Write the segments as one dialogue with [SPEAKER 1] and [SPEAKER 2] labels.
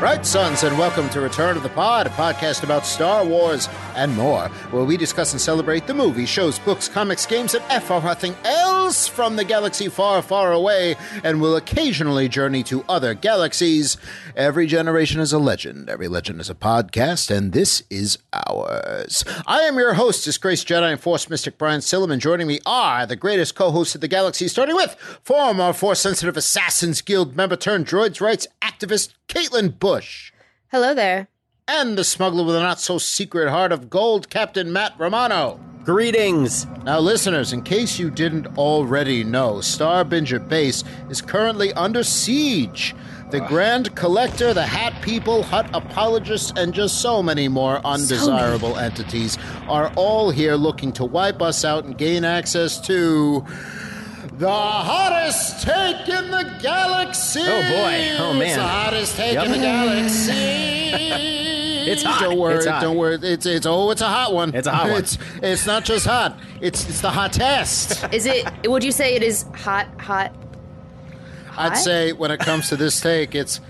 [SPEAKER 1] Right, sons, and welcome to Return of the Pod, a podcast about Star Wars and more, where we discuss and celebrate the movies, shows, books, comics, games, and F everything else from the galaxy far, far away, and will occasionally journey to other galaxies. Every generation is a legend, every legend is a podcast, and this is ours. I am your host, Disgraced Jedi and Force Mystic Brian Silliman. Joining me are the greatest co hosts of the galaxy, starting with former Force Sensitive Assassins Guild member turned droids rights activist Caitlin Bush.
[SPEAKER 2] Hello there.
[SPEAKER 1] And the smuggler with a not so secret heart of gold, Captain Matt Romano.
[SPEAKER 3] Greetings.
[SPEAKER 1] Now, listeners, in case you didn't already know, Starbinger Base is currently under siege. The Grand Collector, the Hat People, Hut Apologists, and just so many more undesirable entities are all here looking to wipe us out and gain access to the hottest take in the galaxy.
[SPEAKER 3] Oh, boy. Oh, man.
[SPEAKER 1] It's the hottest take
[SPEAKER 3] Yep.
[SPEAKER 1] in the galaxy.
[SPEAKER 3] It's hot.
[SPEAKER 1] Don't worry.
[SPEAKER 3] It's hot.
[SPEAKER 1] Don't worry. It's it's oh, it's a hot one.
[SPEAKER 3] It's a hot one.
[SPEAKER 1] It's it's not just hot. It's it's the hottest.
[SPEAKER 2] Is it? Would you say it is hot? Hot?
[SPEAKER 1] I'd
[SPEAKER 2] Hot?
[SPEAKER 1] say when it comes to this take, it's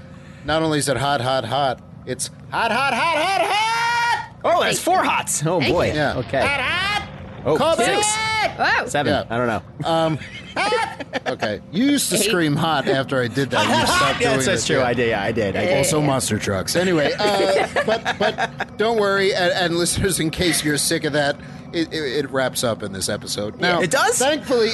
[SPEAKER 1] not only is it hot, hot, hot. It's hot, hot, hot, hot, hot.
[SPEAKER 3] Oh, that's four hots. Oh
[SPEAKER 2] Thank
[SPEAKER 3] boy.
[SPEAKER 2] you.
[SPEAKER 1] Yeah.
[SPEAKER 3] Okay.
[SPEAKER 1] Hot, hot.
[SPEAKER 3] Oh,
[SPEAKER 1] Call me
[SPEAKER 3] six.
[SPEAKER 1] hot.
[SPEAKER 2] Wow.
[SPEAKER 3] Seven.
[SPEAKER 1] Yeah.
[SPEAKER 3] I don't know.
[SPEAKER 1] Okay. You used to scream hot after I did that. Uh, You stopped doing
[SPEAKER 3] yes, that's
[SPEAKER 1] it.
[SPEAKER 3] true.
[SPEAKER 1] Yeah.
[SPEAKER 3] I did. Yeah, I did. I did.
[SPEAKER 1] Also, monster trucks. Anyway, uh, but but don't worry, and, and listeners, in case you're sick of that, it, it, it wraps up in this episode. Now
[SPEAKER 3] It does?
[SPEAKER 1] Thankfully,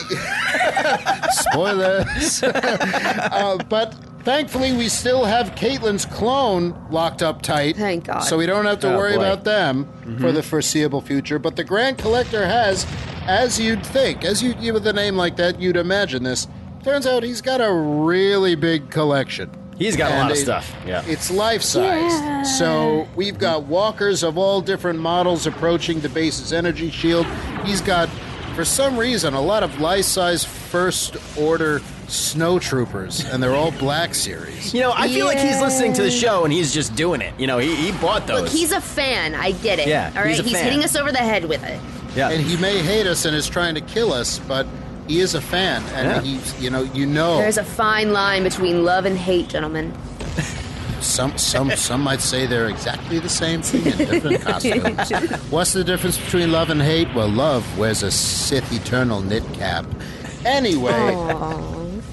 [SPEAKER 1] spoilers. uh, but thankfully, we still have Caitlin's clone locked up tight.
[SPEAKER 2] Thank God.
[SPEAKER 1] So we don't have to
[SPEAKER 3] Oh,
[SPEAKER 1] worry
[SPEAKER 3] boy.
[SPEAKER 1] about them for the foreseeable future. But the Grand Collector has, as you'd think, as you, you with a name like that, you'd imagine this. Turns out he's got a really big collection.
[SPEAKER 3] He's got a lot
[SPEAKER 1] And
[SPEAKER 3] of
[SPEAKER 1] it-
[SPEAKER 3] stuff. Yeah.
[SPEAKER 1] It's life sized. So we've got walkers of all different models approaching the base's energy shield. He's got, for some reason, a lot of life sized first order snow troopers, and they're all black series.
[SPEAKER 3] you know, I feel like he's listening to the show and he's just doing it. You know, he, he bought those.
[SPEAKER 2] Look, he's a fan. I get it.
[SPEAKER 3] Yeah,
[SPEAKER 2] All right.
[SPEAKER 3] he's a
[SPEAKER 2] He's,
[SPEAKER 3] fan.
[SPEAKER 2] hitting us over the head with it.
[SPEAKER 3] yeah.
[SPEAKER 1] And he may hate us and is trying to kill us, but he is a fan, and
[SPEAKER 3] Yeah.
[SPEAKER 1] he's, you know, you know,
[SPEAKER 3] Oh.
[SPEAKER 2] There's a fine line between love and hate, gentlemen.
[SPEAKER 1] some some some might say they're exactly the same thing in different costumes. What's the difference between love and hate? Well, love wears a Sith eternal knit cap. Anyway,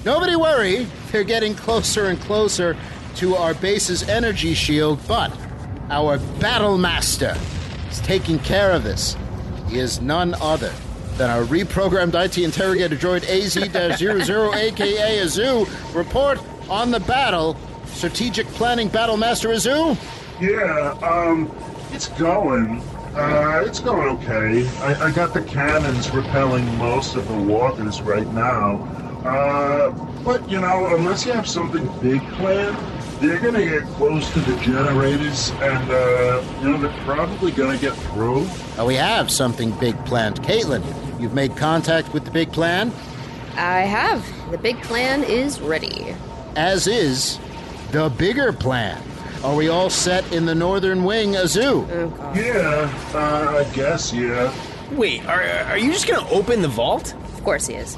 [SPEAKER 1] nobody worry, they're getting closer and closer to our base's energy shield, but our battle master is taking care of this. He is none other than our reprogrammed IT interrogator droid AZ-00, aka Azu. Report on the battle. Strategic planning battle master Azu.
[SPEAKER 4] Yeah, um, it's going. Uh, it's going okay. I, I got the cannons repelling most of the walkers right now. Uh, but, you know, unless you have something big planned, they're going to get close to the generators and, uh, you know, they're probably going to get through.
[SPEAKER 1] Uh, we have something big planned. Caitlin, you've made contact with the big plan,
[SPEAKER 2] I have. The big plan is ready.
[SPEAKER 1] as is the bigger plan. Are we all set in the northern wing, Azu?
[SPEAKER 4] Yeah, uh, I guess, yeah.
[SPEAKER 3] Wait, are, are you just going to open the vault?
[SPEAKER 2] Of course he is.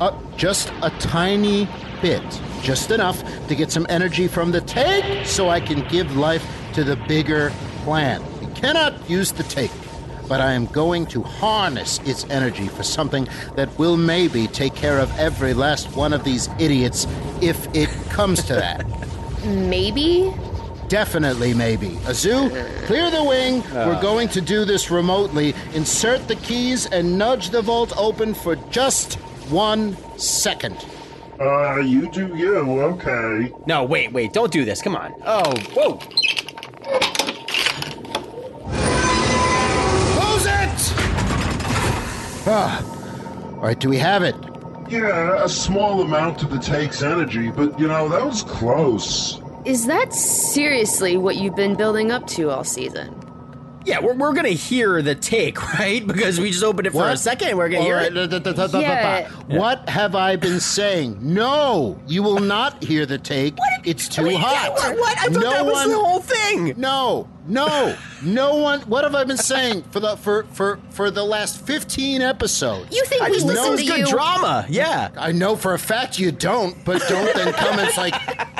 [SPEAKER 1] Uh, just a tiny bit, just enough to get some energy from the take so I can give life to the bigger plan. We cannot use the take, but I am going to harness its energy for something that will maybe take care of every last one of these idiots if it comes to that.
[SPEAKER 2] Maybe.
[SPEAKER 1] Definitely, maybe. Azu, clear the wing. We're going to do this remotely. Insert the keys and nudge the vault open for just one second.
[SPEAKER 4] Uh, you do you, okay.
[SPEAKER 3] No, wait, wait. Don't do this. Come on. Oh, whoa.
[SPEAKER 1] Close it! Ah. All right, do we have it?
[SPEAKER 4] Yeah, a small amount to the take's energy, but, you know, that was close.
[SPEAKER 2] Is that seriously what you've been building up to all season?
[SPEAKER 3] Yeah, we're, we're gonna hear the take, right? Because we just opened it for a second. and We're gonna hear it.
[SPEAKER 1] Alright, da- da- da- da-
[SPEAKER 2] Yeah.
[SPEAKER 1] da- da. What have I been saying? No, you will not hear the take. It's too hot.
[SPEAKER 3] What? what? I thought
[SPEAKER 1] no
[SPEAKER 3] that was
[SPEAKER 1] one,
[SPEAKER 3] the whole thing.
[SPEAKER 1] No, no, no one. What have I been saying for the for for for the last fifteen episodes?
[SPEAKER 2] You think
[SPEAKER 3] I
[SPEAKER 2] we
[SPEAKER 3] just
[SPEAKER 2] listen
[SPEAKER 3] know it's
[SPEAKER 2] to
[SPEAKER 3] good
[SPEAKER 2] you?
[SPEAKER 3] drama. Yeah.
[SPEAKER 1] I know for a fact you don't, but don't then come and it's like,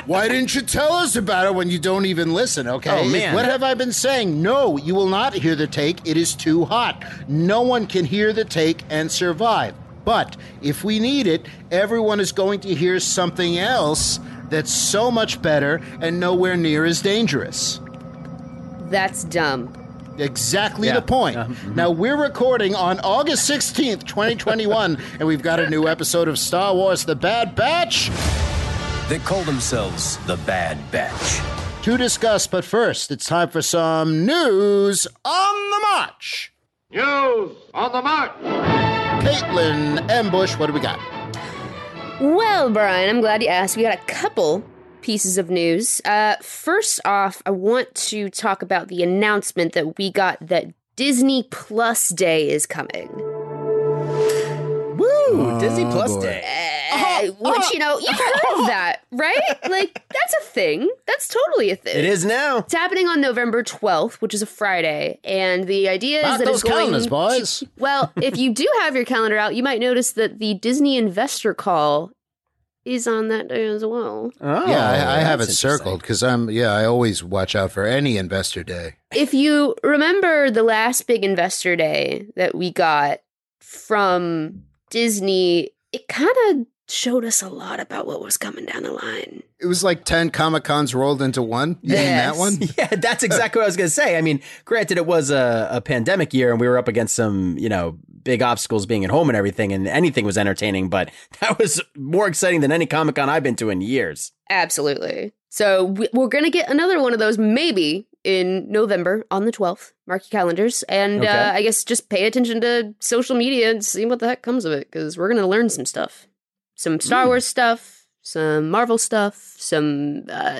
[SPEAKER 1] why didn't you tell us about it when you don't even listen? Okay.
[SPEAKER 3] Oh, man.
[SPEAKER 1] What have I been saying? No, you will not hear the take. It is too hot. No one can hear the take and survive. But if we need it, everyone is going to hear something else that's so much better and nowhere near as dangerous.
[SPEAKER 2] That's dumb.
[SPEAKER 1] Exactly
[SPEAKER 3] Yeah.
[SPEAKER 1] the point.
[SPEAKER 3] Yeah. Mm-hmm.
[SPEAKER 1] Now we're recording on August 16th, 2021, and we've got a new episode of Star Wars The Bad Batch
[SPEAKER 3] They call themselves the Bad Batch.
[SPEAKER 1] to discuss. But first, it's time for some news on the march.
[SPEAKER 5] News on the march.
[SPEAKER 1] Caitlin Ambush, what do we got?
[SPEAKER 2] Well, Brian, I'm glad you asked. We got a couple pieces of news. Uh, first off, I want to talk about the announcement that we got that Disney Plus Day is coming.
[SPEAKER 3] Woo! Disney Plus Day.
[SPEAKER 2] Uh, which, you know, you've heard of that, right? Like, that's a thing. That's totally a thing.
[SPEAKER 3] It is now.
[SPEAKER 2] It's happening on November 12th, which is a Friday. And the idea is
[SPEAKER 1] Mark
[SPEAKER 2] that
[SPEAKER 1] those
[SPEAKER 2] it's going
[SPEAKER 1] calendars, boys.
[SPEAKER 2] Well, if you do have your calendar out, you might notice that the Disney investor call is on that day as well.
[SPEAKER 3] Oh,
[SPEAKER 1] yeah, I, I have it
[SPEAKER 3] that's
[SPEAKER 1] circled because I'm. Yeah, I always watch out for any investor day.
[SPEAKER 2] If you remember the last big investor day that we got from Disney, it kind of showed us a lot about what was coming down the line.
[SPEAKER 1] It was like ten Comic Cons rolled into one. You mean that
[SPEAKER 2] Yes.
[SPEAKER 1] one?
[SPEAKER 3] interesting. Yeah, that's exactly what I was going to say. I mean, granted, it was a, a pandemic year and we were up against some, you know, big obstacles being at home and everything, and anything was entertaining, but that was more exciting than any Comic Con I've been to in years.
[SPEAKER 2] Absolutely. So we- we're going to get another one of those maybe in November on the 12th. Mark your calendars. And
[SPEAKER 3] Okay.
[SPEAKER 2] uh, I guess just pay attention to social media and see what the heck comes of it because we're going to learn some stuff. Some Star Wars stuff, some Marvel stuff, some uh,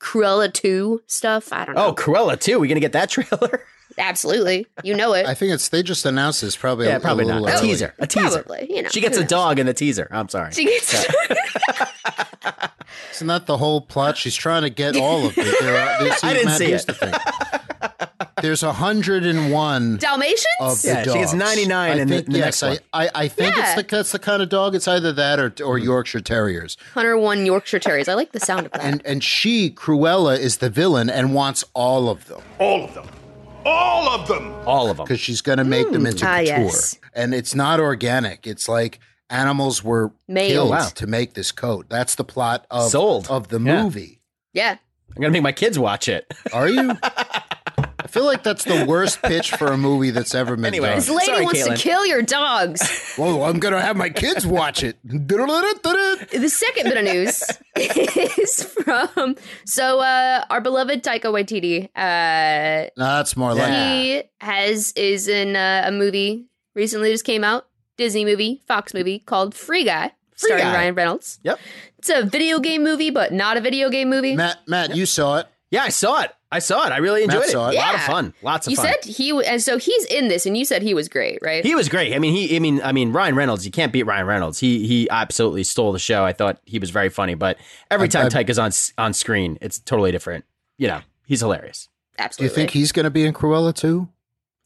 [SPEAKER 2] Cruella 2 stuff. I don't know.
[SPEAKER 3] Oh, Cruella, too. we going to get that trailer?
[SPEAKER 2] Absolutely. You know it.
[SPEAKER 1] I think it's. They just announced this probably.
[SPEAKER 3] yeah,
[SPEAKER 1] a,
[SPEAKER 3] probably
[SPEAKER 1] a
[SPEAKER 3] not.
[SPEAKER 1] little
[SPEAKER 3] A
[SPEAKER 1] early.
[SPEAKER 3] teaser. A teaser.
[SPEAKER 2] Probably. You know.
[SPEAKER 3] She gets
[SPEAKER 2] who
[SPEAKER 3] a
[SPEAKER 2] knows?
[SPEAKER 3] dog in the teaser. I'm sorry.
[SPEAKER 2] She gets
[SPEAKER 1] Isn't that the whole plot? She's trying to get all of it. There are, there's,
[SPEAKER 3] I didn't
[SPEAKER 1] Matt,
[SPEAKER 3] see
[SPEAKER 1] here's
[SPEAKER 3] it.
[SPEAKER 1] The thing. There's 101
[SPEAKER 2] Dalmatians?
[SPEAKER 1] of the
[SPEAKER 3] Oh, Yeah, she
[SPEAKER 1] dogs.
[SPEAKER 3] gets 99
[SPEAKER 1] I
[SPEAKER 3] in the-
[SPEAKER 1] think,
[SPEAKER 3] in the
[SPEAKER 1] yes,
[SPEAKER 3] next one.
[SPEAKER 1] I, I, I think
[SPEAKER 2] Yeah.
[SPEAKER 1] it's the, that's the kind of dog. It's either that or, or
[SPEAKER 3] Mm-hmm.
[SPEAKER 1] Yorkshire Terriers.
[SPEAKER 2] 101 Yorkshire Terriers. I like the sound of that.
[SPEAKER 1] And, and she, Cruella, is the villain and wants all of them
[SPEAKER 5] All of them. All of them.
[SPEAKER 3] All of them.
[SPEAKER 1] because she's going to make them into
[SPEAKER 2] Ah,
[SPEAKER 1] couture.
[SPEAKER 2] yes.
[SPEAKER 1] And it's not organic. It's like animals were
[SPEAKER 2] Made.
[SPEAKER 1] killed
[SPEAKER 3] Wow.
[SPEAKER 1] to make this coat. That's the plot of,
[SPEAKER 3] Sold.
[SPEAKER 1] of the
[SPEAKER 3] Yeah.
[SPEAKER 1] movie.
[SPEAKER 2] yeah.
[SPEAKER 3] I'm going to make my kids watch it.
[SPEAKER 1] Are you? I feel like that's the worst pitch for a movie that's ever been
[SPEAKER 3] Anyway.
[SPEAKER 1] done.
[SPEAKER 2] This lady
[SPEAKER 3] Sorry,
[SPEAKER 2] wants
[SPEAKER 3] Caitlin.
[SPEAKER 2] to kill your dogs.
[SPEAKER 1] Whoa, I'm gonna have my kids watch it.
[SPEAKER 2] the second bit of news is from so uh, our beloved Taika Waititi. Uh,
[SPEAKER 1] No, that's more like
[SPEAKER 3] Yeah.
[SPEAKER 2] He has is in uh, a movie recently just came out Disney movie Fox movie called Free Guy
[SPEAKER 3] Free
[SPEAKER 2] starring
[SPEAKER 3] Guy.
[SPEAKER 2] Ryan Reynolds.
[SPEAKER 3] Yep.
[SPEAKER 2] It's a video game movie, but not a video game movie.
[SPEAKER 1] Matt. Matt, you saw it.
[SPEAKER 3] Yeah, I saw it. I saw it. I really enjoyed
[SPEAKER 1] Matt
[SPEAKER 3] it.
[SPEAKER 1] saw it.
[SPEAKER 3] A lot of
[SPEAKER 2] Yeah.
[SPEAKER 3] fun. Lots of
[SPEAKER 2] you
[SPEAKER 3] fun.
[SPEAKER 2] said he w- and so he's in this, and you said he was great, right?
[SPEAKER 3] He was great. I mean, he. I mean, I mean, Ryan Reynolds. You can't beat Ryan Reynolds. He he absolutely stole the show. I thought he was very funny, but every time
[SPEAKER 1] I-
[SPEAKER 3] Tyke on s- on screen, it's totally different. You know, he's hilarious.
[SPEAKER 1] Do you
[SPEAKER 2] Absolutely.
[SPEAKER 1] think he's gonna be in Cruella too?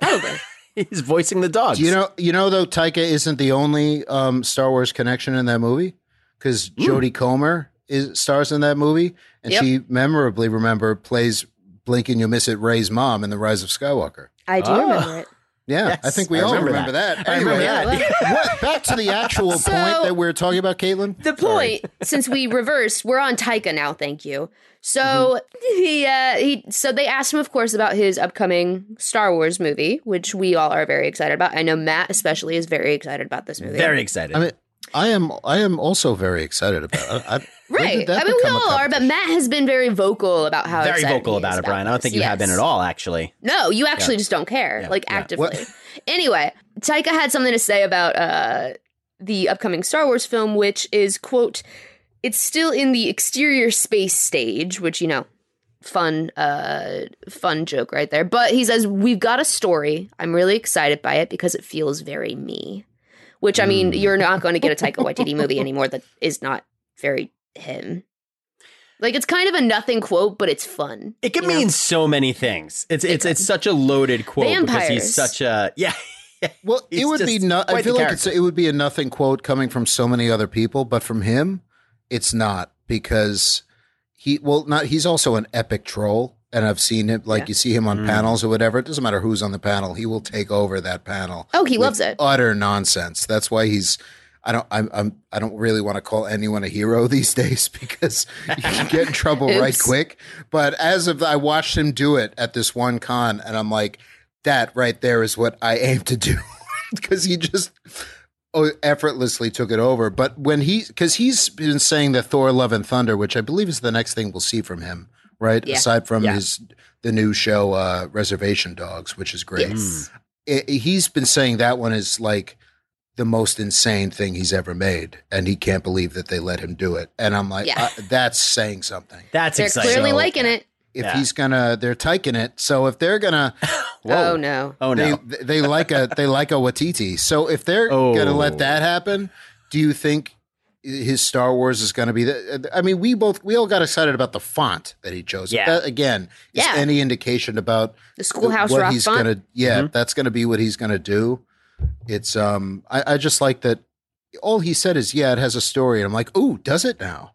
[SPEAKER 2] Probably.
[SPEAKER 3] He's voicing the dogs.
[SPEAKER 1] Do you know? You know though, Taika isn't the only um, Star Wars connection in that movie because Jodie Comer is stars in that movie, and
[SPEAKER 2] Hmm. Yep.
[SPEAKER 1] she memorably remember plays Blink and You Miss It Ray's mom in The Rise of Skywalker.
[SPEAKER 2] I do
[SPEAKER 3] Oh.
[SPEAKER 2] remember it.
[SPEAKER 1] Yeah,
[SPEAKER 3] Yes,
[SPEAKER 1] I think we
[SPEAKER 3] I
[SPEAKER 1] all
[SPEAKER 3] remember
[SPEAKER 1] remember that.
[SPEAKER 3] I remember
[SPEAKER 1] Anyway,
[SPEAKER 3] that.
[SPEAKER 1] what, back to the actual
[SPEAKER 2] So-
[SPEAKER 1] point that we were talking about, Caitlin.
[SPEAKER 2] The point, since we reversed, we're on Taika now. Thank you. So
[SPEAKER 3] Mm-hmm.
[SPEAKER 2] he, uh, he, so they asked him, of course, about his upcoming Star Wars movie, which we all are very excited about. I know Matt especially is very excited about this movie.
[SPEAKER 3] Very excited.
[SPEAKER 1] I mean, I am. I am also very excited about it. I, I, when did
[SPEAKER 2] right.
[SPEAKER 1] that
[SPEAKER 2] I mean, we
[SPEAKER 1] become a
[SPEAKER 2] all are, but
[SPEAKER 1] competition?
[SPEAKER 2] Matt has been very vocal about how
[SPEAKER 3] very
[SPEAKER 2] excited
[SPEAKER 3] vocal
[SPEAKER 2] he
[SPEAKER 3] about
[SPEAKER 2] is
[SPEAKER 3] it, Brian. I don't
[SPEAKER 2] this.
[SPEAKER 3] think you have been
[SPEAKER 2] Yes.
[SPEAKER 3] at all, actually.
[SPEAKER 2] No, you actually just don't care,
[SPEAKER 3] Yeah.
[SPEAKER 2] like
[SPEAKER 3] Yeah.
[SPEAKER 2] actively.
[SPEAKER 1] What-
[SPEAKER 2] Anyway, Taika had something to say about uh, the upcoming Star Wars film, which is quote, "It's still in the exterior space stage, which you know fun uh fun joke right there but he says we've got a story i'm really excited by it because it feels very me which i mean you're not going to get a taika waititi
[SPEAKER 3] Mm.
[SPEAKER 2] movie anymore that is not very him like it's kind of a nothing quote but it's fun
[SPEAKER 3] It can
[SPEAKER 2] you know?
[SPEAKER 3] mean so many things. It's it's it's such a loaded quote because
[SPEAKER 2] Vampires.
[SPEAKER 3] he's such a yeah.
[SPEAKER 1] Well,
[SPEAKER 3] He's
[SPEAKER 1] it would be
[SPEAKER 3] just
[SPEAKER 1] no, I
[SPEAKER 3] quite
[SPEAKER 1] feel
[SPEAKER 3] the
[SPEAKER 1] like it's, it would be a nothing quote coming from so many other people, but from him, it's not because he well not he's also an epic troll, and I've seen him like you see him on panels or whatever. It doesn't matter who's on the panel; he will take over that panel.
[SPEAKER 2] oh he
[SPEAKER 1] with
[SPEAKER 2] loves it
[SPEAKER 1] Utter nonsense. That's why he's. I don't. I'm. I'm. I don't really want to call anyone a hero these days because you can get in trouble right
[SPEAKER 2] Oops.
[SPEAKER 1] quick. But as of I watched him do it at this one con, and I'm like, that right there is what I aim to do because he just oh, effortlessly took it over. But when he, because he's been saying the Thor: Love and Thunder, which I believe is the next thing we'll see from him, right?
[SPEAKER 2] Yeah.
[SPEAKER 1] Aside from
[SPEAKER 3] Yeah.
[SPEAKER 1] his the new show uh, Reservation Dogs, which is great
[SPEAKER 2] yes
[SPEAKER 1] it, he's been saying that one is like the most insane thing he's ever made, and he can't believe that they let him do it. And I'm like,
[SPEAKER 2] Yeah.
[SPEAKER 1] uh, that's saying something.
[SPEAKER 3] That's
[SPEAKER 2] they're
[SPEAKER 3] exciting. Oh,
[SPEAKER 2] clearly
[SPEAKER 1] So-
[SPEAKER 2] liking it
[SPEAKER 1] If
[SPEAKER 3] Yeah.
[SPEAKER 1] he's gonna, they're taking it. So if they're gonna,
[SPEAKER 3] Whoa.
[SPEAKER 2] oh no
[SPEAKER 3] Oh no.
[SPEAKER 1] they they like a they like a Watiti. So if they're
[SPEAKER 3] Oh.
[SPEAKER 1] gonna let that happen, do you think his Star Wars is gonna be the? I mean, we both we all got excited about the font that he chose. If
[SPEAKER 3] Yeah.
[SPEAKER 1] that, again, is
[SPEAKER 2] Yeah.
[SPEAKER 1] any indication about
[SPEAKER 2] the
[SPEAKER 1] the-
[SPEAKER 2] schoolhouse
[SPEAKER 1] what
[SPEAKER 2] rock
[SPEAKER 1] he's
[SPEAKER 2] font
[SPEAKER 1] gonna yeah that's gonna be what he's gonna do it's um I, I just like that all he said is yeah it has a story and i'm like ooh does it now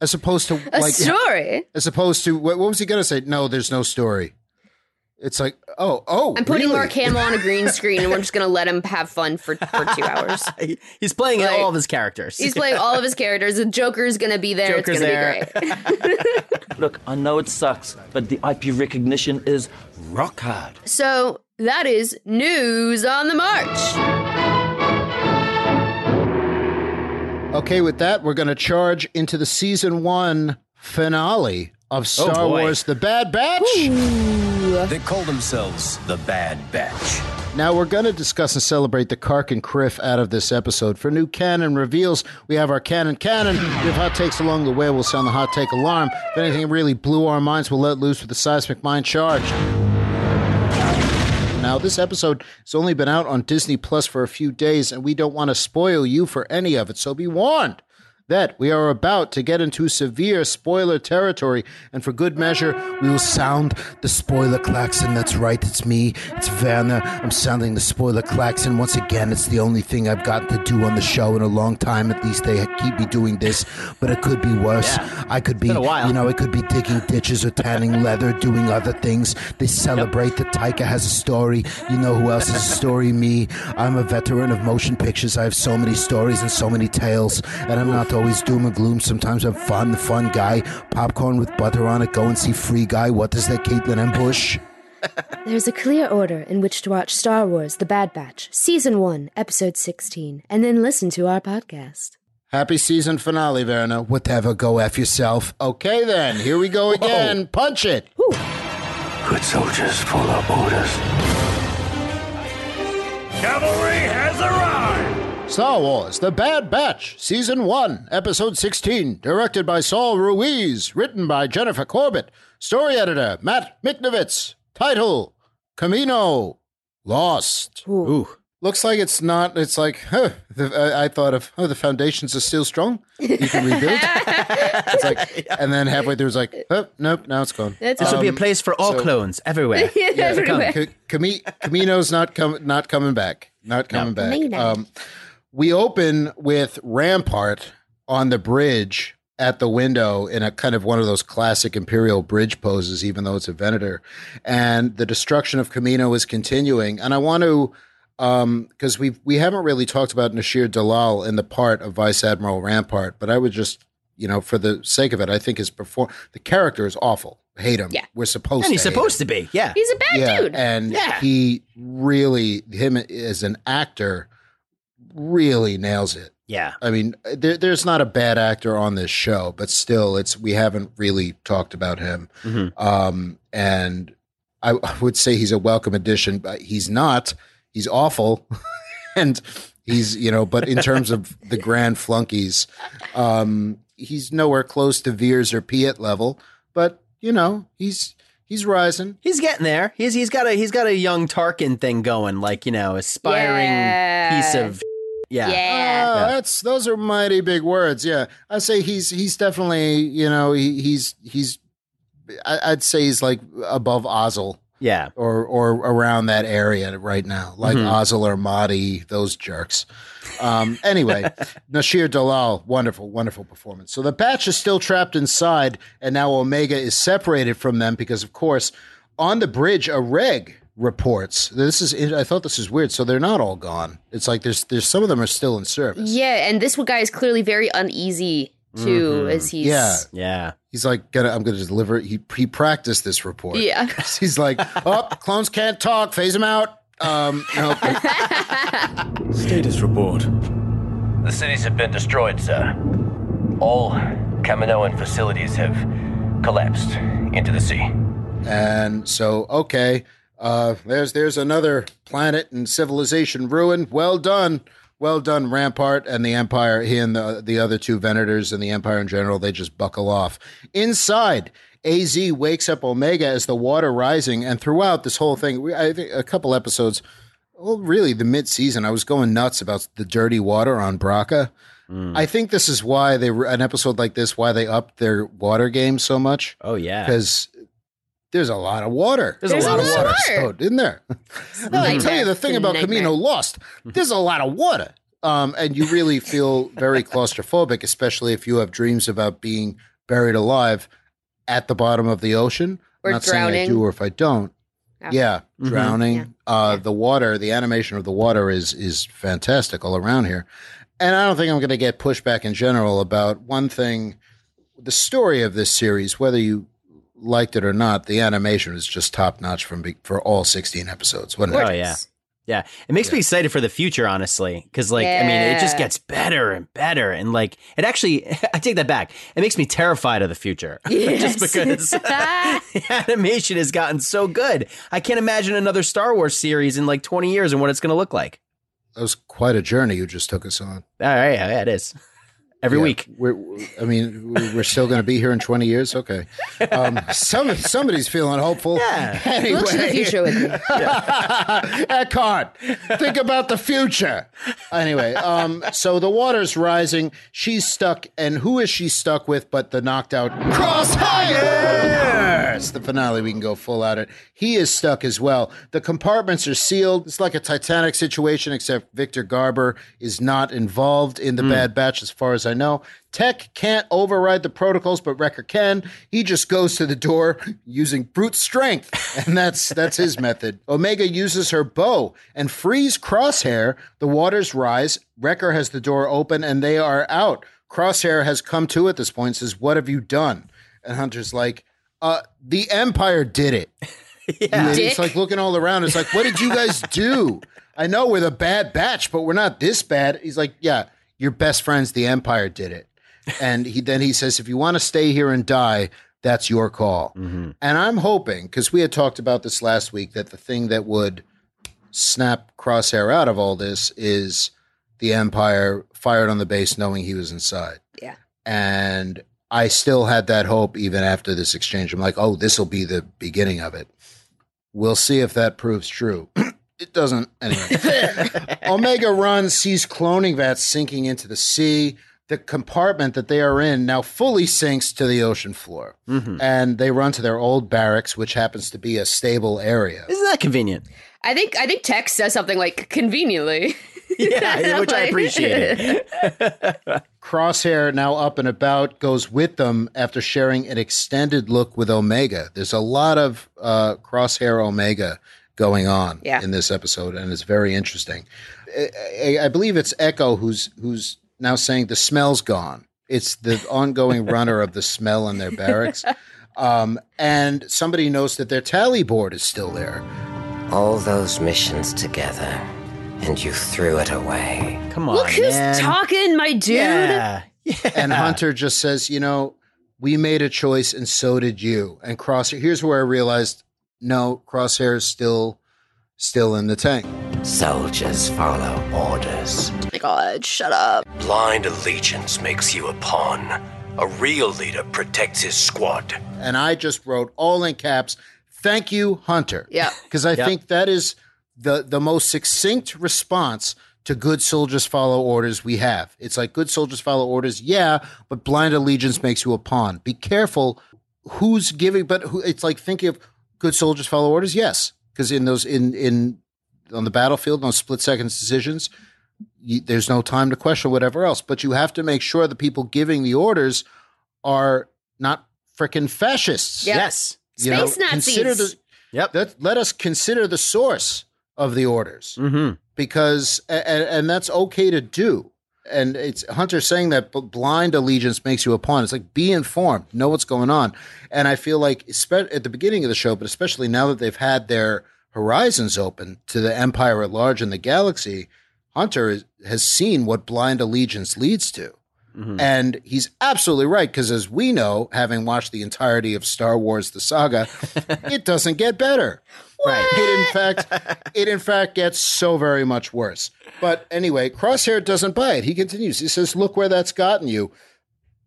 [SPEAKER 1] as opposed to
[SPEAKER 2] a
[SPEAKER 1] like
[SPEAKER 2] story
[SPEAKER 1] as opposed to what, what was he gonna say no there's no story it's like oh oh
[SPEAKER 2] i'm putting
[SPEAKER 1] really?
[SPEAKER 2] mark hamill on a green screen and we're just going to let him have fun for, for two hours
[SPEAKER 3] He- he's playing
[SPEAKER 2] Like-
[SPEAKER 3] all of his characters.
[SPEAKER 2] He's playing all of his characters. The Joker's gonna be there.
[SPEAKER 3] Joker's
[SPEAKER 2] it's gonna
[SPEAKER 3] there.
[SPEAKER 2] be great.
[SPEAKER 6] Look, I know it sucks, but the IP recognition is rock hard.
[SPEAKER 2] So that is news on the march.
[SPEAKER 1] okay with that we're gonna charge into the season one finale of star
[SPEAKER 3] boy.
[SPEAKER 1] wars the bad batch
[SPEAKER 7] They call themselves the Bad Batch.
[SPEAKER 1] Now we're going to discuss and celebrate the Kark and Criff out of this episode. For new canon reveals, we have our canon canon. We have hot takes along the way. We'll sound the hot take alarm. If anything really blew our minds, we'll let loose with the seismic mind charge. Now this episode has only been out on Disney Plus for a few days, and we don't want to spoil you for any of it. So be warned that we are about to get into severe spoiler territory, and for good measure, we will sound the spoiler klaxon. That's right, it's me, it's Werner. I'm sounding the spoiler klaxon once again. It's the only thing I've got to do on the show in a long time. At least they keep me doing this, but it could be worse. I could be,
[SPEAKER 3] been a while.
[SPEAKER 1] you know, it could be digging ditches or tanning leather, doing other things. They celebrate that Taika has a story. You know who else has a story? Me. I'm a veteran of motion pictures. I have so many stories and so many tales, and I'm not always doom and gloom. Sometimes I'm fun, the fun guy. Popcorn with butter on it. Go and see Free Guy. What does that, Caitlin Ambush?
[SPEAKER 2] There's a clear order in which to watch Star Wars: The Bad Batch, Season One, Episode 16, and then listen to our podcast.
[SPEAKER 1] Happy season finale, Verna. Whatever, go F yourself. Okay, then, here we go again. Punch it.
[SPEAKER 7] Good soldiers follow orders.
[SPEAKER 5] Cavalry has arrived!
[SPEAKER 1] Star Wars The Bad Batch, Season 1, Episode 16, directed by Saul Ruiz, written by Jennifer Corbett, story editor Matt Miknovitz, title Camino Lost.
[SPEAKER 3] Ooh.
[SPEAKER 1] Looks like it's not, it's like, huh, the, I, I thought of, oh, the foundations are still strong. You can rebuild. it's like, and then halfway through, it's like, oh, nope, now it's gone.
[SPEAKER 2] That's
[SPEAKER 3] This would be a
[SPEAKER 1] Um,
[SPEAKER 3] place for all
[SPEAKER 1] so-
[SPEAKER 3] clones everywhere.
[SPEAKER 2] everywhere.
[SPEAKER 1] C- Cami- Camino's not com- not coming back. Not coming back.
[SPEAKER 2] Camino.
[SPEAKER 1] Um, we open with Rampart on the bridge at the window in a kind of one of those classic imperial bridge poses, even though it's a Venator, and the destruction of Camino is continuing. And I want to. Um, because we we haven't really talked about Nashir Dalal in the part of Vice Admiral Rampart, but I would just, you know, for the sake of it, I think his perform the character is awful. Hate him.
[SPEAKER 2] Yeah.
[SPEAKER 1] We're supposed
[SPEAKER 3] And he's
[SPEAKER 1] to hate him
[SPEAKER 3] supposed to be. Yeah.
[SPEAKER 2] He's a bad dude.
[SPEAKER 1] and
[SPEAKER 3] Yeah.
[SPEAKER 1] he really him as an actor really nails it.
[SPEAKER 3] Yeah.
[SPEAKER 1] I mean, there, there's not a bad actor on this show, but still, it's we haven't really talked about him.
[SPEAKER 3] Mhm.
[SPEAKER 1] Um, and I, I would say he's a welcome addition, but he's not. He's awful, and he's you know. But in terms of the grand flunkies, um, he's nowhere close to Veers or Piet level. But you know, he's he's rising.
[SPEAKER 3] He's getting there. He's he's got a he's got a young Tarkin thing going, like you know, aspiring
[SPEAKER 2] Yeah.
[SPEAKER 3] piece of yeah.
[SPEAKER 2] Yeah.
[SPEAKER 1] Oh,
[SPEAKER 3] Yeah.
[SPEAKER 1] that's those are mighty big words. Yeah, I say he's he's definitely you know he, he's he's I, I'd say he's like above Ozil
[SPEAKER 3] yeah.
[SPEAKER 1] or or around that area right now, like Ozil or Mahdi, those jerks. Um, anyway, Nashir Dalal, wonderful, wonderful performance. So the batch is still trapped inside, and now Omega is separated from them because, of course, on the bridge, a reg reports. This is I thought this is weird. So they're not all gone. It's like there's there's some of them are still in service.
[SPEAKER 2] Yeah, and this guy is clearly very uneasy too, as he's
[SPEAKER 1] Mm-hmm. Yeah.
[SPEAKER 3] Yeah.
[SPEAKER 1] He's like, gonna, I'm gonna deliver. He he practiced this report.
[SPEAKER 2] Yeah.
[SPEAKER 1] 'Cause he's like, oh, clones can't talk. Phase them out. Um, okay.
[SPEAKER 7] Status report.
[SPEAKER 8] The cities have been destroyed, sir. All Kaminoan facilities have collapsed into the sea.
[SPEAKER 1] And so, okay, uh, there's there's another planet and civilization ruined. Well done, well done, Rampart and the Empire. He and the the other two Venators and the Empire in general, they just buckle off. Inside, Az wakes up Omega as the water rising, and throughout this whole thing, we, I think a couple episodes. Well, really, the mid season, I was going nuts about the dirty water on Braca. I think this is why they were an episode like this, why they upped their water game so much
[SPEAKER 3] Oh yeah.
[SPEAKER 1] because there's a lot of water.
[SPEAKER 3] There's a There's lot a of lot of
[SPEAKER 2] water. water.
[SPEAKER 1] Oh, didn't there? No, I tell you the thing
[SPEAKER 2] It's a
[SPEAKER 1] about
[SPEAKER 2] nightmare.
[SPEAKER 1] Camino Lost. There's a lot of water, um, and you really feel very claustrophobic, especially if you have dreams about being buried alive at the bottom of the ocean.
[SPEAKER 2] Or
[SPEAKER 1] I'm not saying I
[SPEAKER 2] drowning.
[SPEAKER 1] do or if I don't.
[SPEAKER 2] Yeah.
[SPEAKER 1] Yeah,
[SPEAKER 3] Mhm.
[SPEAKER 1] drowning.
[SPEAKER 2] Yeah.
[SPEAKER 1] Uh,
[SPEAKER 2] Yeah.
[SPEAKER 1] The water, the animation of the water is is fantastic all around here, and I don't think I'm going to get pushback in general about one thing. The story of this series, whether you liked it or not, the animation is just top notch from be- for all 16 episodes. What an
[SPEAKER 3] Oh yeah. Yeah. It makes me excited for the future, honestly. Cause like, I mean, it just
[SPEAKER 2] Yeah.
[SPEAKER 3] gets better and better. And like, it actually, I take that back. It makes me terrified of the future. just because the animation has gotten so good. I can't imagine another Star Wars series in like 20 years and what it's going to look like.
[SPEAKER 1] that was quite a journey you just took us on.
[SPEAKER 3] All right. Yeah, it is. Every
[SPEAKER 1] Yeah,
[SPEAKER 3] week.
[SPEAKER 1] We're, we're- I mean, we're we're still going to be here in 20 years. Okay. Um, some, somebody's feeling hopeful.
[SPEAKER 3] Yeah.
[SPEAKER 1] Anyway.
[SPEAKER 2] Look to the future with me.
[SPEAKER 1] Eckhart, think about the future. Anyway, um, so the water's rising. She's stuck, and who is she stuck with but the knocked out Crosshair? It's the finale. We can go full out it. He is stuck as well. The compartments are sealed. It's like a Titanic situation, except Victor Garber is not involved in the Bad Batch, as far as I know. Tech can't override the protocols, but Wrecker can. He just goes to the door using brute strength, and that's that's his method. Omega uses her bow and frees Crosshair. The waters rise. Wrecker has the door open, and they are out. Crosshair has come to at this point. Says, "What have you done?" And Hunter's like, "Uh, the Empire did it." And then It's
[SPEAKER 2] Dick.
[SPEAKER 1] like looking all around. It's like, what did you guys do? I know we're the bad batch, but we're not this bad. He's like, yeah, your best friends, the Empire, did it. And he then he says, if you want to stay here and die, that's your call. And I'm hoping because we had talked about this last week that the thing that would snap Crosshair out of all this is the Empire fired on the base, knowing he was inside.
[SPEAKER 2] Yeah.
[SPEAKER 1] And I still had that hope even after this exchange. I'm like, oh, this will be the beginning of it. We'll see if that proves true. it doesn't. Anyway. Omega runs, sees cloning vats sinking into the sea. The compartment that they are in now fully sinks to the ocean floor. And they run to their old barracks, which happens to be a stable area.
[SPEAKER 3] Isn't that convenient?
[SPEAKER 2] I think I think Tex says something like conveniently.
[SPEAKER 3] Yeah. Which I
[SPEAKER 2] Like-
[SPEAKER 3] appreciated.
[SPEAKER 1] Crosshair, now up and about, goes with them after sharing an extended look with Omega. There's a lot of uh, Crosshair Omega going on
[SPEAKER 2] Yeah.
[SPEAKER 1] in this episode, and it's very interesting. I, I- I believe it's Echo who's who's now saying the smell's gone. It's the ongoing runner of the smell in their barracks. Um, and somebody knows that their tally board is still there.
[SPEAKER 8] All those missions together, and you threw it away.
[SPEAKER 3] Come on.
[SPEAKER 2] Look who's
[SPEAKER 3] man.
[SPEAKER 2] talking, my dude.
[SPEAKER 3] Yeah.
[SPEAKER 1] And Hunter just says, you know, we made a choice and so did you. And Crosshair, here's where I realized, no, Crosshair is still still in the tank.
[SPEAKER 8] Soldiers follow orders.
[SPEAKER 2] Oh God, shut up.
[SPEAKER 8] Blind allegiance makes you a pawn, A real leader protects his squad.
[SPEAKER 1] and I just wrote all in caps, "Thank you, Hunter."
[SPEAKER 2] Yeah.
[SPEAKER 1] because I think that is the the most succinct response to good soldiers follow orders we have. It's like good soldiers follow orders, yeah, but blind allegiance makes you a pawn. Be careful who's giving, but who, it's like thinking of good soldiers follow orders, yes, because in those in in on the battlefield, on split seconds decisions, you, there's no time to question whatever else. But you have to make sure the people giving the orders are not freaking fascists.
[SPEAKER 2] Yeah.
[SPEAKER 3] Yes.
[SPEAKER 1] You know,
[SPEAKER 2] Space Nazis.
[SPEAKER 1] Consider the,
[SPEAKER 3] Yep.
[SPEAKER 1] let, let us consider the source of the orders
[SPEAKER 3] Mm-hmm.
[SPEAKER 1] because, and, and that's okay to do. And it's Hunter saying that b- blind allegiance makes you a pawn. It's like be informed, know what's going on. And I feel like espe- at the beginning of the show, but especially now that they've had their horizons open to the empire at large and the galaxy, Hunter is, has seen what blind allegiance leads to. And he's absolutely right because, as we know, having watched the entirety of Star Wars: The Saga, it doesn't get better. It in fact, it in fact gets so very much worse. But anyway, Crosshair doesn't buy it. He continues. He says, "Look where that's gotten you.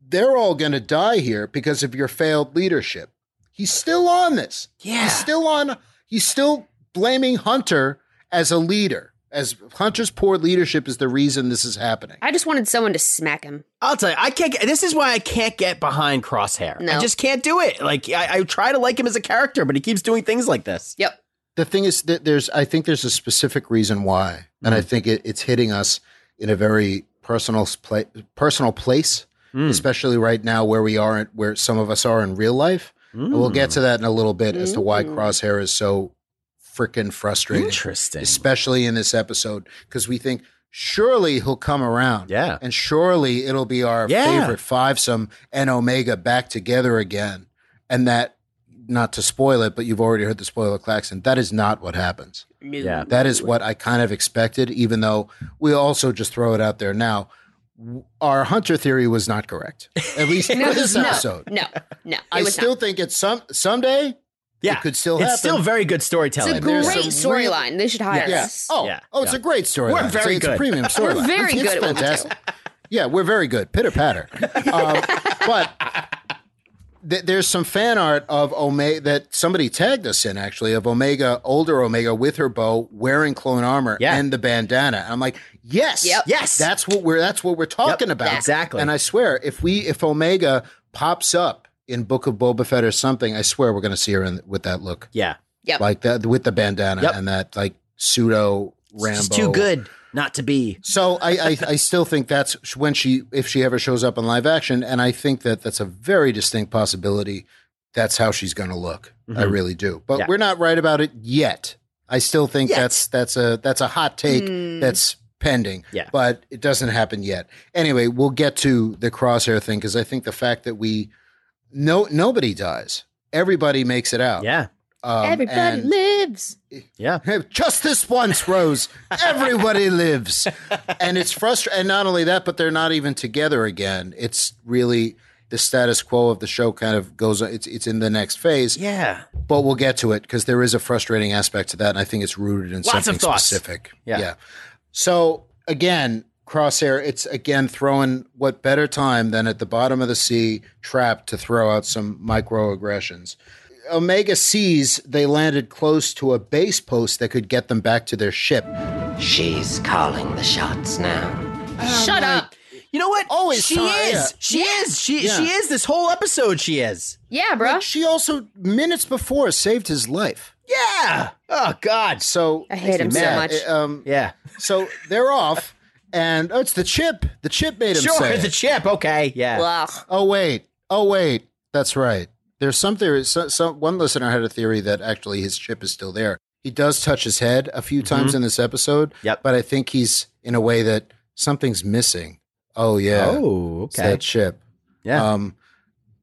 [SPEAKER 1] They're all going to die here because of your failed leadership." He's still on this.
[SPEAKER 3] Yeah.
[SPEAKER 1] He's still on. He's still blaming Hunter as a leader. As Hunter's poor leadership is the reason this is happening.
[SPEAKER 2] I just wanted someone to smack him.
[SPEAKER 3] I'll tell you, I can't. Get, this is why I can't get behind Crosshair.
[SPEAKER 2] No.
[SPEAKER 3] I just can't do it. Like I, I try to like him as a character, but he keeps doing things like this.
[SPEAKER 2] Yep.
[SPEAKER 1] the thing is that there's i think there's a specific reason why and i think it, it's hitting us in a very personal pla- personal place especially right now where we are where some of us are in real life and we'll get to that in a little bit as to why crosshair is so freaking frustrating
[SPEAKER 3] Interesting.
[SPEAKER 1] especially in this episode because we think surely he'll come around
[SPEAKER 3] Yeah.
[SPEAKER 1] and surely it'll be our
[SPEAKER 3] Yeah.
[SPEAKER 1] favorite fivesome and omega back together again and that not to spoil it but you've already heard the spoiler klaxon that is not what happens
[SPEAKER 3] Yeah.
[SPEAKER 1] that is what i kind of expected even though we also just throw it out there now our hunter theory was not correct at least for this
[SPEAKER 2] no,
[SPEAKER 1] episode
[SPEAKER 2] No, no. It
[SPEAKER 1] i
[SPEAKER 2] was
[SPEAKER 1] still
[SPEAKER 2] not.
[SPEAKER 1] think it's some someday
[SPEAKER 3] Yeah,
[SPEAKER 1] It could still
[SPEAKER 3] It's
[SPEAKER 1] happen.
[SPEAKER 3] still very good
[SPEAKER 2] It's
[SPEAKER 3] storytelling.
[SPEAKER 2] a
[SPEAKER 1] there's
[SPEAKER 2] great
[SPEAKER 1] some real-
[SPEAKER 2] storyline. They should hire
[SPEAKER 1] Yeah.
[SPEAKER 2] us.
[SPEAKER 1] Oh,
[SPEAKER 3] Yeah.
[SPEAKER 1] oh, it's
[SPEAKER 3] Yeah.
[SPEAKER 1] a great story.
[SPEAKER 3] We're very
[SPEAKER 1] it's,
[SPEAKER 3] good.
[SPEAKER 1] a premium story.
[SPEAKER 2] We're very
[SPEAKER 1] it's,
[SPEAKER 2] good at what we do.
[SPEAKER 1] fantastic. yeah, we're very good. Pitter patter. um, but th- there's some fan art of Omega that somebody tagged us in actually of Omega, older Omega with her bow, wearing clone armor
[SPEAKER 3] Yeah.
[SPEAKER 1] and the bandana. And I'm like, yes,
[SPEAKER 2] Yep.
[SPEAKER 3] Yes.
[SPEAKER 1] that's what we're that's what we're talking
[SPEAKER 3] Yep,
[SPEAKER 1] about
[SPEAKER 3] exactly.
[SPEAKER 1] And I swear, if we if Omega pops up in Book of Boba Fett or something, I swear we're going to see her in, with that look
[SPEAKER 3] yeah,
[SPEAKER 1] like that with the bandana
[SPEAKER 3] Yep.
[SPEAKER 1] and that like pseudo Rambo.
[SPEAKER 3] it's too good not to be.
[SPEAKER 1] So I, I I still think that's when she if she ever shows up in live action, and I think that that's a very distinct possibility. That's how she's going to look. I really do. But
[SPEAKER 3] Mm-hmm. Yeah.
[SPEAKER 1] we're not right about it yet. I still think
[SPEAKER 3] Yet. Hmm.
[SPEAKER 1] that's that's a that's a hot take that's pending.
[SPEAKER 3] Yeah.
[SPEAKER 1] But it doesn't happen yet. Anyway, we'll get to the crosshair thing because I think the fact that we no nobody dies, everybody makes it out.
[SPEAKER 3] Yeah,
[SPEAKER 1] Um,
[SPEAKER 2] Everybody
[SPEAKER 1] and-
[SPEAKER 2] lives.
[SPEAKER 3] yeah.
[SPEAKER 1] just this once, Rose. Everybody lives, and it's frustrating. And not only that, but they're not even together again. It's really the status quo of the show kind of goes. It's it's in the next phase,
[SPEAKER 3] Yeah.
[SPEAKER 1] but we'll get to it because there is a frustrating aspect to that, and I think it's rooted in
[SPEAKER 3] Lots
[SPEAKER 1] something
[SPEAKER 3] of thoughts.
[SPEAKER 1] specific.
[SPEAKER 3] Yeah.
[SPEAKER 1] So again, Crosshair. It's again throwing what better time than at the bottom of the sea, trapped to throw out some microaggressions. Omega sees they landed close to a base post that could get them back to their ship.
[SPEAKER 9] She's calling the shots now.
[SPEAKER 2] Shut up.
[SPEAKER 3] You know what?
[SPEAKER 1] Always
[SPEAKER 3] she
[SPEAKER 1] time,
[SPEAKER 3] is.
[SPEAKER 1] yeah.
[SPEAKER 3] She is. She
[SPEAKER 1] Yeah.
[SPEAKER 3] she is. This whole episode, she is.
[SPEAKER 2] Yeah, bro.
[SPEAKER 1] She also minutes before saved his life.
[SPEAKER 3] Yeah. Oh God.
[SPEAKER 1] So
[SPEAKER 2] I hate him so
[SPEAKER 1] Yeah,
[SPEAKER 2] much.
[SPEAKER 1] uh, Um,
[SPEAKER 3] Yeah.
[SPEAKER 1] So they're off, and oh, it's the chip. The chip made him
[SPEAKER 3] Sure.
[SPEAKER 1] say
[SPEAKER 3] The
[SPEAKER 1] it.
[SPEAKER 3] chip. Okay. Yeah.
[SPEAKER 2] Ugh.
[SPEAKER 1] Oh wait. Oh wait. That's right. There's some theory. So, so one listener had a theory that actually his chip is still there. He does touch his head a few times in this episode.
[SPEAKER 3] Mm-hmm. Yep.
[SPEAKER 1] But I think he's in a way that something's missing. Oh yeah.
[SPEAKER 3] Oh.
[SPEAKER 1] It's
[SPEAKER 3] Okay.
[SPEAKER 1] that chip.
[SPEAKER 3] Yeah.
[SPEAKER 1] Um,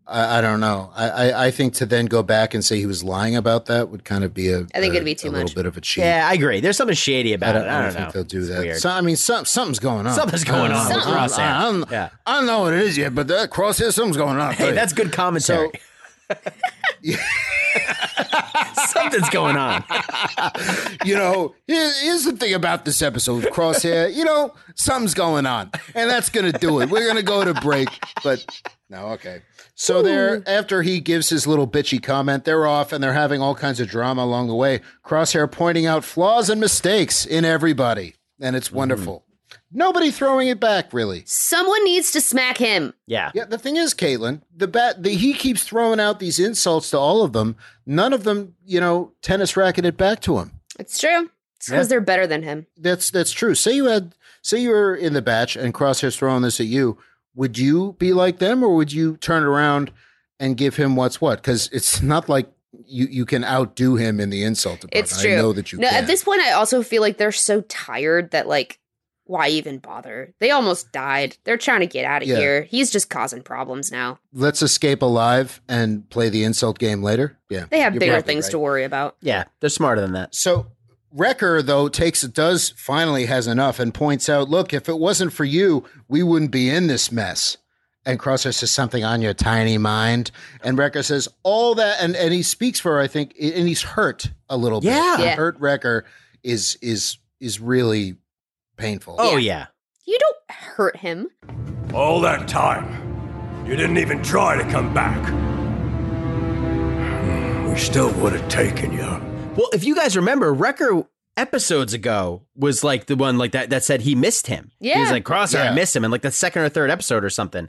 [SPEAKER 1] I, I don't know. I, I, I think to then go back and say he was lying about that would kind of be a.
[SPEAKER 2] I think
[SPEAKER 1] a-
[SPEAKER 2] it'd be too
[SPEAKER 1] a little
[SPEAKER 2] much.
[SPEAKER 1] bit of a cheat.
[SPEAKER 3] yeah. I agree. There's something shady
[SPEAKER 1] I
[SPEAKER 3] about
[SPEAKER 1] don't,
[SPEAKER 3] it.
[SPEAKER 1] I don't
[SPEAKER 3] know.
[SPEAKER 1] think they'll do
[SPEAKER 3] It's
[SPEAKER 1] that.
[SPEAKER 3] weird.
[SPEAKER 1] So, I mean, some, something's going on.
[SPEAKER 3] Something's going
[SPEAKER 1] I
[SPEAKER 3] on
[SPEAKER 1] don't
[SPEAKER 3] with
[SPEAKER 1] know. I don't-
[SPEAKER 3] Crosshair.
[SPEAKER 1] I don't-
[SPEAKER 3] Yeah.
[SPEAKER 1] I don't know what it is yet, but that crosshair, something's going on.
[SPEAKER 3] hey, that's good commentary. Something's going on.
[SPEAKER 1] you know, here- here's the thing about this episode of Crosshair. You know, something's going on, and that's going to do it. We're going to go to break, but no, okay. So they're after he gives his little bitchy comment, they're off and they're having all kinds of drama along the way. Crosshair pointing out flaws and mistakes in everybody, and it's wonderful. Nobody throwing it back, really.
[SPEAKER 2] Someone needs to smack him.
[SPEAKER 3] Yeah.
[SPEAKER 1] Yeah, the thing is, Caitlin, the bat, the he keeps throwing out these insults to all of them. None of them, you know, tennis racket it back to him.
[SPEAKER 2] It's true. It's because
[SPEAKER 3] Yeah.
[SPEAKER 2] they're better than him.
[SPEAKER 1] That's that's true. Say you had, say you were in the batch, and Crosshair's throwing this at you. Would you be like them, or would you turn around and give him what's what? Because it's not like you you can outdo him in the insult department.
[SPEAKER 2] It's true.
[SPEAKER 1] I know that you.
[SPEAKER 2] No,
[SPEAKER 1] can.
[SPEAKER 2] at this point, I also feel like they're so tired that like, why even bother? They almost died. They're trying to get out of
[SPEAKER 1] Yeah.
[SPEAKER 2] here. He's just causing problems now.
[SPEAKER 1] let's escape alive and play the insult game later. Yeah,
[SPEAKER 2] They have
[SPEAKER 1] You're
[SPEAKER 2] bigger
[SPEAKER 1] probably
[SPEAKER 2] things
[SPEAKER 1] right.
[SPEAKER 2] to worry about.
[SPEAKER 3] Yeah. They're smarter than that.
[SPEAKER 1] So Wrecker though takes does finally has enough and points out, look, if it wasn't for you, we wouldn't be in this mess. And Crosshair says something on your tiny mind, and Wrecker says all that, and and he speaks for her, I think, and he's hurt a little bit.
[SPEAKER 3] Yeah.
[SPEAKER 2] Yeah.
[SPEAKER 1] hurt Wrecker is is is really painful.
[SPEAKER 3] Oh, yeah.
[SPEAKER 2] You don't hurt him.
[SPEAKER 5] All that time, you didn't even try to come back. We still would have taken you.
[SPEAKER 3] Well, if you guys remember, Wrecker episodes ago was like the one like that that said he missed him. He was
[SPEAKER 2] Yeah.
[SPEAKER 3] like, Crosshair,
[SPEAKER 1] Yeah.
[SPEAKER 3] I miss him in like the second or third episode or something.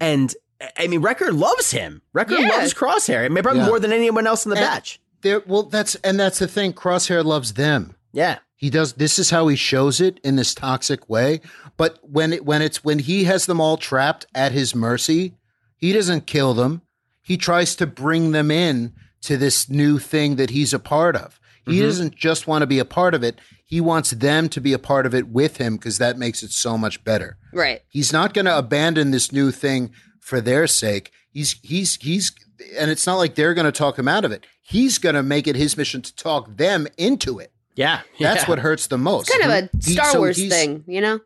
[SPEAKER 3] And I mean, Wrecker loves him. Wrecker
[SPEAKER 2] Yeah.
[SPEAKER 3] loves Crosshair. I mean, probably
[SPEAKER 1] Yeah.
[SPEAKER 3] more than anyone else in the
[SPEAKER 1] And-
[SPEAKER 3] batch.
[SPEAKER 1] There- well, that's and that's the thing. Crosshair loves them.
[SPEAKER 3] Yeah.
[SPEAKER 1] He does. This is how he shows it in this toxic way. But when it, when it's when he has them all trapped at his mercy, he doesn't kill them. He tries to bring them in to this new thing that he's a part of. He doesn't just want to be a part of it. He wants them to be a part of it with him because that makes it so much better.
[SPEAKER 2] Right.
[SPEAKER 1] He's not going to abandon this new thing for their sake. He's he's he's and it's not like they're going to talk him out of it. He's going to make it his mission to talk them into it.
[SPEAKER 3] Yeah.
[SPEAKER 1] That's
[SPEAKER 3] yeah.
[SPEAKER 1] what hurts the most.
[SPEAKER 2] Kind of a
[SPEAKER 1] He-
[SPEAKER 2] Star
[SPEAKER 1] so
[SPEAKER 2] Wars
[SPEAKER 1] he's-
[SPEAKER 2] thing, you know?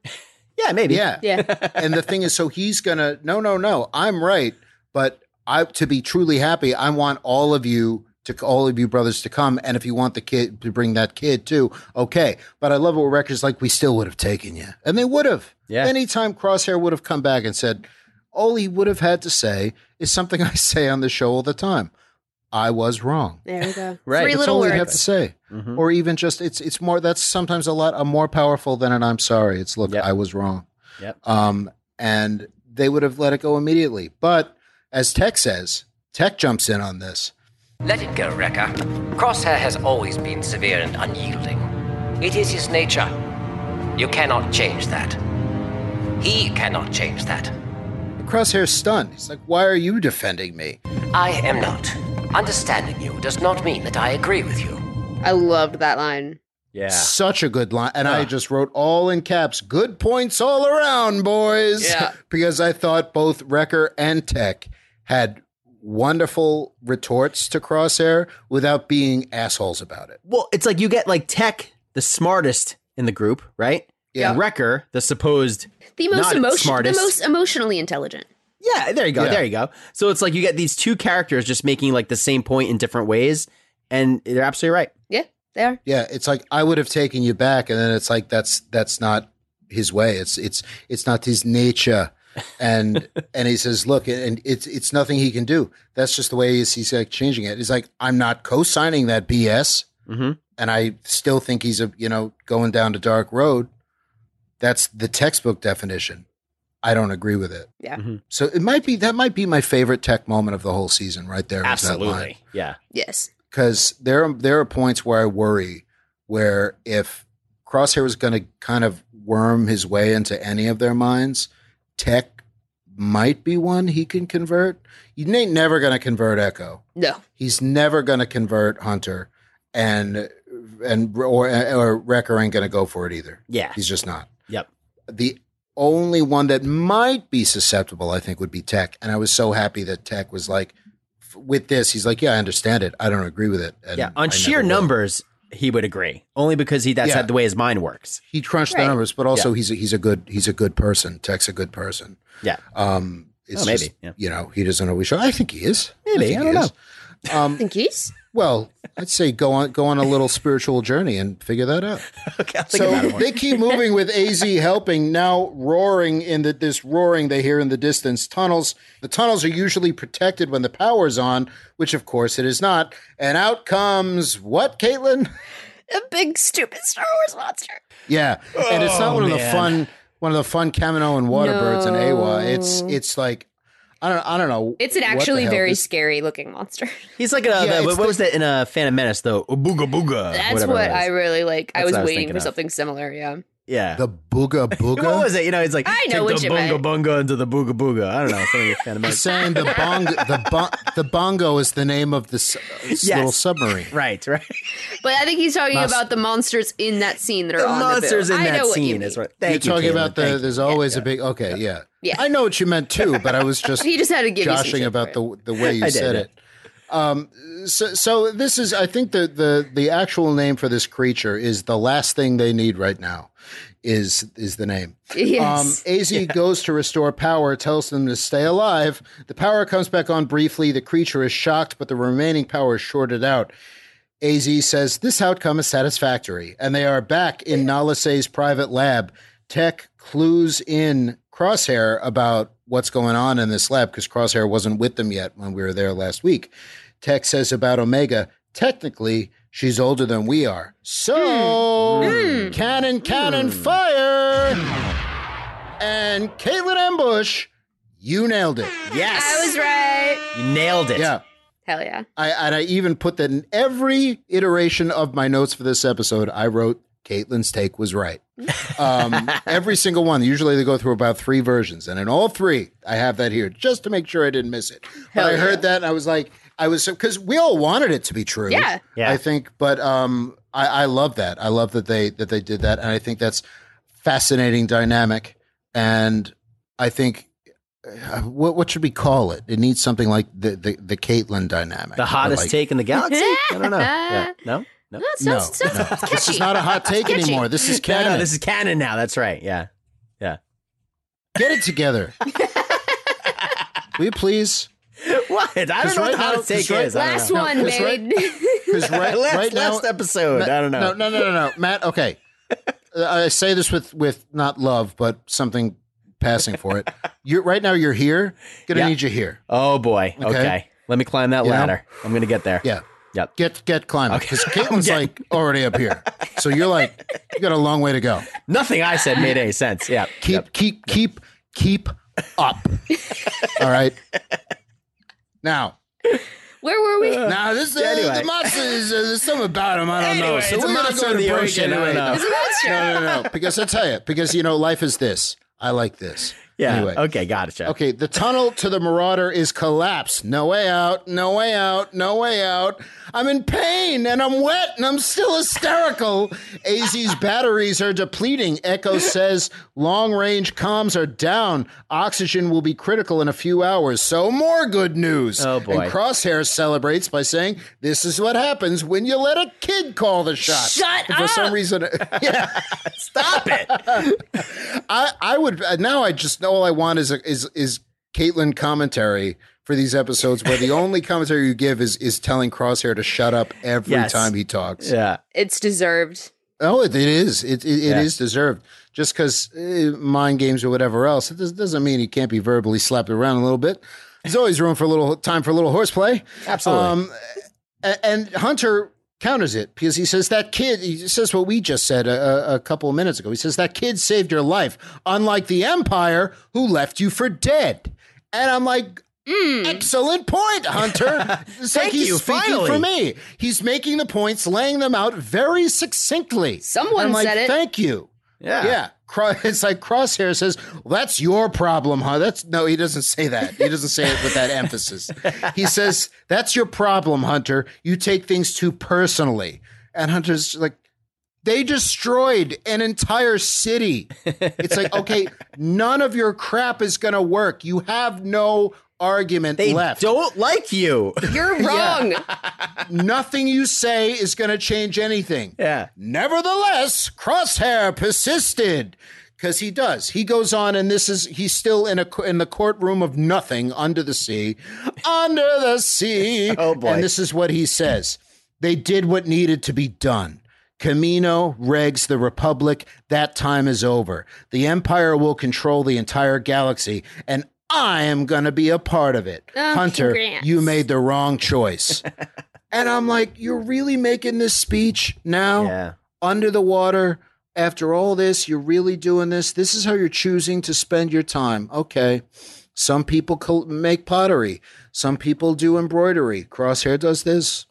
[SPEAKER 3] Yeah, maybe.
[SPEAKER 1] Yeah.
[SPEAKER 2] Yeah.
[SPEAKER 1] and the thing is, so he's gonna no, no, no. I'm right, but I to be truly happy, I want all of you to all of you brothers to come, and if you want the kid to bring that kid too, okay. But I love what records like we still would have taken you, and they would have.
[SPEAKER 3] Yeah.
[SPEAKER 1] Anytime Crosshair would have come back and said, all he would have had to say is something I say on the show all the time. I was wrong.
[SPEAKER 2] there we go.
[SPEAKER 3] Right.
[SPEAKER 2] Three
[SPEAKER 3] That's
[SPEAKER 1] That's
[SPEAKER 2] little
[SPEAKER 1] all
[SPEAKER 2] words.
[SPEAKER 1] you have to say,
[SPEAKER 3] Mm-hmm.
[SPEAKER 1] or even just it's it's more. That's sometimes a lot a more powerful than an "I'm sorry." It's look,
[SPEAKER 3] Yep.
[SPEAKER 1] I was wrong.
[SPEAKER 3] Yep.
[SPEAKER 1] Um, and they would have let it go immediately. But as Tech says, Tech jumps in on this.
[SPEAKER 9] Let it go, Wrecker. Crosshair has always been severe and unyielding. It is his nature. You cannot change that. He cannot change that.
[SPEAKER 1] Crosshair's stunned. He's like, "Why are you defending me?"
[SPEAKER 9] I am not. Understanding you does not mean that I agree with you.
[SPEAKER 2] I loved that line.
[SPEAKER 3] Yeah.
[SPEAKER 1] Such a good line, and I just wrote all in caps. Good points all around, boys.
[SPEAKER 2] Yeah.
[SPEAKER 1] because I thought both Wrecker and Tech had wonderful retorts to Crosshair without being assholes about it.
[SPEAKER 3] Well, it's like you get like Tech, the smartest in the group, right?
[SPEAKER 1] Yeah.
[SPEAKER 3] Wrecker, the supposed
[SPEAKER 2] The most
[SPEAKER 3] Not
[SPEAKER 2] emotion the
[SPEAKER 3] smartest.
[SPEAKER 2] most emotionally intelligent.
[SPEAKER 3] Yeah, there you go.
[SPEAKER 1] Yeah.
[SPEAKER 3] There you go. So it's like you get these two characters just making like the same point in different ways, and they're absolutely right.
[SPEAKER 2] Yeah, they are.
[SPEAKER 1] Yeah, it's like I would have taken you back, and then it's like that's that's not his way. It's it's it's not his nature, and and he says, look, and it's it's nothing he can do. That's just the way he's, he's like changing it. He's like, I'm not co-signing that BS,
[SPEAKER 3] Mhm.
[SPEAKER 1] and I still think he's a you know going down a dark road. That's the textbook definition. I don't agree with it.
[SPEAKER 2] Yeah.
[SPEAKER 1] So it might be that might be my favorite tech moment of the whole season, right there. was that line
[SPEAKER 3] Absolutely. Yeah.
[SPEAKER 2] Yes.
[SPEAKER 1] because there there are points where I worry where if Crosshair was going to kind of worm his way into any of their minds, Tech might be one he can convert. You ain't never going to convert Echo.
[SPEAKER 2] No.
[SPEAKER 1] He's never going to convert Hunter, and and or or Wrecker ain't going to go for it either.
[SPEAKER 3] Yeah.
[SPEAKER 1] He's just not.
[SPEAKER 3] Yep.
[SPEAKER 1] The only one that might be susceptible, I think, would be Tech. And I was so happy that Tech was like, f- with this, he's like, yeah, I understand it. I don't agree with it. And
[SPEAKER 3] Yeah.
[SPEAKER 1] I
[SPEAKER 3] On
[SPEAKER 1] never
[SPEAKER 3] sheer
[SPEAKER 1] will.
[SPEAKER 3] numbers, he would agree. Only because he that's
[SPEAKER 1] Yeah.
[SPEAKER 3] how the way his mind works.
[SPEAKER 1] he crunched the
[SPEAKER 2] Right.
[SPEAKER 1] numbers, but also he's a, he's a good he's a good person. Tech's a good person.
[SPEAKER 3] Yeah.
[SPEAKER 1] Um, it's
[SPEAKER 3] Oh, maybe,
[SPEAKER 1] just,
[SPEAKER 3] yeah.
[SPEAKER 1] you know he doesn't always show. I think he is.
[SPEAKER 3] Maybe,
[SPEAKER 1] think
[SPEAKER 3] I don't
[SPEAKER 1] he is.
[SPEAKER 2] I think he's
[SPEAKER 1] Well, I'd say go on go on a little spiritual journey and figure that out.
[SPEAKER 3] Okay, I'll think
[SPEAKER 1] So
[SPEAKER 3] about it more.
[SPEAKER 1] they keep moving with AZ helping. Now roaring in the, this roaring they hear in the distance tunnels. The tunnels are usually protected when the power's on, which of course it is not. And out comes what, Caitlin?
[SPEAKER 2] A big stupid Star Wars monster.
[SPEAKER 1] Yeah, and it's not
[SPEAKER 3] Oh,
[SPEAKER 1] one of the
[SPEAKER 3] man.
[SPEAKER 1] fun one of the fun Kamino and water birds in Awa. It's
[SPEAKER 2] No.
[SPEAKER 1] it's like I don't I don't know.
[SPEAKER 2] It's an
[SPEAKER 1] what the
[SPEAKER 2] actually
[SPEAKER 1] hell
[SPEAKER 2] very
[SPEAKER 1] this-
[SPEAKER 2] scary looking monster.
[SPEAKER 3] He's like, a,
[SPEAKER 1] Yeah,
[SPEAKER 3] what
[SPEAKER 1] it's
[SPEAKER 3] was that in a Phantom Menace though? Booga booga.
[SPEAKER 2] That's
[SPEAKER 3] whatever
[SPEAKER 2] what
[SPEAKER 3] it was.
[SPEAKER 2] I really like. I
[SPEAKER 3] That's
[SPEAKER 2] was,
[SPEAKER 3] what I was
[SPEAKER 2] waiting
[SPEAKER 3] thinking
[SPEAKER 2] for
[SPEAKER 3] of.
[SPEAKER 2] something similar. Yeah.
[SPEAKER 3] Yeah.
[SPEAKER 1] the booga booga.
[SPEAKER 3] what was it? You know, it's like
[SPEAKER 2] I know
[SPEAKER 3] take
[SPEAKER 2] what
[SPEAKER 3] the
[SPEAKER 2] you meant.
[SPEAKER 3] bunga bunga into the booga booga. I don't know. Something in
[SPEAKER 1] He's
[SPEAKER 3] Phantom Menace.
[SPEAKER 1] saying the bong the bon- the bongo is the name of this uh, s-
[SPEAKER 3] Yes.
[SPEAKER 1] little submarine.
[SPEAKER 3] Right, right.
[SPEAKER 2] But I think he's talking
[SPEAKER 1] Mas-
[SPEAKER 2] about the monsters in that scene that are
[SPEAKER 3] the
[SPEAKER 2] on
[SPEAKER 3] monsters
[SPEAKER 2] the bill.
[SPEAKER 3] in
[SPEAKER 2] I
[SPEAKER 3] that
[SPEAKER 2] know what
[SPEAKER 3] scene
[SPEAKER 2] you mean.
[SPEAKER 3] is right.
[SPEAKER 1] You're
[SPEAKER 3] Thank you,
[SPEAKER 1] talking
[SPEAKER 3] Caitlin.
[SPEAKER 1] about the
[SPEAKER 3] Thank you.
[SPEAKER 1] there's always a big okay, yeah.
[SPEAKER 2] Yeah.
[SPEAKER 1] I know what you meant too, but I was just
[SPEAKER 2] He just had to give you some
[SPEAKER 1] joshing
[SPEAKER 2] shit
[SPEAKER 1] about
[SPEAKER 2] for it.
[SPEAKER 1] the the way you
[SPEAKER 3] I did,
[SPEAKER 1] said
[SPEAKER 3] yeah.
[SPEAKER 1] it. Um, so, so this is, I think the, the, the actual name for this creature is the last thing they need right now is, is the name.
[SPEAKER 2] Yes.
[SPEAKER 1] Um, AZ goes to restore power, tells them to stay alive. The power comes back on briefly. The creature is shocked, but the remaining power is shorted out. AZ says this outcome is satisfactory, and they are back in Nalase's private lab. Tech clues in Crosshair about what's going on in this lab because Crosshair wasn't with them yet when we were there last week. Tech says about Omega, technically, she's older than we are. So, cannon, cannon, fire! And Caitlin Ambush, you nailed it.
[SPEAKER 3] Yes.
[SPEAKER 2] I was right.
[SPEAKER 3] You nailed it.
[SPEAKER 1] Yeah.
[SPEAKER 2] Hell yeah.
[SPEAKER 1] I and I even put that in every iteration of my notes for this episode. I wrote Caitlin's take was right. Um, every single one. Usually they go through about three versions, and in all three, I have that here just to make sure I didn't miss it. but
[SPEAKER 2] Hell
[SPEAKER 1] I
[SPEAKER 2] yeah.
[SPEAKER 1] heard that and I was like, I was because we all wanted it to be true.
[SPEAKER 2] Yeah.
[SPEAKER 3] Yeah.
[SPEAKER 1] I think, but um, I, I love that. I love that they that they did that, and I think that's fascinating dynamic. And I think. uh, What what should we call it? It needs something like the the, the Caitlyn dynamic.
[SPEAKER 3] The hottest
[SPEAKER 1] Like-
[SPEAKER 3] take in the galaxy? I don't know. Yeah. No? Uh, No.
[SPEAKER 2] That sounds,
[SPEAKER 1] No,
[SPEAKER 2] sounds catchy.
[SPEAKER 1] This is not a hot take
[SPEAKER 2] Sketchy.
[SPEAKER 1] anymore. This is
[SPEAKER 3] No,
[SPEAKER 1] canon.
[SPEAKER 3] no, this is canon now. That's right. Yeah.
[SPEAKER 1] Get it together. Will you please?
[SPEAKER 3] What? I don't
[SPEAKER 1] Because
[SPEAKER 3] know what
[SPEAKER 1] right
[SPEAKER 3] the hottest
[SPEAKER 1] now-
[SPEAKER 3] take
[SPEAKER 1] because
[SPEAKER 3] is. I don't
[SPEAKER 2] Last
[SPEAKER 3] know.
[SPEAKER 2] one,
[SPEAKER 1] That's right.
[SPEAKER 2] babe.
[SPEAKER 1] Because right,
[SPEAKER 3] last,
[SPEAKER 1] right now,
[SPEAKER 3] last episode. I don't know.
[SPEAKER 1] No, no, no, no, no. Matt, okay. Uh, I say this with with not love, but something passing for it. You're right now. You're here. Gonna
[SPEAKER 3] Yeah.
[SPEAKER 1] need you here.
[SPEAKER 3] Oh boy.
[SPEAKER 1] Okay.
[SPEAKER 3] Okay. Let me climb that
[SPEAKER 1] You know?
[SPEAKER 3] ladder. I'm gonna get there.
[SPEAKER 1] Yeah.
[SPEAKER 3] Yep.
[SPEAKER 1] Get get climbing
[SPEAKER 3] Okay.
[SPEAKER 1] because Caitlin's
[SPEAKER 3] I'm
[SPEAKER 1] like already up here. So you're like you got a long way to go.
[SPEAKER 3] Nothing I said made any sense. Yeah.
[SPEAKER 1] Keep keep keep keep up. All right. Now.
[SPEAKER 2] Where were we?
[SPEAKER 1] Now this uh,
[SPEAKER 3] Anyway.
[SPEAKER 1] the monster is uh, there's something about him I don't know.
[SPEAKER 3] Anyway,
[SPEAKER 1] So
[SPEAKER 3] it's a
[SPEAKER 1] we're gonna
[SPEAKER 3] monster
[SPEAKER 1] go to
[SPEAKER 3] in the
[SPEAKER 1] break
[SPEAKER 3] ocean, I
[SPEAKER 1] Anyway.
[SPEAKER 3] don't know.
[SPEAKER 1] No, no, no, no. Because I tell you, because you know, life is this. I like this.
[SPEAKER 3] Yeah.
[SPEAKER 1] Anyway.
[SPEAKER 3] Okay. Gotcha.
[SPEAKER 1] Okay, the tunnel to the Marauder is collapsed. No way out, no way out, no way out. I'm in pain and I'm wet and I'm still hysterical. AZ's batteries are depleting. Echo says long range comms are down. Oxygen will be critical in a few hours. So, more good news.
[SPEAKER 3] Oh, boy.
[SPEAKER 1] And Crosshair celebrates by saying, This is what happens when you let a kid call the shot.
[SPEAKER 3] Shut
[SPEAKER 1] For
[SPEAKER 3] up!
[SPEAKER 1] some reason, yeah.
[SPEAKER 3] Stop it.
[SPEAKER 1] I I would uh, now I just all I want is a, is is Caitlin commentary for these episodes where the only commentary you give is is telling Crosshair to shut up every
[SPEAKER 3] Yes.
[SPEAKER 1] time he talks.
[SPEAKER 3] Yeah.
[SPEAKER 2] It's deserved.
[SPEAKER 1] Oh, it, it is it it, it is
[SPEAKER 3] Yeah.
[SPEAKER 1] deserved. Just because uh, mind games or whatever else, it does, doesn't mean he can't be verbally slapped around a little bit. There's always room for a little time for a little horseplay.
[SPEAKER 3] Absolutely.
[SPEAKER 1] Um, A- and Hunter counters it because he says that kid. He says what we just said a, a- a couple of minutes ago. He says that kid saved your life, unlike the Empire who left you for dead. And I'm like. Excellent point, Hunter. It's like
[SPEAKER 3] Thank
[SPEAKER 1] he's
[SPEAKER 3] you,
[SPEAKER 1] speaking
[SPEAKER 3] finally.
[SPEAKER 1] for me. He's making the points, laying them out very succinctly.
[SPEAKER 2] Someone
[SPEAKER 1] I'm like,
[SPEAKER 2] said it.
[SPEAKER 1] Thank you.
[SPEAKER 3] yeah.
[SPEAKER 1] Yeah. Cro- It's like Crosshair says, well, that's your problem, huh? That's no, he doesn't say that. He doesn't say it with that emphasis. He says, that's your problem, Hunter. You take things too personally. And Hunter's like, they destroyed an entire city. It's like, okay, none of your crap is going to work. You have no argument
[SPEAKER 3] They
[SPEAKER 1] left.
[SPEAKER 3] don't like you.
[SPEAKER 2] You're wrong.
[SPEAKER 1] Nothing you say is going to change anything.
[SPEAKER 3] Yeah.
[SPEAKER 1] Nevertheless, Crosshair persisted because he does. He goes on, and this is he's still in a in the courtroom of nothing under the sea, under the sea.
[SPEAKER 3] Oh, boy.
[SPEAKER 1] And this is what he says. They did what needed to be done. Camino, Regs, the Republic, that time is over. The Empire will control the entire galaxy, and I am going to be a part of it.
[SPEAKER 2] Oh,
[SPEAKER 1] Hunter,
[SPEAKER 2] congrats.
[SPEAKER 1] you made the wrong choice. and I'm like, you're really making this speech now?
[SPEAKER 3] Yeah.
[SPEAKER 1] under the water after all this you're really doing this this is how you're choosing to spend your time okay some people col- make pottery some people do embroidery crosshair does this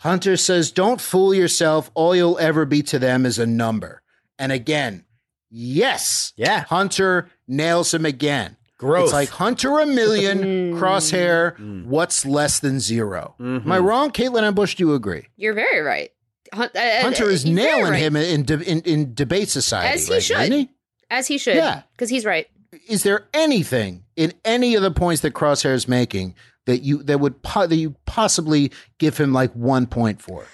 [SPEAKER 1] hunter says don't fool yourself all you'll ever be to them is a number and again yes
[SPEAKER 3] Yeah.
[SPEAKER 1] hunter nails him again
[SPEAKER 3] Growth. Hmm.
[SPEAKER 1] it's like hunter a million crosshair what's less than 0
[SPEAKER 3] Mm-hmm.
[SPEAKER 1] am i wrong caitlin ambush do you agree
[SPEAKER 2] You're very right. Hun- uh, uh,
[SPEAKER 1] Hunter is
[SPEAKER 2] you're very
[SPEAKER 1] nailing
[SPEAKER 2] right.
[SPEAKER 1] him in, de- in in debate society.
[SPEAKER 2] As he
[SPEAKER 1] right,
[SPEAKER 2] should.
[SPEAKER 1] isn't he?
[SPEAKER 2] as he should.
[SPEAKER 1] Yeah.
[SPEAKER 2] because he's right.
[SPEAKER 1] Is there anything in any of the points that Crosshair is making that you that would po- that you possibly give him like one point for?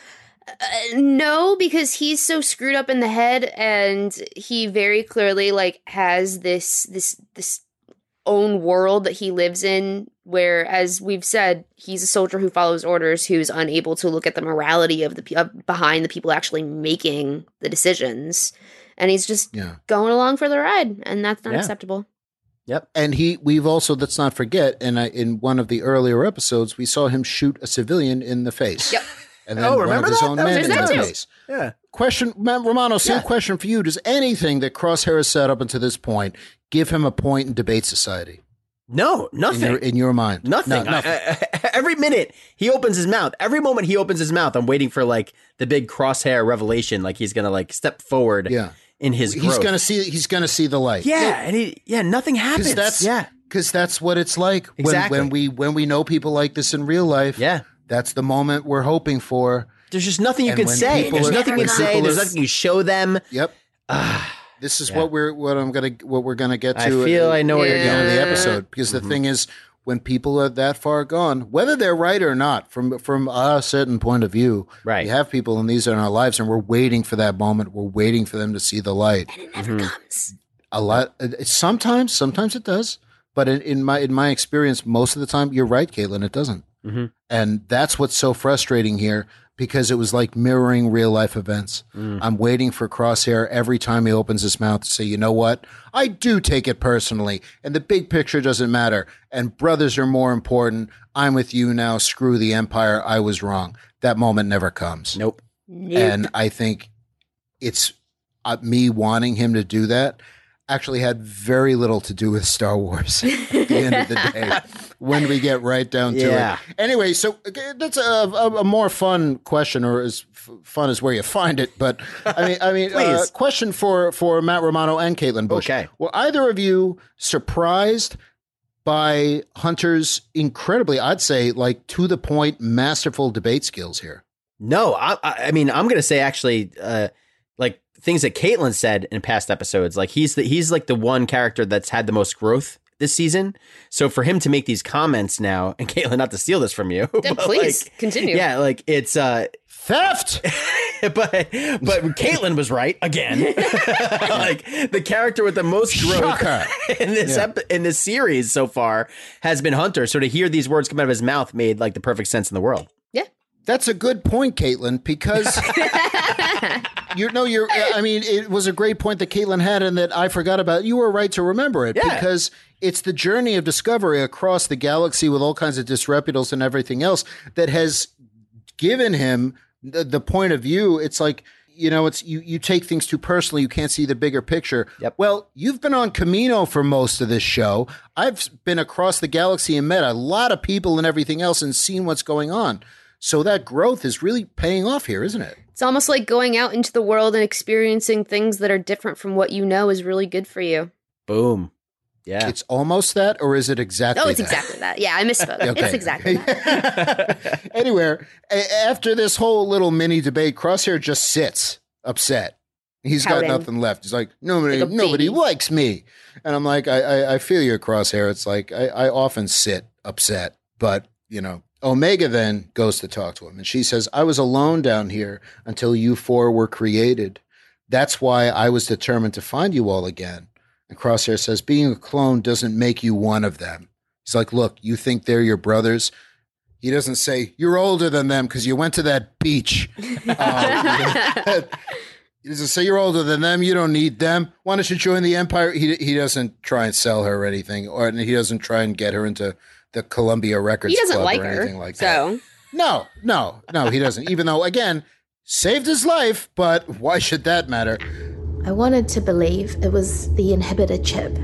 [SPEAKER 2] Uh, No, because he's so screwed up in the head, and he very clearly like has this this this own world that he lives in. Where, as we've said, he's a soldier who follows orders, who's unable to look at the morality of the pe- of behind the people actually making the decisions, and he's just
[SPEAKER 1] Yeah.
[SPEAKER 2] going along for the ride, and that's not
[SPEAKER 3] Yeah.
[SPEAKER 2] acceptable.
[SPEAKER 1] And he we've also let's not forget and I, in one of the earlier episodes we saw him shoot a civilian in the face.
[SPEAKER 2] Yep.
[SPEAKER 1] And then
[SPEAKER 3] Oh,
[SPEAKER 1] one of
[SPEAKER 3] remember
[SPEAKER 1] his
[SPEAKER 3] that?
[SPEAKER 1] own
[SPEAKER 3] That was
[SPEAKER 1] men in
[SPEAKER 2] in
[SPEAKER 1] the
[SPEAKER 2] that too.
[SPEAKER 1] face.
[SPEAKER 3] Yeah.
[SPEAKER 1] Question, Ma'am Romano, same
[SPEAKER 3] Yeah.
[SPEAKER 1] question for you. Does anything that Crosshair has set up until this point give him a point in debate society?
[SPEAKER 3] No,
[SPEAKER 1] In
[SPEAKER 3] nothing.
[SPEAKER 1] your, in your mind? No,
[SPEAKER 3] Nothing. I- I- I- every minute he opens his mouth, every moment he opens his mouth, I'm waiting for like the big crosshair revelation. Like he's gonna like step forward
[SPEAKER 1] Yeah.
[SPEAKER 3] in his
[SPEAKER 1] he's
[SPEAKER 3] growth.
[SPEAKER 1] gonna see he's gonna see the light
[SPEAKER 3] yeah, and he yeah nothing happens.
[SPEAKER 1] because that's
[SPEAKER 3] yeah
[SPEAKER 1] because that's what it's like when,
[SPEAKER 3] Exactly.
[SPEAKER 1] when we when we know people like this in real life
[SPEAKER 3] yeah.
[SPEAKER 1] that's the moment we're hoping for
[SPEAKER 3] There's just nothing you
[SPEAKER 1] And
[SPEAKER 3] can
[SPEAKER 1] when
[SPEAKER 3] say.
[SPEAKER 1] people
[SPEAKER 3] There's
[SPEAKER 1] are-
[SPEAKER 3] nothing you
[SPEAKER 1] when
[SPEAKER 3] can say.
[SPEAKER 1] people
[SPEAKER 3] There's
[SPEAKER 1] are-
[SPEAKER 3] nothing you show them.
[SPEAKER 1] yep this is what we're what i'm gonna what we're gonna get to uh,
[SPEAKER 3] I feel
[SPEAKER 1] at-
[SPEAKER 3] I know where
[SPEAKER 1] at
[SPEAKER 3] you're
[SPEAKER 1] the end of the
[SPEAKER 2] Yeah.
[SPEAKER 1] episode because the thing is when people are that far gone whether they're right or not from from a certain point of view
[SPEAKER 3] Right.
[SPEAKER 1] we have people in these in our lives and we're waiting for that moment we're waiting for them to see the light
[SPEAKER 2] Never
[SPEAKER 1] Mm-hmm.
[SPEAKER 2] comes.
[SPEAKER 1] a lot it- sometimes sometimes it does but in, in my in my experience most of the time you're right caitlin it doesn't
[SPEAKER 3] Mhm.
[SPEAKER 1] and that's what's so frustrating here because it was like mirroring real life events i'm waiting for crosshair every time he opens his mouth to say you know what i do take it personally and the big picture doesn't matter and brothers are more important i'm with you now screw the empire i was wrong that moment never comes
[SPEAKER 3] Nope.
[SPEAKER 1] and I think it's uh, me wanting him to do that actually had very little to do with Star Wars at the end of the day when we get right down to
[SPEAKER 3] Yeah.
[SPEAKER 1] it. Anyway, so okay, that's a, a, a more fun question, or as f- fun as where you find it. But I mean, I mean, uh,
[SPEAKER 3] Please.
[SPEAKER 1] question for for Matt Romano and Caitlin Bush.
[SPEAKER 3] Okay.
[SPEAKER 1] were either of you surprised? By Hunter's incredibly, I'd say, like to the point, masterful debate skills here.
[SPEAKER 3] No, I, I I mean, I'm gonna say actually, uh, like things that Caitlin said in past episodes. Like he's the he's like the one character that's had the most growth this season. So for him to make these comments now, and Caitlin, not to steal this from you,
[SPEAKER 2] Then
[SPEAKER 3] but,
[SPEAKER 2] please
[SPEAKER 3] like,
[SPEAKER 2] continue.
[SPEAKER 3] yeah, like it's uh,
[SPEAKER 1] Theft!
[SPEAKER 3] but but Caitlin was right again. like the character with the most growth
[SPEAKER 1] Shocker.
[SPEAKER 3] in this
[SPEAKER 1] Yeah.
[SPEAKER 3] ep- in this series so far has been Hunter. So to hear these words come out of his mouth made like the perfect sense in the world.
[SPEAKER 1] That's a good point, Caitlin, because you know you're. I mean, it was a great point that Caitlin had, and that I forgot about. You were right to remember it
[SPEAKER 3] Yeah.
[SPEAKER 1] because it's the journey of discovery across the galaxy with all kinds of disreputables and everything else that has given him the, the point of view. It's like you know, it's you you take things too personally. You can't see the bigger picture.
[SPEAKER 3] Yep.
[SPEAKER 1] Well, you've been on Camino for most of this show. I've been across the galaxy and met a lot of people and everything else, and seen what's going on. So that growth is really paying off here, isn't it?
[SPEAKER 2] It's almost like going out into the world and experiencing things that are different from what you know is really good for you.
[SPEAKER 3] Boom. Yeah.
[SPEAKER 1] It's almost that, or is it exactly?
[SPEAKER 2] Oh, it's
[SPEAKER 1] that?
[SPEAKER 2] exactly that. Yeah, I misspoke. It's exactly that.
[SPEAKER 1] that. Anywhere a- after this whole little mini debate, Crosshair just sits upset. He's
[SPEAKER 2] Pouting.
[SPEAKER 1] got nothing left. He's like, nobody,
[SPEAKER 2] Like a
[SPEAKER 1] nobody
[SPEAKER 2] baby.
[SPEAKER 1] likes me. And I'm like, I, I, I feel your Crosshair. It's like I, I often sit upset, but you know. Omega then goes to talk to him, and she says, "I was alone down here until you four were created. That's why I was determined to find you all again." And Crosshair says, Being a clone doesn't make you one of them. He's like, Look, you think they're your brothers? He doesn't say, You're older than them because you went to that beach. Um, he doesn't say, You're older than them. You don't need them. Why don't you join the Empire? He, he doesn't try and sell her or anything, or and he doesn't try and get her into the Columbia Records
[SPEAKER 2] He doesn't
[SPEAKER 1] Club
[SPEAKER 2] like
[SPEAKER 1] or
[SPEAKER 2] her.
[SPEAKER 1] anything like that.
[SPEAKER 2] so
[SPEAKER 1] No, no, no, he doesn't. Even though, again, saved his life, but why should that matter?
[SPEAKER 10] I wanted to believe it was the inhibitor chip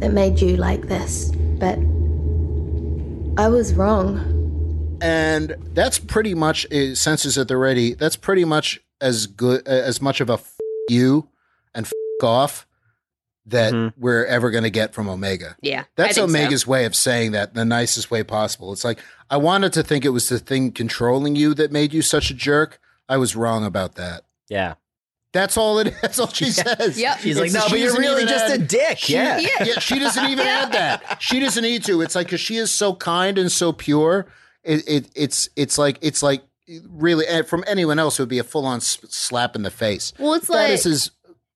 [SPEAKER 10] that made you like this, but I was wrong.
[SPEAKER 1] and that's pretty much uh, senses at the ready. That's pretty much as good eh, as much of a f- you and f- off that we're ever going to get from Omega.
[SPEAKER 2] yeah,
[SPEAKER 1] That's
[SPEAKER 2] I think so.
[SPEAKER 1] Omega's way of saying that the nicest way possible. It's like I wanted to think it was the thing controlling you that made you such a jerk. I was wrong about that.
[SPEAKER 3] Yeah.
[SPEAKER 1] That's all it. That's all she says.
[SPEAKER 3] Yep. She's like,
[SPEAKER 1] It's-
[SPEAKER 3] "No,
[SPEAKER 1] she
[SPEAKER 3] but you're
[SPEAKER 1] doesn't
[SPEAKER 3] really
[SPEAKER 1] even
[SPEAKER 3] just a dick."
[SPEAKER 1] She-
[SPEAKER 3] Yeah.
[SPEAKER 1] yeah. She doesn't even add that. She doesn't need to. It's like because she is so kind and so pure. It, it it's it's like it's like really and from anyone else it would be a full on slap in the face.
[SPEAKER 2] Well, it's
[SPEAKER 1] That
[SPEAKER 2] like-
[SPEAKER 1] is his-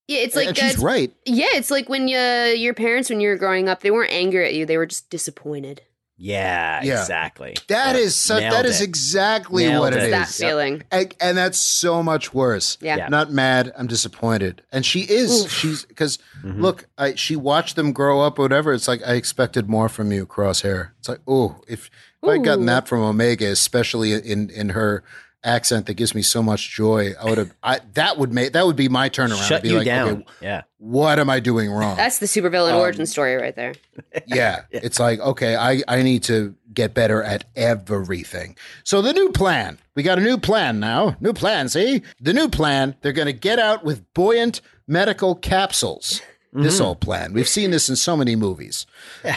[SPEAKER 2] yeah, it's like
[SPEAKER 1] and she's
[SPEAKER 2] that's-
[SPEAKER 1] right.
[SPEAKER 2] Yeah, it's like when you, your parents, when you were growing up, they weren't angry at you; they were just disappointed.
[SPEAKER 3] Yeah,
[SPEAKER 1] Yeah.
[SPEAKER 3] exactly.
[SPEAKER 1] That is such,
[SPEAKER 3] Nailed
[SPEAKER 1] that is
[SPEAKER 3] it.
[SPEAKER 1] exactly
[SPEAKER 3] Nailed
[SPEAKER 1] what
[SPEAKER 3] it.
[SPEAKER 1] it is.
[SPEAKER 3] It's
[SPEAKER 2] That feeling.
[SPEAKER 1] and, and that's so much worse.
[SPEAKER 2] Yeah. Yeah.
[SPEAKER 1] Not mad. I'm disappointed. And she is.
[SPEAKER 2] Oof.
[SPEAKER 1] She's because
[SPEAKER 3] Mm-hmm.
[SPEAKER 1] look, I, she watched them grow up. Whatever. It's like I expected more from you, Crosshair. It's like oh, if, if I would gotten
[SPEAKER 2] Ooh.
[SPEAKER 1] that from Omega, especially in in her accent that gives me so much joy, I would have. I that would make that would be my turnaround.
[SPEAKER 3] Shut
[SPEAKER 1] be
[SPEAKER 3] you
[SPEAKER 1] like,
[SPEAKER 3] down.
[SPEAKER 1] okay,
[SPEAKER 3] yeah.
[SPEAKER 1] what am I doing wrong?
[SPEAKER 2] That's the
[SPEAKER 1] Um,
[SPEAKER 2] supervillain origin story right there.
[SPEAKER 1] yeah. It's like, okay, I, I need to get better at everything. So the new plan. We got a new plan now. New plan, see? The new plan, they're gonna get out with buoyant medical capsules.
[SPEAKER 2] Mm-hmm.
[SPEAKER 1] This whole plan. We've seen this in so many movies.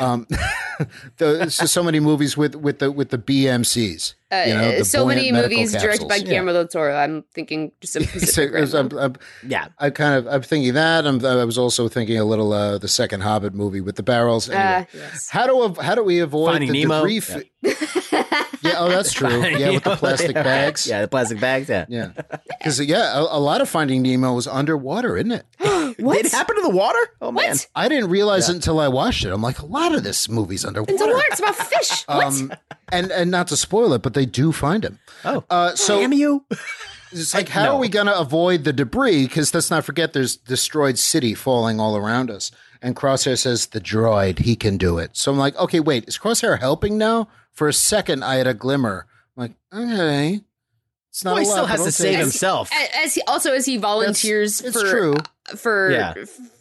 [SPEAKER 1] Um, the, so, so many movies with, with the with the BMCs.
[SPEAKER 2] Uh,
[SPEAKER 1] you know, the
[SPEAKER 2] so many
[SPEAKER 1] buoyant medical
[SPEAKER 2] movies directed by
[SPEAKER 1] capsules. Yeah.
[SPEAKER 2] Guillermo del Toro. I'm thinking just some
[SPEAKER 1] So,
[SPEAKER 2] Pacific Rim.
[SPEAKER 1] there's- I'm- I'm-
[SPEAKER 3] Yeah.
[SPEAKER 1] I kind of I'm thinking that. I'm, I was also thinking a little uh, the second Hobbit movie with the barrels. Anyway,
[SPEAKER 2] Uh, yes.
[SPEAKER 1] how do av- how do we avoid
[SPEAKER 3] Finding
[SPEAKER 1] the
[SPEAKER 3] Nemo.
[SPEAKER 1] debris? f- yeah, oh, that's true. Yeah, with the plastic bags.
[SPEAKER 3] Yeah, the plastic bags. Yeah.
[SPEAKER 1] Yeah, because yeah, a, a lot of Finding Nemo was underwater, isn't it?
[SPEAKER 3] Did it happen to the water? Oh man.
[SPEAKER 2] What?
[SPEAKER 1] I didn't realize it until I watched it. I'm like, a lot of this movie's
[SPEAKER 2] It's a
[SPEAKER 1] underwater.
[SPEAKER 2] word. It's about fish. what?
[SPEAKER 1] Um, and and not to spoil it, but they do find him.
[SPEAKER 3] Oh.
[SPEAKER 1] Uh, so
[SPEAKER 3] Damn you.
[SPEAKER 1] It's like, how are we going to avoid the debris? Because let's not forget there's destroyed city falling all around us. And Crosshair says, the droid, he can do it. So I'm like, okay, wait, is Crosshair helping now? For a second, I had a glimmer. I'm like, okay. It's not a
[SPEAKER 3] Well, he
[SPEAKER 1] lot,
[SPEAKER 3] still
[SPEAKER 1] but
[SPEAKER 3] has to
[SPEAKER 1] okay.
[SPEAKER 3] save himself.
[SPEAKER 2] A- As he, also as he volunteers
[SPEAKER 1] It's
[SPEAKER 2] for
[SPEAKER 1] true.
[SPEAKER 2] for
[SPEAKER 3] Yeah.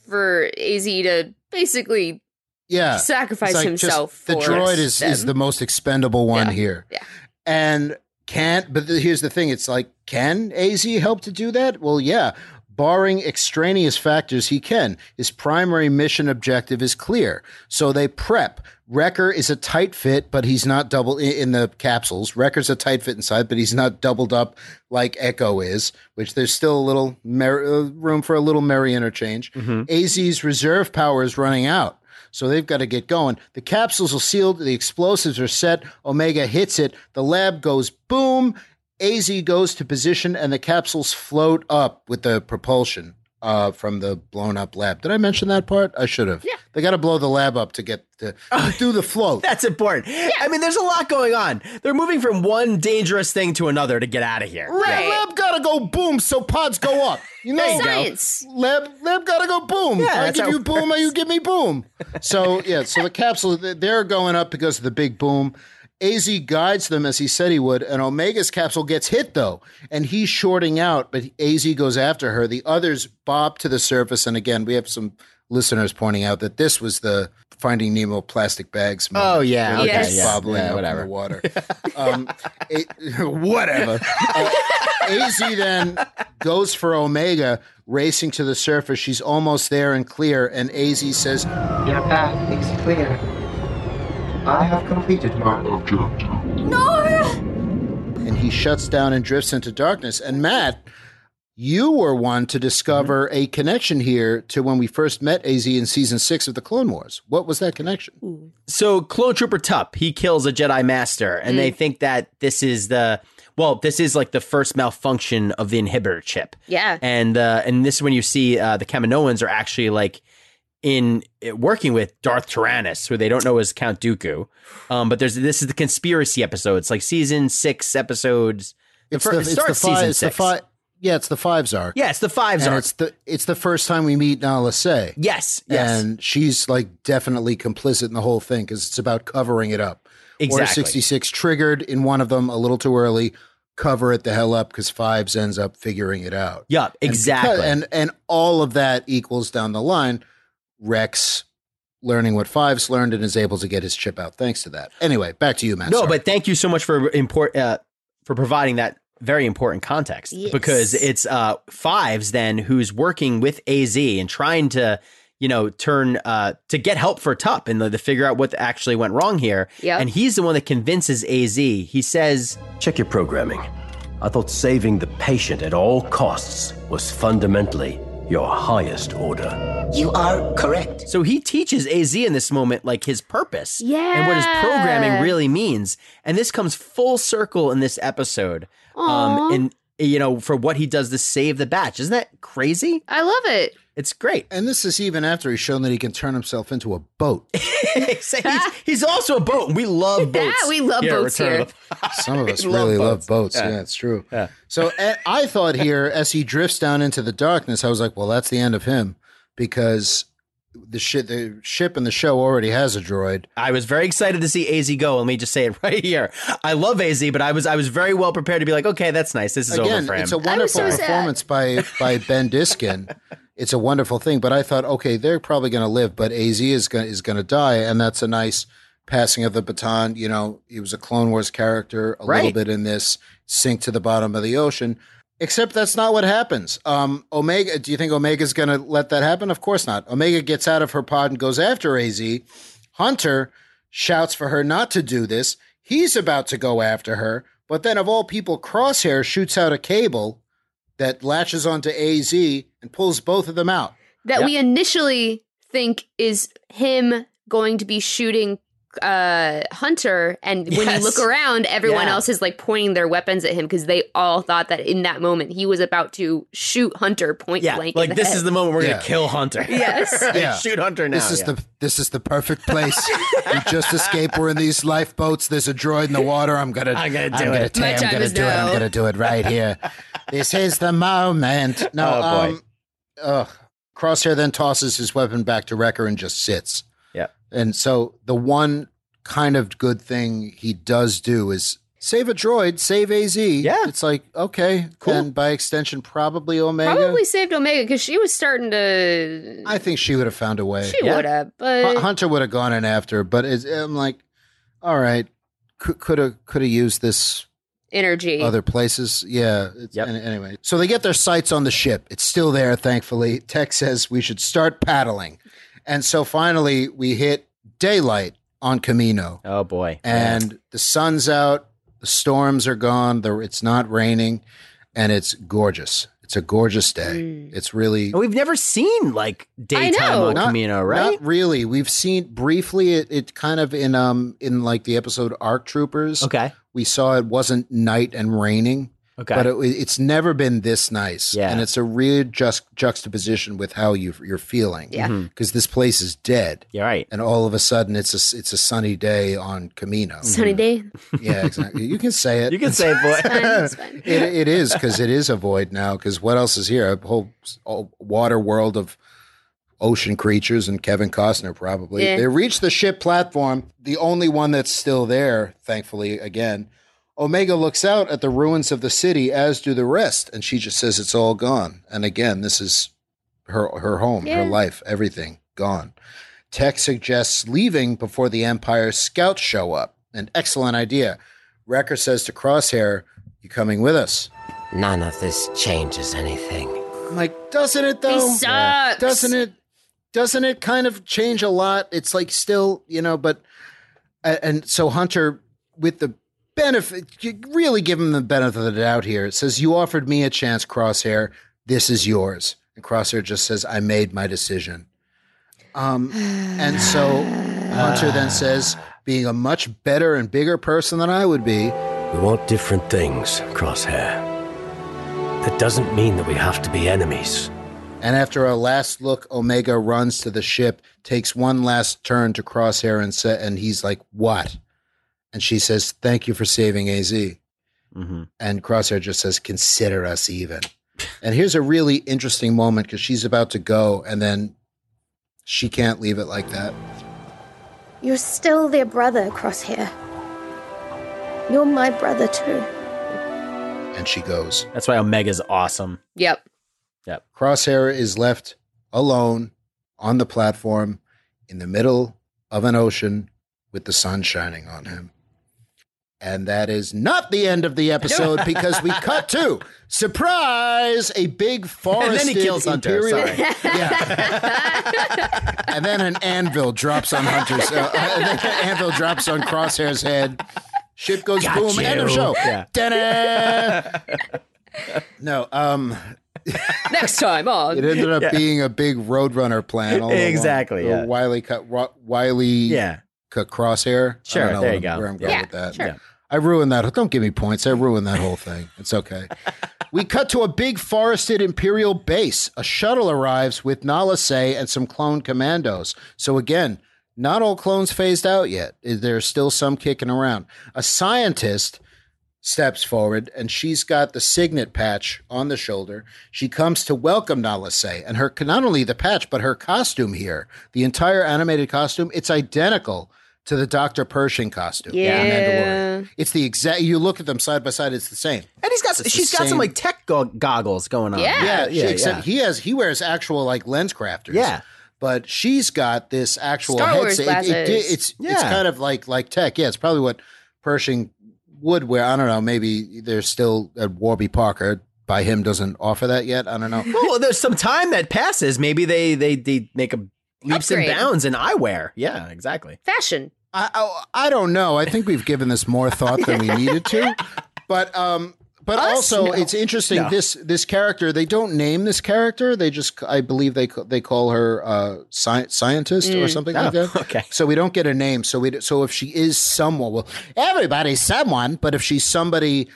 [SPEAKER 2] for Az to basically
[SPEAKER 1] Yeah.
[SPEAKER 2] sacrifice
[SPEAKER 1] It's like just-
[SPEAKER 2] himself.
[SPEAKER 1] the
[SPEAKER 2] for
[SPEAKER 1] droid is, is
[SPEAKER 2] them.
[SPEAKER 1] the most expendable one
[SPEAKER 2] Yeah.
[SPEAKER 1] here.
[SPEAKER 2] Yeah.
[SPEAKER 1] And can but the, here's the thing: it's like, can AZ help to do that? Well, yeah. Barring extraneous factors, he can. His primary mission objective is clear. So they prep. Wrecker is a tight fit, but he's not double i- in the capsules. Wrecker's a tight fit inside, but he's not doubled up like Echo is, which there's still a little mer- uh, room for a little merry interchange. AZ's reserve power is running out. So they've got to get going. The capsules are sealed, the explosives are set, Omega hits it, the lab goes boom, AZ goes to position, and the capsules float up with the propulsion uh, from the blown up lab. Did I mention that part? I should have. Yeah. They got to blow the lab up to get to, to do the float.
[SPEAKER 3] That's important. I mean, there's a lot going on. They're moving from one dangerous thing to another to get out of here.
[SPEAKER 1] Lab,
[SPEAKER 2] Right.
[SPEAKER 1] lab gotta go boom, so pods go up. You know,
[SPEAKER 2] Science.
[SPEAKER 1] Lab, lab gotta go boom. I
[SPEAKER 3] that's
[SPEAKER 1] give
[SPEAKER 3] how
[SPEAKER 1] you
[SPEAKER 3] it
[SPEAKER 1] boom, I you give me boom. So yeah, so the capsule th- they're going up because of the big boom. Az guides them as he said he would, and Omega's capsule gets hit though, and he's shorting out. But Az goes after her. The others bob to the surface, and again, we have some listeners pointing out that this was the Finding Nemo plastic bags. moment,
[SPEAKER 3] Oh, yeah,
[SPEAKER 1] where they're
[SPEAKER 2] okay,
[SPEAKER 1] just
[SPEAKER 2] yeah,
[SPEAKER 1] bobbling
[SPEAKER 3] yeah,
[SPEAKER 1] up in
[SPEAKER 3] whatever.
[SPEAKER 1] the water. Um, it- whatever. Uh, AZ then goes for Omega, racing to the surface. She's almost there and clear, and AZ says,
[SPEAKER 11] Your path is clear. I have completed my objective.
[SPEAKER 1] and he shuts down and drifts into darkness. And Matt, you were one to discover
[SPEAKER 3] Mm-hmm.
[SPEAKER 1] a connection here to when we first met AZ in season six of the Clone Wars. What was that connection?
[SPEAKER 3] So Clone Trooper Tup, he kills a Jedi Master, and they think that this is the well, this is like the first malfunction of the inhibitor chip.
[SPEAKER 2] yeah.
[SPEAKER 3] And uh, and this is when you see uh, the Kaminoans are actually like in uh, working with Darth Tyrannus, who they don't know is Count Dooku. Um, but there's this is the conspiracy episode. It's like season six episodes. The
[SPEAKER 1] It's
[SPEAKER 3] fir-
[SPEAKER 1] the-
[SPEAKER 3] it
[SPEAKER 1] it's the
[SPEAKER 3] starts
[SPEAKER 1] fi-
[SPEAKER 3] season
[SPEAKER 1] it's the
[SPEAKER 3] six.
[SPEAKER 1] fi- yeah, it's the fives arc.
[SPEAKER 3] Yeah, it's the fives
[SPEAKER 1] and
[SPEAKER 3] arc.
[SPEAKER 1] It's the it's the first time we meet Nala Say.
[SPEAKER 3] Yes, yes.
[SPEAKER 1] And she's like definitely complicit in the whole thing because it's about covering it up. Order
[SPEAKER 3] Exactly.
[SPEAKER 1] sixty six triggered in one of them a little too early. Cover it the hell up because fives ends up figuring it out.
[SPEAKER 3] Yup,
[SPEAKER 1] And
[SPEAKER 3] exactly.
[SPEAKER 1] because- And, and all of that equals down the line Rex learning what Fives learned and is able to get his chip out thanks to that. Anyway, back to you, Matt.
[SPEAKER 3] no,
[SPEAKER 1] Sorry.
[SPEAKER 3] but thank you so much for import uh, for providing that very important context
[SPEAKER 1] Yes.
[SPEAKER 3] because it's uh fives then who's working with AZ and trying to you know turn uh to get help for Tup and to figure out what actually went wrong here.
[SPEAKER 2] Yep.
[SPEAKER 3] and he's the one that convinces AZ. He says,
[SPEAKER 7] "Check your programming." I thought saving the patient at all costs was fundamentally your highest order.
[SPEAKER 3] You are correct. So he teaches AZ in this moment like his purpose and what his
[SPEAKER 2] Yeah.
[SPEAKER 3] programming really means. And this comes full circle in this episode. um,
[SPEAKER 2] Aw.
[SPEAKER 3] and you know, for what he does to save the batch. Isn't that crazy?
[SPEAKER 2] I love it.
[SPEAKER 3] It's great.
[SPEAKER 1] And this is even after he's shown that he can turn himself into a boat.
[SPEAKER 3] he's, he's also a boat. and We love boats.
[SPEAKER 2] we love
[SPEAKER 3] at
[SPEAKER 2] boats
[SPEAKER 3] Return of
[SPEAKER 2] here.
[SPEAKER 3] the Fi-
[SPEAKER 1] Some of us
[SPEAKER 3] love
[SPEAKER 1] really love
[SPEAKER 3] boats.
[SPEAKER 1] boats.
[SPEAKER 3] Yeah.
[SPEAKER 1] Yeah, it's true. So a- I thought here, as he drifts down into the darkness, I was like, well, that's the end of him because the, shi- the ship and the show already has a droid.
[SPEAKER 3] I was very excited to see AZ go. Let me just say it right here. I love AZ, but I was I was very well prepared to be like, okay, that's nice. This is
[SPEAKER 1] Again,
[SPEAKER 3] over for him.
[SPEAKER 1] it's a wonderful performance by, by Ben Diskin. It's a wonderful thing, but I thought, okay, they're probably going to live, but AZ is going is going to die, and that's a nice passing of the baton. You know, he was a Clone Wars character a little
[SPEAKER 3] Right.
[SPEAKER 1] bit in this, sink to the bottom of the ocean. Except that's not what happens. Um, Omega, do you think Omega's going to let that happen? Of course not. Omega gets out of her pod and goes after AZ. Hunter shouts for her not to do this. He's about to go after her, but then, of all people, Crosshair shoots out a cable that latches onto AZ and pulls both of them out.
[SPEAKER 2] That we initially think is him going to be shooting uh Hunter and when
[SPEAKER 12] Yes.
[SPEAKER 2] you look around everyone
[SPEAKER 12] Yeah.
[SPEAKER 2] else is like pointing their weapons at him because they all thought that in that moment he was about to shoot Hunter point
[SPEAKER 3] yeah,
[SPEAKER 2] blank. in
[SPEAKER 3] like
[SPEAKER 2] the
[SPEAKER 3] this
[SPEAKER 2] head.
[SPEAKER 3] is the moment we're
[SPEAKER 1] Yeah.
[SPEAKER 3] gonna kill Hunter.
[SPEAKER 2] Yes.
[SPEAKER 1] Yeah.
[SPEAKER 3] shoot Hunter now.
[SPEAKER 1] This is
[SPEAKER 3] yeah.
[SPEAKER 1] the this is the perfect place. we just escaped. We're in these lifeboats. There's a droid in the water. I'm gonna.
[SPEAKER 3] I'm gonna do
[SPEAKER 1] gonna
[SPEAKER 3] it.
[SPEAKER 1] tell-
[SPEAKER 3] My
[SPEAKER 1] I'm
[SPEAKER 3] time
[SPEAKER 1] gonna
[SPEAKER 3] is
[SPEAKER 1] do it. I'm
[SPEAKER 3] now.
[SPEAKER 1] gonna do it right here. this is the moment. No.
[SPEAKER 3] Oh, boy.
[SPEAKER 1] Um, ugh. Crosshair then tosses his weapon back to Wrecker and just sits.
[SPEAKER 3] Yeah.
[SPEAKER 1] And so the one kind of good thing he does do is save a droid, save AZ. Yeah. It's like okay, cool. And by extension, probably Omega.
[SPEAKER 2] Probably saved Omega because she was starting to.
[SPEAKER 1] I think she would have found a way.
[SPEAKER 2] She would have, but
[SPEAKER 1] Hu- Hunter would have gone in after, but it's, I'm like, all right, could have could have used this
[SPEAKER 2] energy.
[SPEAKER 1] other places. Yeah. It's, an- anyway, so they get their sights on the ship. It's still there, thankfully. Tech says we should start paddling, and so finally we hit daylight on Camino,
[SPEAKER 3] Oh boy.
[SPEAKER 1] and the sun's out, the storms are gone, the, it's not raining, and it's gorgeous. It's a gorgeous day. It's really
[SPEAKER 3] And we've never seen like daytime on Camino, right?
[SPEAKER 1] not really. We've seen briefly it, it kind of in um in like the episode Arc Troopers.
[SPEAKER 3] Okay.
[SPEAKER 1] We saw it wasn't night and raining.
[SPEAKER 3] Okay.
[SPEAKER 1] But it, it's never been this nice.
[SPEAKER 3] Yeah.
[SPEAKER 1] And it's a real just juxtaposition with how you you're feeling.
[SPEAKER 2] Yeah. Mhm.
[SPEAKER 1] Because this place is dead.
[SPEAKER 3] Yeah. Right.
[SPEAKER 1] And all of a sudden it's a s- it's a sunny day on Camino.
[SPEAKER 2] Sunny day.
[SPEAKER 1] Yeah, exactly. You can say it. You
[SPEAKER 3] can say void.
[SPEAKER 1] it, it is because it is a void now. Because what else is here? A whole, whole water world of ocean creatures and Kevin Costner probably.
[SPEAKER 3] Yeah.
[SPEAKER 1] They reach the ship platform, the only one that's still there. Thankfully, again, Omega looks out at the ruins of the city, as do the rest, and she just says it's all gone. And again, this is her her home, her
[SPEAKER 13] Yeah.
[SPEAKER 1] life, everything gone. Tech suggests leaving before the Empire scouts show up. An excellent idea. Wrecker says to Crosshair, "You coming with us?"
[SPEAKER 9] None of this changes anything.
[SPEAKER 1] I'm like, doesn't it though?
[SPEAKER 9] He sucks.
[SPEAKER 1] Doesn't it? Doesn't it kind of change a lot? It's like still, you know, but a- and so Hunter, with the benefit, you really give him the benefit of the doubt here. It says you offered me a chance, Crosshair. This is yours, and Crosshair just says, "I made my decision." Um, and so Hunter then says, being a much better and bigger person than I would be,
[SPEAKER 7] We want different things, Crosshair. That doesn't mean that we have to be enemies.
[SPEAKER 1] And after a last look, Omega runs to the ship, takes one last turn to Crosshair, and sa- and he's like, "What?" And she says, "Thank you for saving AZ." And Crosshair just says, "Consider us even." And here's a really interesting moment because she's about to go, and then she can't leave it like that.
[SPEAKER 10] You're still their brother, Crosshair. You're my brother too.
[SPEAKER 1] And she goes.
[SPEAKER 3] That's why Omega's awesome.
[SPEAKER 2] Yep.
[SPEAKER 3] Yep.
[SPEAKER 1] Crosshair is left alone on the platform in the middle of an ocean with the sun shining on him. And that is not the end of the episode because we cut to surprise a big forest.
[SPEAKER 3] then he kills Hunter, sorry.
[SPEAKER 1] and then an anvil drops on Hunter's. Uh, and then an anvil drops on Crosshair's head. Ship goes
[SPEAKER 3] Got
[SPEAKER 1] boom. End of
[SPEAKER 3] you.
[SPEAKER 1] show.
[SPEAKER 3] Yeah.
[SPEAKER 1] Ta-da! no. Um.
[SPEAKER 2] Next time on.
[SPEAKER 1] It ended up
[SPEAKER 2] Yeah.
[SPEAKER 1] being a big Roadrunner plan. All along.
[SPEAKER 3] Exactly,
[SPEAKER 1] The
[SPEAKER 3] yeah.
[SPEAKER 1] Wiley cut. Ro- Wiley.
[SPEAKER 3] Yeah.
[SPEAKER 1] Cut crosshair.
[SPEAKER 3] Sure,
[SPEAKER 1] I don't know
[SPEAKER 3] there
[SPEAKER 1] where
[SPEAKER 3] you
[SPEAKER 1] I'm-
[SPEAKER 3] go.
[SPEAKER 1] Where I'm
[SPEAKER 3] Yeah.
[SPEAKER 1] going with that.
[SPEAKER 3] Sure. Yeah.
[SPEAKER 1] I ruined that. Don't give me points. I ruined that whole thing. It's okay. we cut to a big forested Imperial base. A shuttle arrives with Nala Se and some clone commandos. So again, not all clones phased out yet. There's still some kicking around. A scientist steps forward and she's got the signet patch on the shoulder. She comes to welcome Nalase and her not only the patch but her costume here, the entire animated costume, it's identical to the Doctor Pershing costume. in
[SPEAKER 3] Yeah.
[SPEAKER 1] Mandalorian. It's the exact you look at them side by side it's the same.
[SPEAKER 3] And he's got
[SPEAKER 1] It's the
[SPEAKER 3] she's got
[SPEAKER 1] same-
[SPEAKER 3] some like tech go- goggles going on.
[SPEAKER 1] yeah, she- except he has he wears actual like lens crafters.
[SPEAKER 3] Yeah.
[SPEAKER 1] But she's got this actual
[SPEAKER 3] Star Wars
[SPEAKER 1] headset. It- it-
[SPEAKER 3] glasses.
[SPEAKER 1] it's it's
[SPEAKER 3] Yeah.
[SPEAKER 1] kind of like like tech. Yeah, it's probably what Pershing would wear. I don't know. Maybe they're still at Warby Parker. By him doesn't offer that yet. I don't know.
[SPEAKER 3] Well, there's some time that passes. Maybe they they they make a leaps
[SPEAKER 2] Upgrade.
[SPEAKER 3] and bounds in eyewear. Yeah, exactly.
[SPEAKER 2] Fashion.
[SPEAKER 1] I, I I don't know. I think we've given this more thought than we needed to. But um but
[SPEAKER 3] Us?
[SPEAKER 1] also
[SPEAKER 3] No.
[SPEAKER 1] it's interesting
[SPEAKER 3] No.
[SPEAKER 1] this this character they don't name this character they just I believe they ca- they call her uh sci- scientist or
[SPEAKER 3] Mm.
[SPEAKER 1] something
[SPEAKER 3] Oh,
[SPEAKER 1] like that. Okay. So we don't get a name. So we d- so if she is someone well everybody's someone but if she's somebody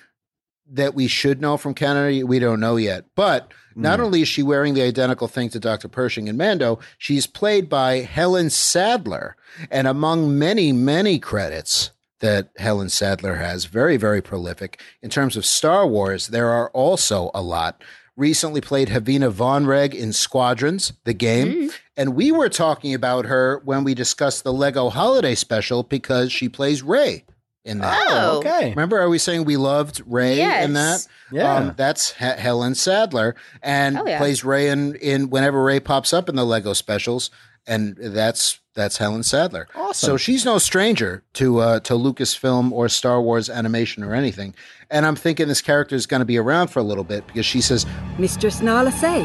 [SPEAKER 1] that we should know from Canada, we don't know yet. But not only is she wearing the identical thing to Dr. Pershing and Mando, she's played by Helen Sadler. And among many, many credits that Helen Sadler has, very, very prolific in terms of Star Wars, there are also a lot. Recently played Havina Von Reg in Squadrons, the game. And we were talking about her when we discussed the Lego holiday special because she plays Ray in that.
[SPEAKER 3] Oh, okay.
[SPEAKER 1] Remember, are we saying we loved Ray in that? Um,
[SPEAKER 3] Yes. Yeah.
[SPEAKER 1] that's He- Helen Sadler and
[SPEAKER 3] Hell Oh, yeah.
[SPEAKER 1] plays Ray in, in whenever Ray pops up in the Lego specials, and that's that's Helen Sadler.
[SPEAKER 3] Awesome.
[SPEAKER 1] So she's no stranger to uh, to Lucasfilm or Star Wars animation or anything. And I'm thinking this character is going to be around for a little bit because she says,
[SPEAKER 12] Mistress Nala Say.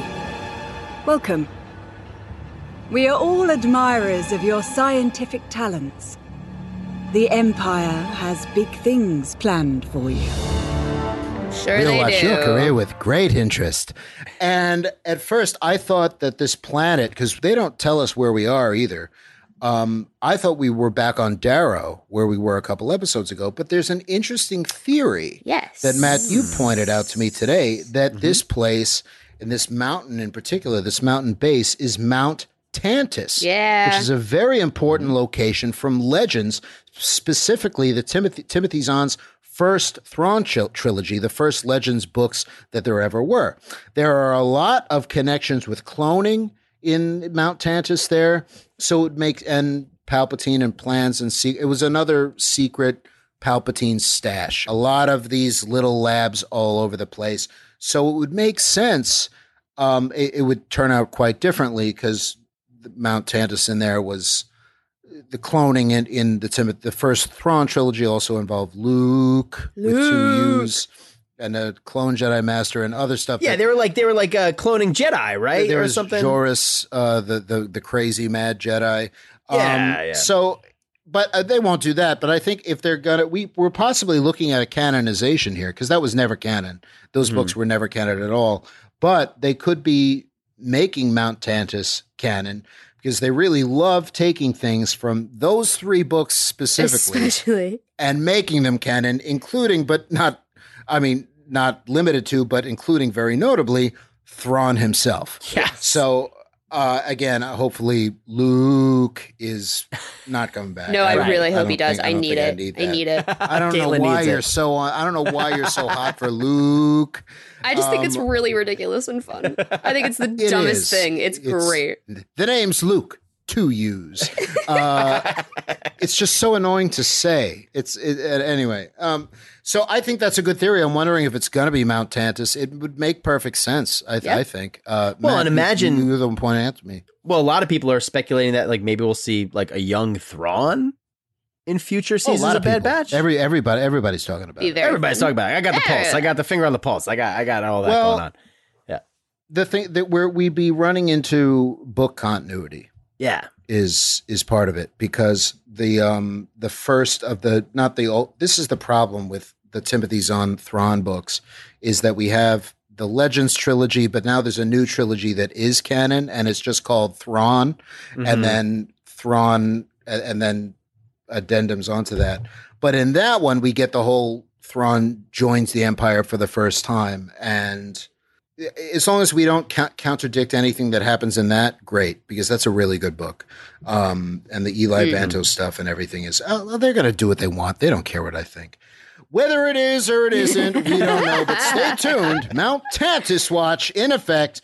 [SPEAKER 12] Welcome. We are all admirers of your scientific talents. The Empire has big things planned for you.
[SPEAKER 2] Sure
[SPEAKER 1] We'll watch your career with great interest. And at first, I thought that this planet, because they don't tell us where we are either. Um, I thought we were back on Darrow, where we were a couple episodes ago. But there's an interesting theory
[SPEAKER 2] Yes.
[SPEAKER 1] that Matt you pointed out to me today that this place and this mountain in particular, this mountain base, is Mount Tantus,
[SPEAKER 2] Yeah.
[SPEAKER 1] which is a very important location from Legends, specifically the Timothy Timothy Zahn's first Thrawn chil- trilogy, the first Legends books that there ever were. There are a lot of connections with cloning in Mount Tantus there, so it makes and Palpatine and plans and see it was another secret Palpatine's stash. A lot of these little labs all over the place. So it would make sense. Um, it, it would turn out quite differently because Mount Tantus in there was the cloning in, in the Timoth- the first Thrawn trilogy also involved Luke, with two
[SPEAKER 3] Luke.
[SPEAKER 1] U's and a clone Jedi Master and other stuff.
[SPEAKER 3] Yeah,
[SPEAKER 1] that-
[SPEAKER 3] they were like they were like uh, cloning Jedi, right?
[SPEAKER 1] there
[SPEAKER 3] or
[SPEAKER 1] was
[SPEAKER 3] something.
[SPEAKER 1] Joris, uh, the the the crazy mad Jedi. Um,
[SPEAKER 3] Yeah, yeah.
[SPEAKER 1] So, but uh, they won't do that. But I think if they're gonna, we we're possibly looking at a canonization here because that was never canon. Those
[SPEAKER 3] Hmm.
[SPEAKER 1] books were never canon at all. But they could be making Mount Tantus canon because they really love taking things from those three books specifically
[SPEAKER 2] Especially.
[SPEAKER 1] and making them canon, including but not, I mean, not limited to, but including very notably Thrawn himself.
[SPEAKER 3] Yeah.
[SPEAKER 1] So uh, again, uh, hopefully Luke is not coming back.
[SPEAKER 2] No, I
[SPEAKER 1] don't-
[SPEAKER 2] really hope
[SPEAKER 1] don't
[SPEAKER 2] he does.
[SPEAKER 1] think-
[SPEAKER 2] I,
[SPEAKER 1] don't
[SPEAKER 2] need
[SPEAKER 1] think
[SPEAKER 2] it. I need,
[SPEAKER 1] that.
[SPEAKER 2] it.
[SPEAKER 1] I don't know why you're so on. I don't know why you're so hot for Luke.
[SPEAKER 2] I just think it's
[SPEAKER 1] Um,
[SPEAKER 2] really ridiculous and fun. I think it's the
[SPEAKER 1] It
[SPEAKER 2] dumbest
[SPEAKER 1] is.
[SPEAKER 2] thing. It's, great.
[SPEAKER 1] The name's Luke. Two U's. Uh, it's just so annoying to say. It's it, uh, anyway. Um, so I think that's a good theory. I'm wondering if it's going to be Mount Tantus. It would make perfect sense. I, th-
[SPEAKER 3] Yeah.
[SPEAKER 1] I think. Uh,
[SPEAKER 3] Well,
[SPEAKER 1] Matt,
[SPEAKER 3] and
[SPEAKER 1] you-
[SPEAKER 3] imagine-
[SPEAKER 1] you, were the one pointing out to me.
[SPEAKER 3] Well, a lot of people are speculating that like maybe we'll see like a young Thrawn in future
[SPEAKER 1] Oh,
[SPEAKER 3] seasons of, Bad Batch.
[SPEAKER 1] Every everybody everybody's talking about.
[SPEAKER 2] Be
[SPEAKER 1] it.
[SPEAKER 2] very
[SPEAKER 3] Everybody's
[SPEAKER 2] fun.
[SPEAKER 3] talking about. It. I got the
[SPEAKER 2] Yeah.
[SPEAKER 3] pulse. I got the finger on the pulse. I got I got all that
[SPEAKER 1] Well-
[SPEAKER 3] going on. Yeah.
[SPEAKER 1] The thing that we're we'd be running into book continuity.
[SPEAKER 3] Yeah.
[SPEAKER 1] is is part of it because the um the first of the not the old this is the problem with the Timothy Zahn Thrawn books is that we have the Legends trilogy, but now there's a new trilogy that is canon and it's just called Thrawn,
[SPEAKER 13] Mhm.
[SPEAKER 3] Mm-hmm.
[SPEAKER 1] and then Thrawn a- and then addendums onto that. But in that one, we get the whole Thrawn joins the Empire for the first time and as long as we don't count, contradict anything that happens in that, great, because that's a really good book. Um, and the Eli
[SPEAKER 13] Mhm.
[SPEAKER 1] Banto stuff and everything is, oh, well, they're going to do what they want. They don't care what I think. Whether it is or it isn't, we don't know, but stay tuned. Mount Tantus Watch, in effect,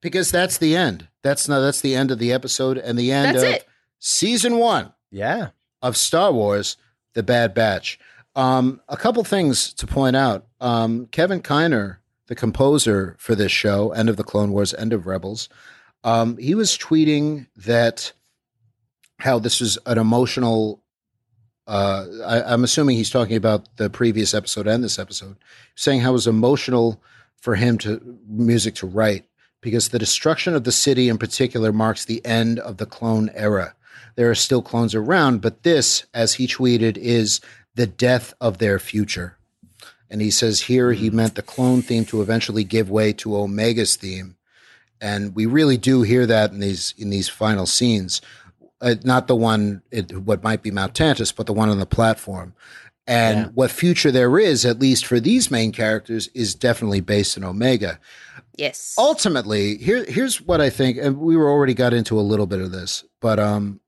[SPEAKER 1] because that's the end. That's no, that's the end of the episode and the end
[SPEAKER 2] That's
[SPEAKER 1] of
[SPEAKER 2] it.
[SPEAKER 1] season one.
[SPEAKER 3] Yeah.
[SPEAKER 1] Of Star Wars, The Bad Batch. Um, a couple things to point out. Um, Kevin Kiner, the composer for this show, end of the Clone Wars, end of Rebels, um, he was tweeting that how this was an emotional. Uh, I, I'm assuming he's talking about the previous episode and this episode, saying how it was emotional for him to music to write because the destruction of the city in particular marks the end of the clone era. There are still clones around, but this, as he tweeted, is the death of their future. And he says here he meant the clone theme to eventually give way to Omega's theme, and we really do hear that in these in these final scenes, uh, not the one it, what might be Mount Tantus, but the one on the platform. And what future there is, at least for these main characters, is definitely based in Omega.
[SPEAKER 2] Yes.
[SPEAKER 1] Ultimately, here here's what I think, and we were already got into a little bit of this, but um,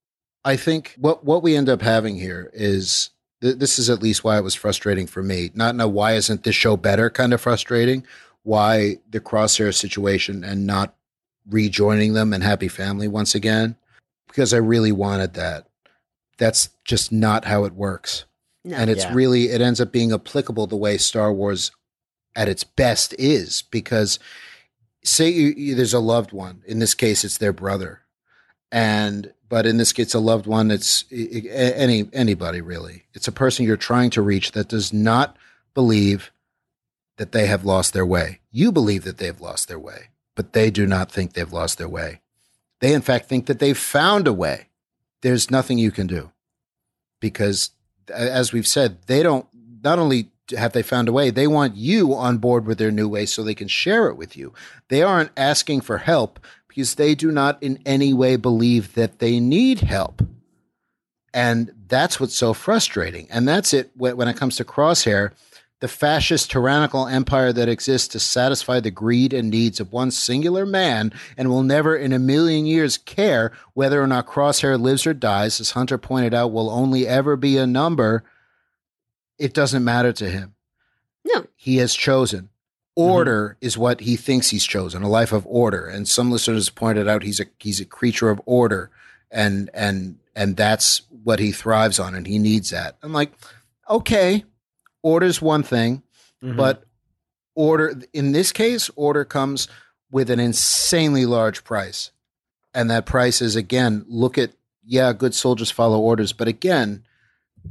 [SPEAKER 1] I think what what we end up having here is th- this is at least why it was frustrating for me. Not in a why isn't this show better kind of frustrating. Why the crosshair situation and not rejoining them and happy family once again because I really wanted that. That's just not how it works.
[SPEAKER 2] No.
[SPEAKER 1] and it's
[SPEAKER 2] Yeah.
[SPEAKER 1] really it ends up being applicable the way Star Wars at its best is because say you, you, there's a loved one in this case it's their brother and but in this case a loved one it's i- i- any anybody really it's a person you're trying to reach that does not believe that they have lost their way you believe that they've lost their way but they do not think they've lost their way they in fact think that they've found a way there's nothing you can do because a- as we've said they don't not only have they found a way they want you on board with their new way so they can share it with you they aren't asking for help because they do not in any way believe that they need help and that's what's so frustrating and that's it when when it comes to crosshair the fascist tyrannical empire that exists to satisfy the greed and needs of one singular man and will never in a million years care whether or not Crosshair lives or dies, as Hunter pointed out, will only ever be a number. It doesn't matter to him.
[SPEAKER 2] No.
[SPEAKER 1] He has chosen. Order is what he thinks he's chosen, a life of order. And some listeners pointed out he's a he's a creature of order and and and that's what he thrives on and he needs that. I'm like, okay, order's one thing, but order in this case, order comes with an insanely large price. And that price is again, look at yeah, good soldiers follow orders, but again,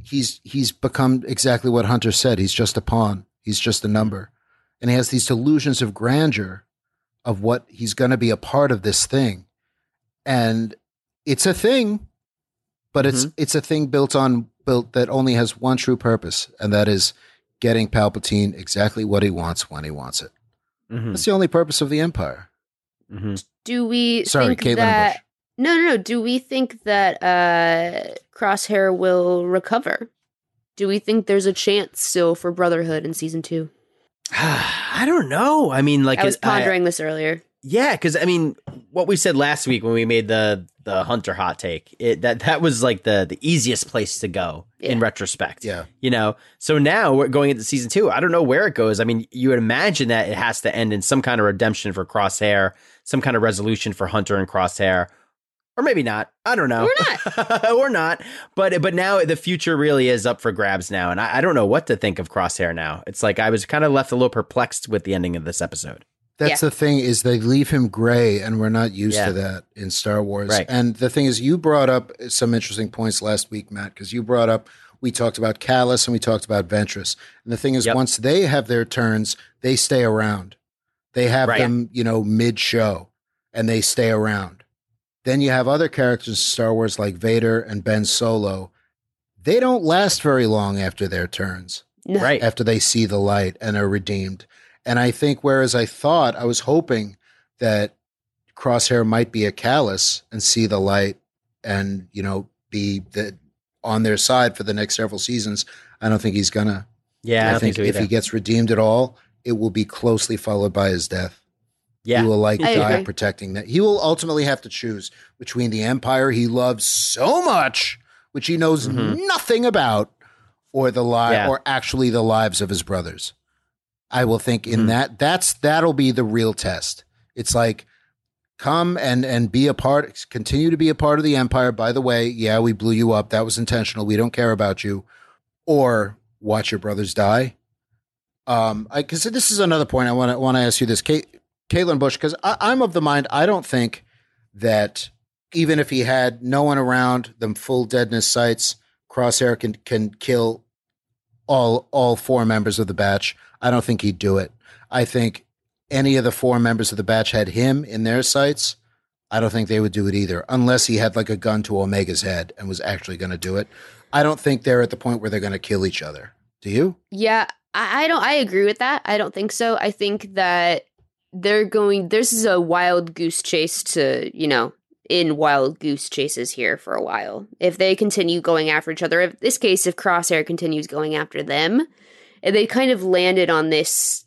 [SPEAKER 1] he's he's become exactly what Hunter said. He's just a pawn. He's just a number. And he has these delusions of grandeur of what he's going to be a part of this thing. And it's a thing, but it's it's a thing built on built that only has one true purpose, and that is getting Palpatine exactly what he wants when he wants it.
[SPEAKER 3] Mm-hmm. Hmm.
[SPEAKER 1] That's the only purpose of the Empire.
[SPEAKER 2] Do we
[SPEAKER 1] Sorry,
[SPEAKER 2] think
[SPEAKER 1] Caitlin
[SPEAKER 2] that
[SPEAKER 1] Bush.
[SPEAKER 2] No, no, no. Do we think that uh Crosshair will recover? Do we think there's a chance still for Brotherhood in season 2?
[SPEAKER 3] I don't know. I mean, like
[SPEAKER 2] I was
[SPEAKER 3] it-
[SPEAKER 2] pondering this earlier.
[SPEAKER 3] Yeah, because I mean, what we said last week when we made the the hunter hot take, it, that that was like the the easiest place to go in
[SPEAKER 2] Yeah.
[SPEAKER 3] retrospect.
[SPEAKER 1] Yeah.
[SPEAKER 3] you know. So now we're going into season two. I don't know where it goes. I mean, you would imagine that it has to end in some kind of redemption for Crosshair, some kind of resolution for Hunter and Crosshair, or maybe not. I don't know. We're not. We're not. But but now the future really is up for grabs now, and I, I don't know what to think of Crosshair now. It's like I was kind of left a little perplexed with the ending of this episode.
[SPEAKER 1] That's
[SPEAKER 3] Yeah.
[SPEAKER 1] the thing is they leave him gray, and we're not used
[SPEAKER 3] Yeah.
[SPEAKER 1] to that in Star Wars.
[SPEAKER 3] Right.
[SPEAKER 1] And the thing is, you brought up some interesting points last week, Matt, because you brought up we talked about Callus and we talked about Ventress. And the thing is, once they have their turns, they stay around. They have
[SPEAKER 3] Right.
[SPEAKER 1] them, you know, mid show, and they stay around. Then you have other characters in Star Wars like Vader and Ben Solo. They don't last very long after their turns.
[SPEAKER 2] No.
[SPEAKER 3] Right.
[SPEAKER 1] After they see the light and are redeemed. And I think whereas I thought I was hoping that Crosshair might be a callus and see the light and, you know, be the, on their side for the next several seasons, I don't think he's gonna.
[SPEAKER 3] Yeah, I
[SPEAKER 1] I,
[SPEAKER 3] don't
[SPEAKER 1] think,
[SPEAKER 3] think so
[SPEAKER 1] if he
[SPEAKER 3] either.
[SPEAKER 1] gets redeemed at all, it will be closely followed by his death.
[SPEAKER 3] Yeah.
[SPEAKER 1] He will like
[SPEAKER 3] I
[SPEAKER 1] die
[SPEAKER 3] agree.
[SPEAKER 1] protecting that. He will ultimately have to choose between the empire he loves so much, which he knows
[SPEAKER 3] Mhm.
[SPEAKER 1] nothing about, or the lie
[SPEAKER 3] Yeah.
[SPEAKER 1] or actually the lives of his brothers. I will think in that that's that'll be the real test. It's like come and and be a part continue to be a part of the empire. By the way, yeah, we blew you up. That was intentional. We don't care about you. Or watch your brothers die um, I because this is another point I want to want to ask you this, Kate, Caitlin Bush, because I'm of the mind I don't think that even if he had no one around, them full deadness sights, Crosshair can can kill all all four members of the batch. I don't think he'd do it. I think any of the four members of the batch had him in their sights. I don't think they would do it either, unless he had like a gun to Omega's head and was actually going to do it. I don't think they're at the point where they're going to kill each other. Do you?
[SPEAKER 2] Yeah, I, I don't. I agree with that. I don't think so. I think that they're going. This is a wild goose chase to you know in wild goose chases here for a while. If they continue going after each other, if this case, if Crosshair continues going after them, and they kind of landed on this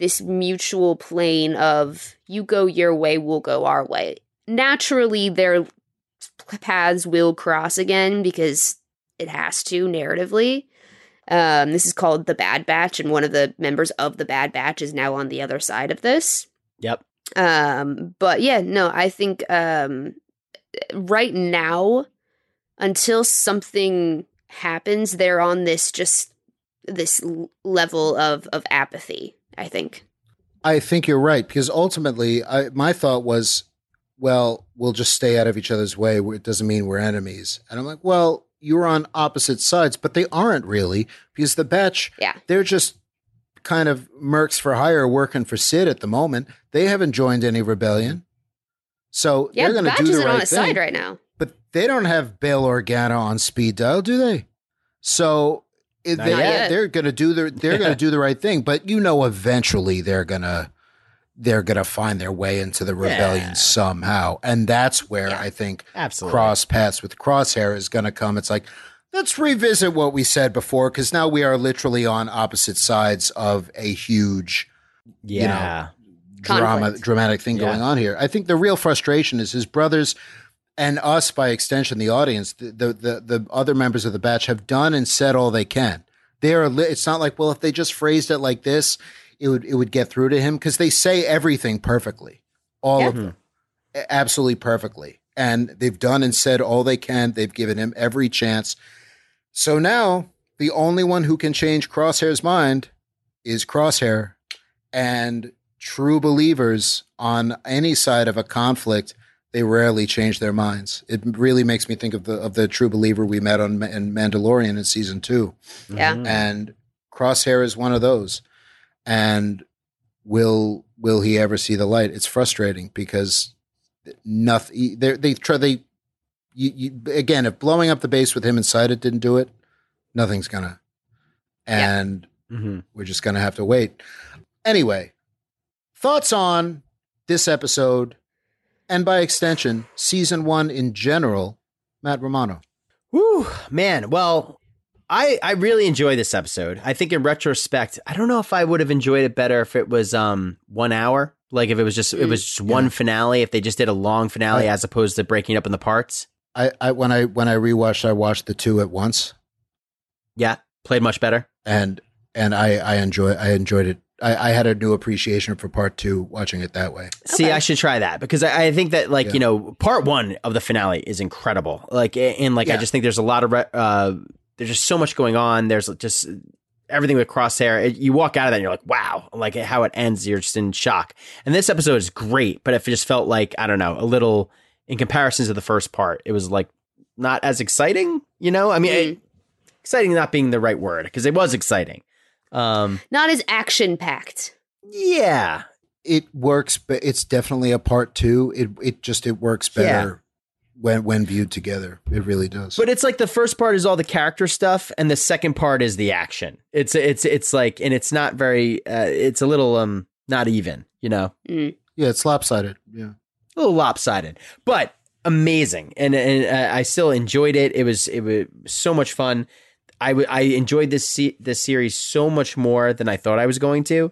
[SPEAKER 2] this mutual plane of you go your way, we'll go our way. Naturally, their paths will cross again because it has to narratively. Um, this is called the Bad Batch, and one of the members of the Bad Batch is now on the other side of this.
[SPEAKER 3] Yep.
[SPEAKER 2] Um, but yeah, no, I think um, right now, until something happens, they're on this just this l- level of of apathy. I think.
[SPEAKER 1] I think you're right because ultimately, I, my thought was, well, we'll just stay out of each other's way. It doesn't mean we're enemies. And I'm like, well, you're on opposite sides, but they aren't really because the batch,
[SPEAKER 2] yeah.
[SPEAKER 1] they're just kind of mercs for hire working for Sid at the moment. They haven't joined any rebellion, so
[SPEAKER 2] Yeah,
[SPEAKER 1] they're
[SPEAKER 2] the
[SPEAKER 1] going
[SPEAKER 2] Batch
[SPEAKER 1] to do the
[SPEAKER 2] isn't
[SPEAKER 1] right
[SPEAKER 2] on his
[SPEAKER 1] thing.
[SPEAKER 2] side right now.
[SPEAKER 1] But they don't have Bail Organa on speed dial, do they? So it,
[SPEAKER 2] Not
[SPEAKER 1] they,
[SPEAKER 2] yet.
[SPEAKER 1] they're going to do the they're going to do the right thing. But you know, eventually they're gonna they're gonna find their way into the rebellion somehow, and that's where I think
[SPEAKER 3] Absolutely.
[SPEAKER 1] cross paths with Crosshair is going to come. It's like let's revisit what we said before because now we are literally on opposite sides of a huge you know
[SPEAKER 3] Yeah.
[SPEAKER 1] drama
[SPEAKER 3] Conflict.
[SPEAKER 1] dramatic thing
[SPEAKER 3] Yeah.
[SPEAKER 1] going on here. I think the real frustration is his brothers and us by extension the audience the the the, the other members of the batch have done and said all they can. They are li- it's not like well if they just phrased it like this it would it would get through to him cuz they say everything perfectly. All of
[SPEAKER 3] Yeah.
[SPEAKER 1] them. A- Absolutely perfectly. And they've done and said all they can. They've given him every chance. So now the only one who can change Crosshair's mind is Crosshair and true believers on any side of a conflict they rarely change their minds it really makes me think of the of the true believer we met on Ma- in mandalorian in season two
[SPEAKER 2] Yeah.
[SPEAKER 3] Mm.
[SPEAKER 2] Mhm.
[SPEAKER 1] and crosshair is one of those and will will he ever see the light it's frustrating because nothing they they try they you, you again if blowing up the base with him inside it didn't do it nothing's gonna and
[SPEAKER 3] Mm-hmm.
[SPEAKER 1] we're just gonna have to wait anyway thoughts on this episode and by extension season one in general matt romano
[SPEAKER 3] Whew, man. Well, I, I really enjoy this episode. I think in retrospect, I don't know if I would have enjoyed it better if it was um one hour. Like if it was just it was just one finale, if they just did a long finale
[SPEAKER 1] I-
[SPEAKER 3] as opposed to breaking it up into parts.
[SPEAKER 1] I, I when I when I rewatched, I watched the two at once,
[SPEAKER 3] Yeah. Played much better.
[SPEAKER 1] and and I I enjoy I enjoyed it. I, I had a new appreciation for part two watching it that way.
[SPEAKER 3] See, I should try that because I, I think that like you know part one of the finale is incredible. Like a- and like I
[SPEAKER 1] Yeah.
[SPEAKER 3] just think there's a lot of re- uh, there's just so much going on. There's just everything with crosshair. It- you walk out of that and you're like wow, like how it ends. You're just in shock. And this episode is great, but if it just felt like I don't know a little in comparison to the first part, it was like not as exciting. You know, I mean, it- exciting not being the right word because it was exciting. Um,
[SPEAKER 2] Not as action packed.
[SPEAKER 3] Yeah.
[SPEAKER 1] It works, but it's definitely a part two. It it just it works better when when viewed together. It really does.
[SPEAKER 3] But it's like the first part is all the character stuff, and the second part is the action. It's it's it's like, and it's not very. Uh, it's a little um not even, you know,
[SPEAKER 1] Yeah, it's lopsided. Yeah.
[SPEAKER 3] a little lopsided, but amazing. And and uh, I still enjoyed it. It was it was so much fun. I w- I enjoyed this se- this series so much more than I thought I was going to.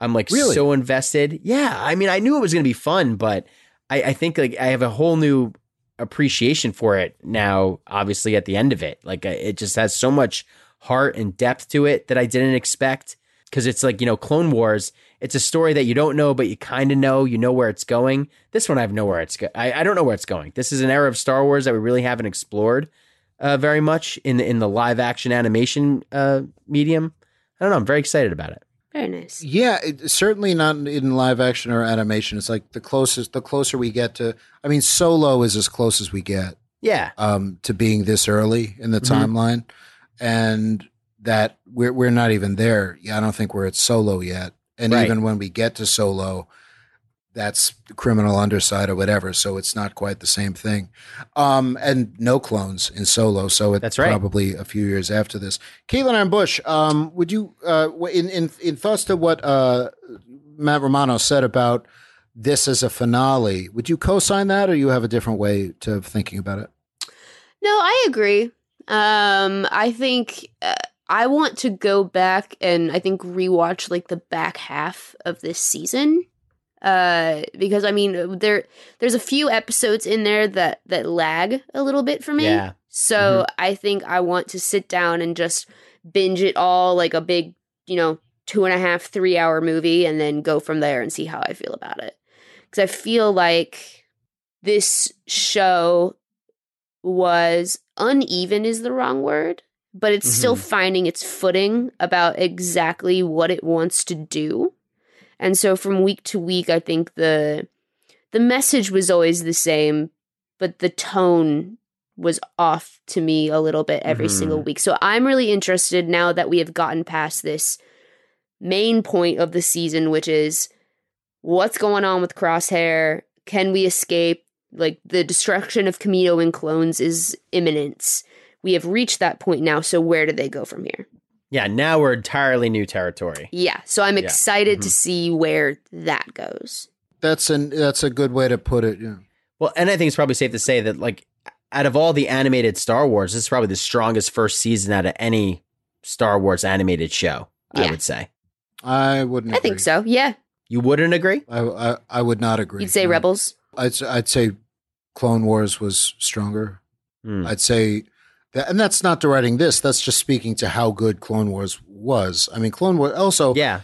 [SPEAKER 3] I'm like
[SPEAKER 1] Really?
[SPEAKER 3] so invested. Yeah, I mean, I knew it was going to be fun, but I, I think like I have a whole new appreciation for it now. Obviously, at the end of it, like I- it just has so much heart and depth to it that I didn't expect. Because it's like you know, Clone Wars. It's a story that you don't know, but you kind of know. You know where it's going. This one, I have no where it's. Go- I, I don't know where it's going. This is an era of Star Wars that we really haven't explored uh, very much in in the live action animation uh, medium. I don't know. I'm very excited about it.
[SPEAKER 2] Very nice.
[SPEAKER 1] Yeah, it, certainly not in live action or animation. It's like the closest, the closer we get to. I mean, Solo is as close as we get
[SPEAKER 3] Yeah.
[SPEAKER 1] um, to being this early in the
[SPEAKER 3] Mhm.
[SPEAKER 1] timeline, and that we're we're not even there. Yeah, I don't think we're at Solo yet. And
[SPEAKER 3] Right.
[SPEAKER 1] even when we get to Solo, that's the criminal underside or whatever. So it's not quite the same thing. Um, and no clones in Solo. So it's
[SPEAKER 3] That's right.
[SPEAKER 1] probably a few years after this. Caitlin and Bush, um, would you, uh, w- in, in, in thoughts to what uh, Matt Romano said about this as a finale, would you co sign that or you have a different way to thinking about it?
[SPEAKER 2] No, I agree. Um, I think uh, I want to go back and I think rewatch like the back half of this season. Uh, because I mean, there there's a few episodes in there that that lag a little bit for me.
[SPEAKER 13] Yeah.
[SPEAKER 2] So I think I want to sit down and just binge it all like a big, you know, two and a half, three hour movie, and then go from there and see how I feel about it. Because I feel like this show was uneven is the wrong word, but it's still finding its footing about exactly what it wants to do. And so from week to week I think the the message was always the same, but the tone was off to me a little bit every
[SPEAKER 13] Mhm.
[SPEAKER 1] Mm-hmm.
[SPEAKER 2] single week. So I'm really interested now that we have gotten past this main point of the season, which is what's going on with Crosshair? Can we escape? Like the destruction of Kamino and clones is imminent. We have reached that point now, so where do they go from here?
[SPEAKER 3] Yeah, now we're entirely new territory.
[SPEAKER 2] Yeah, so I'm
[SPEAKER 3] Yeah.
[SPEAKER 2] excited
[SPEAKER 1] Mm-hmm.
[SPEAKER 2] to
[SPEAKER 3] Mhm.
[SPEAKER 2] see where that goes.
[SPEAKER 1] That's an that's a good way to put it. Yeah.
[SPEAKER 3] Well, and I think it's probably safe to say that like out of all the animated Star Wars, this is probably the strongest first season out of any Star Wars animated show, I
[SPEAKER 2] Yeah.
[SPEAKER 3] would say.
[SPEAKER 1] I wouldn't.
[SPEAKER 2] I think so. Yeah,
[SPEAKER 3] You wouldn't agree?
[SPEAKER 1] I I, I would not agree. Mm-hmm.
[SPEAKER 2] you'd say Rebels.
[SPEAKER 1] I'd s- I'd say Clone Wars was stronger.
[SPEAKER 3] Hmm.
[SPEAKER 1] I'd say that, and that's not deriding this. That's just speaking to how good Clone Wars was. I mean, Clone Wars also.
[SPEAKER 3] Yeah.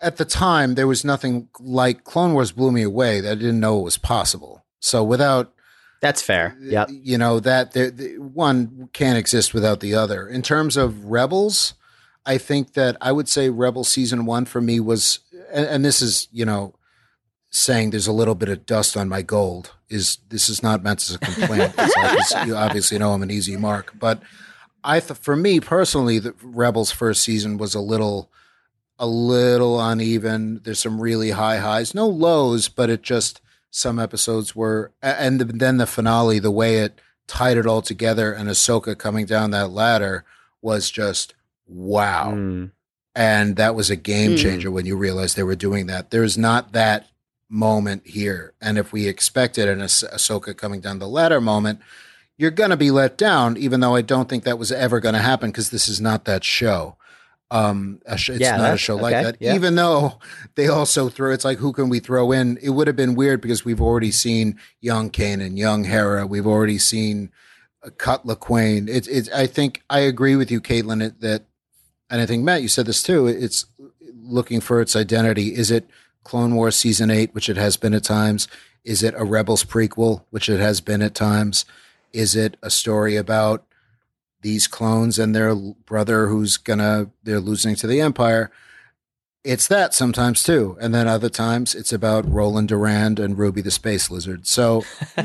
[SPEAKER 1] At the time, there was nothing like Clone Wars blew me away. That I didn't know it was possible. So without
[SPEAKER 3] That's fair. Yeah.
[SPEAKER 1] you know that there, the, one can't exist without the other. In terms of Rebels, I think that I would say Rebel season one for me was, and, and this is you know saying there's a little bit of dust on my gold is this is not meant as a complaint. It's like, it's- you obviously know I'm an easy mark, but I th- for me personally, the Rebels first season was a little a little uneven. There's some really high highs, no lows, but it just some episodes were, a- and the, then the finale, the way it tied it all together, and Ahsoka coming down that ladder was just wow.
[SPEAKER 3] Mm.
[SPEAKER 1] And that was a game
[SPEAKER 14] Mm.
[SPEAKER 1] changer when you realized they were doing that. There's not that moment here, and if we expected an ah- Ahsoka coming down the ladder moment, you're going to be let down, even though I don't think that was ever going to happen because this is not that show. Um, a sh- it's
[SPEAKER 3] Yeah,
[SPEAKER 1] not a
[SPEAKER 3] that-
[SPEAKER 1] show like
[SPEAKER 3] okay,
[SPEAKER 1] that.
[SPEAKER 3] yeah.
[SPEAKER 1] Even though they also throw, it's like who can we throw in? It would have been weird because we've already seen young Kanan, young Hera. We've already seen uh, Cutler Quain. It's it's. I think I agree with you, Caitlin, it- that, and I think Matt, you said this too. It's looking for its identity. Is it Clone Wars season eight, which it has been at times? Is it a Rebels prequel, which it has been at times? Is it a story about these clones and their l- brother who's gonna they're losing to the Empire? It's that sometimes too, and then other times it's about Roland Durand and Ruby the Space Lizard. So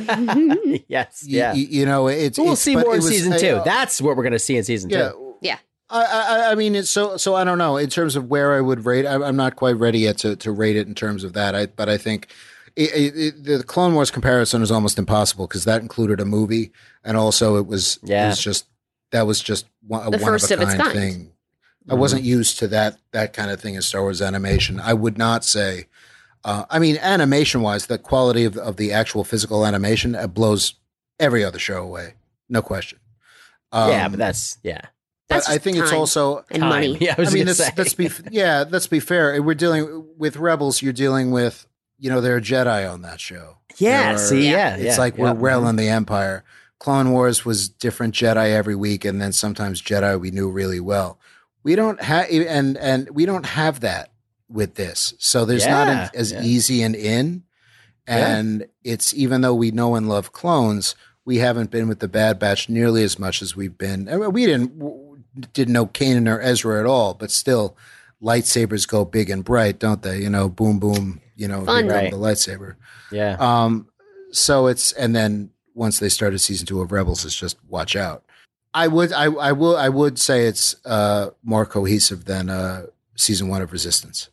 [SPEAKER 3] yes,
[SPEAKER 1] y- y- you know it's
[SPEAKER 3] So we'll
[SPEAKER 1] it's-
[SPEAKER 3] see
[SPEAKER 1] but
[SPEAKER 3] more
[SPEAKER 1] it
[SPEAKER 3] in
[SPEAKER 1] was-
[SPEAKER 3] season
[SPEAKER 1] I-
[SPEAKER 3] two.
[SPEAKER 1] uh,
[SPEAKER 3] That's what we're going to see in season
[SPEAKER 1] Yeah.
[SPEAKER 3] two.
[SPEAKER 2] Yeah.
[SPEAKER 1] I, I, I mean, it's so, so I don't know in terms of where I would rate. I, I'm not quite ready yet to, to rate it in terms of that. I, but I think it, it, it, the Clone Wars comparison is almost impossible because that included a movie, and also it was, it
[SPEAKER 3] Yeah.
[SPEAKER 1] was just that was just one, a
[SPEAKER 2] The
[SPEAKER 1] one
[SPEAKER 2] first
[SPEAKER 1] of
[SPEAKER 2] of
[SPEAKER 1] a
[SPEAKER 2] its
[SPEAKER 1] kind
[SPEAKER 2] kind.
[SPEAKER 1] thing. I wasn't
[SPEAKER 3] Mm-hmm.
[SPEAKER 1] used to that that kind of thing in Star Wars animation. I would not say. Uh, I mean, animation wise, the quality of, of the actual physical animation uh, blows every other show away. No question.
[SPEAKER 3] yeah,
[SPEAKER 1] Um,
[SPEAKER 3] but that's yeah.
[SPEAKER 2] That's
[SPEAKER 1] but I
[SPEAKER 2] just
[SPEAKER 1] think it's
[SPEAKER 2] time
[SPEAKER 1] also
[SPEAKER 2] and Time. money.
[SPEAKER 3] Yeah, I was gonna
[SPEAKER 1] let's,
[SPEAKER 3] say.
[SPEAKER 1] let's be yeah, let's be fair. We're dealing with rebels. You're dealing with you know there are Jedi on that show.
[SPEAKER 3] Yeah,
[SPEAKER 1] There are-
[SPEAKER 3] see, yeah,
[SPEAKER 1] it's
[SPEAKER 3] yeah,
[SPEAKER 1] like we're
[SPEAKER 3] yeah.
[SPEAKER 1] well in the Empire. Clone Wars was different Jedi every week, and then sometimes Jedi we knew really well. We don't have and and we don't have that with this. So there's not
[SPEAKER 3] Yeah,
[SPEAKER 1] an, as
[SPEAKER 3] yeah.
[SPEAKER 1] easy an in.
[SPEAKER 3] Yeah.
[SPEAKER 1] And it's even though we know and love clones, we haven't been with the Bad Batch nearly as much as we've been. I mean, we didn't w- didn't know Kanan or Ezra at all, but still, lightsabers go big and bright, don't they? You know, boom, boom. You know, here
[SPEAKER 2] Fun.
[SPEAKER 1] comes
[SPEAKER 3] Right.
[SPEAKER 1] the lightsaber.
[SPEAKER 3] Yeah.
[SPEAKER 1] Um, so it's and then once they started season two of Rebels, it's just watch out. I would, I, I will, I would say it's uh, more cohesive than uh, season one of Resistance.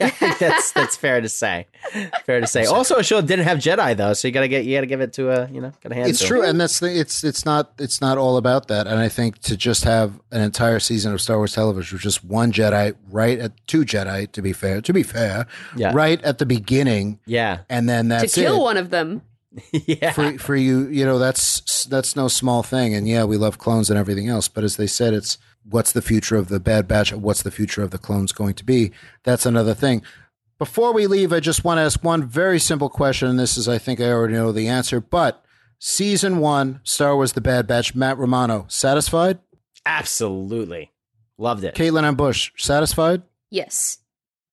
[SPEAKER 3] I think that's that's fair to say. Fair to say. Also, a show that didn't have Jedi though, so you gotta get you gotta give it to a you know gotta hand.
[SPEAKER 1] it's
[SPEAKER 3] to 'em.
[SPEAKER 1] true, and that's the, it's it's not it's not all about that. And I think to just have an entire season of Star Wars television with just one Jedi, right at two Jedi, to be fair, to be fair,
[SPEAKER 3] Yeah.
[SPEAKER 1] right at the beginning,
[SPEAKER 3] Yeah,
[SPEAKER 1] and then
[SPEAKER 2] to
[SPEAKER 1] that's
[SPEAKER 2] kill
[SPEAKER 1] it.
[SPEAKER 2] one of them.
[SPEAKER 3] yeah.
[SPEAKER 1] for for you, you know, that's that's no small thing. And yeah, we love clones and everything else, but as they said, it's what's the future of the Bad Batch? What's the future of the clones going to be? That's another thing. Before we leave, I just want to ask one very simple question, and this is, I think, I already know the answer, but season one, Star Wars: The Bad Batch, Matt Romano, satisfied?
[SPEAKER 3] Absolutely loved it.
[SPEAKER 1] Caitlin and Bush, satisfied?
[SPEAKER 2] Yes.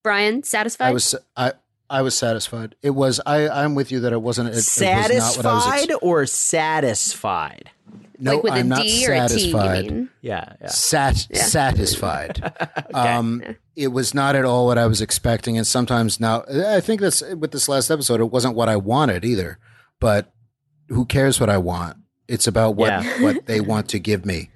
[SPEAKER 2] Brian, satisfied?
[SPEAKER 1] I was, I, I was satisfied. It was, I, I'm with you that it wasn't, it, it was not what I was.
[SPEAKER 3] satisfied
[SPEAKER 1] ex-
[SPEAKER 3] or satisfied?
[SPEAKER 1] no,
[SPEAKER 2] like with a
[SPEAKER 1] I'm not
[SPEAKER 2] D or a T, you
[SPEAKER 1] satisfied.
[SPEAKER 2] mean?
[SPEAKER 3] Yeah, yeah.
[SPEAKER 1] sat satisfied. um, It was not at all what I was expecting, and sometimes now I think that's with this last episode. It wasn't what I wanted either, but who cares what I want? It's about what
[SPEAKER 3] Yeah.
[SPEAKER 1] what they want to give me.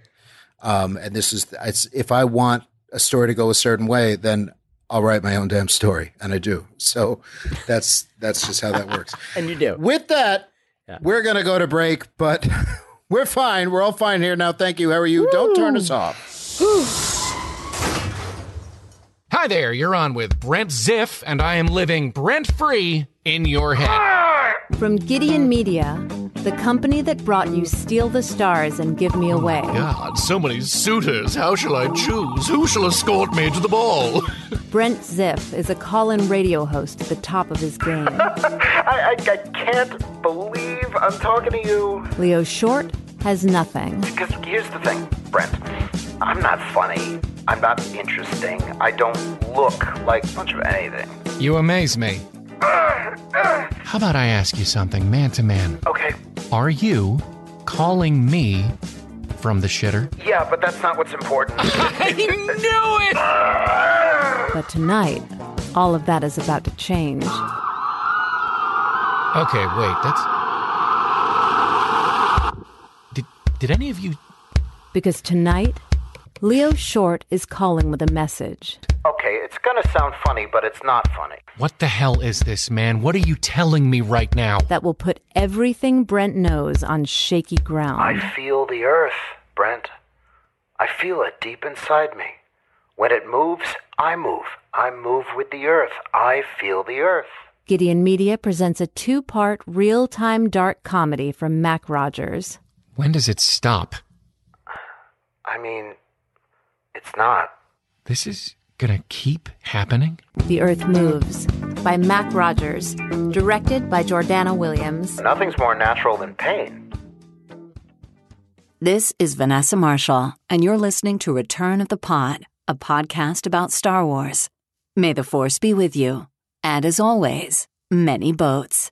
[SPEAKER 1] Um, and this is it's, if I want a story to go a certain way, then I'll write my own damn story, and I do. So that's that's just how that works.
[SPEAKER 3] And you do.
[SPEAKER 1] With that, we're gonna go to break, but we're fine. We're all fine here now. Thank you. How are you? Don't turn us off.
[SPEAKER 13] Hi there, you're on with Brent Ziff, and I am living Brent free in your head.
[SPEAKER 14] From Gideon Media, the company that brought you Steal the Stars and Give Me Away.
[SPEAKER 15] God, so many suitors. How shall I choose? Who shall escort me to the ball?
[SPEAKER 14] Brent Ziff is a call in radio host at the top of his game.
[SPEAKER 16] I, I, I can't believe I'm talking to you.
[SPEAKER 14] Leo Short has nothing.
[SPEAKER 16] Because here's the thing, Brent. I'm not funny. I'm not interesting. I don't look like much of anything.
[SPEAKER 13] You amaze me. How about I ask you something, man to man?
[SPEAKER 16] Okay.
[SPEAKER 13] Are you calling me from the shitter?
[SPEAKER 16] Yeah, but that's not what's important.
[SPEAKER 13] I knew it!
[SPEAKER 14] But tonight, all of that is about to change.
[SPEAKER 13] Okay, wait, that's. Did, did any of you.
[SPEAKER 14] Because tonight, Leo Short is calling with a message.
[SPEAKER 16] Okay, it's gonna sound funny, but it's not funny.
[SPEAKER 13] What the hell is this, man? What are you telling me right now?
[SPEAKER 14] That will put everything Brent knows on shaky ground.
[SPEAKER 16] I feel the earth, Brent. I feel it deep inside me. When it moves, I move. I move with the earth. I feel the earth.
[SPEAKER 14] Gideon Media presents a two part real time dark comedy from Mac Rogers.
[SPEAKER 13] When does it stop?
[SPEAKER 16] I mean, it's not.
[SPEAKER 13] This is gonna keep happening?
[SPEAKER 14] The Earth Moves by Mac Rogers, directed by Jordana Williams.
[SPEAKER 16] Nothing's more natural than pain.
[SPEAKER 17] This is Vanessa Marshall, and you're listening to Return of the Pod, a podcast about Star Wars. May the Force be with you. And as always, many boats.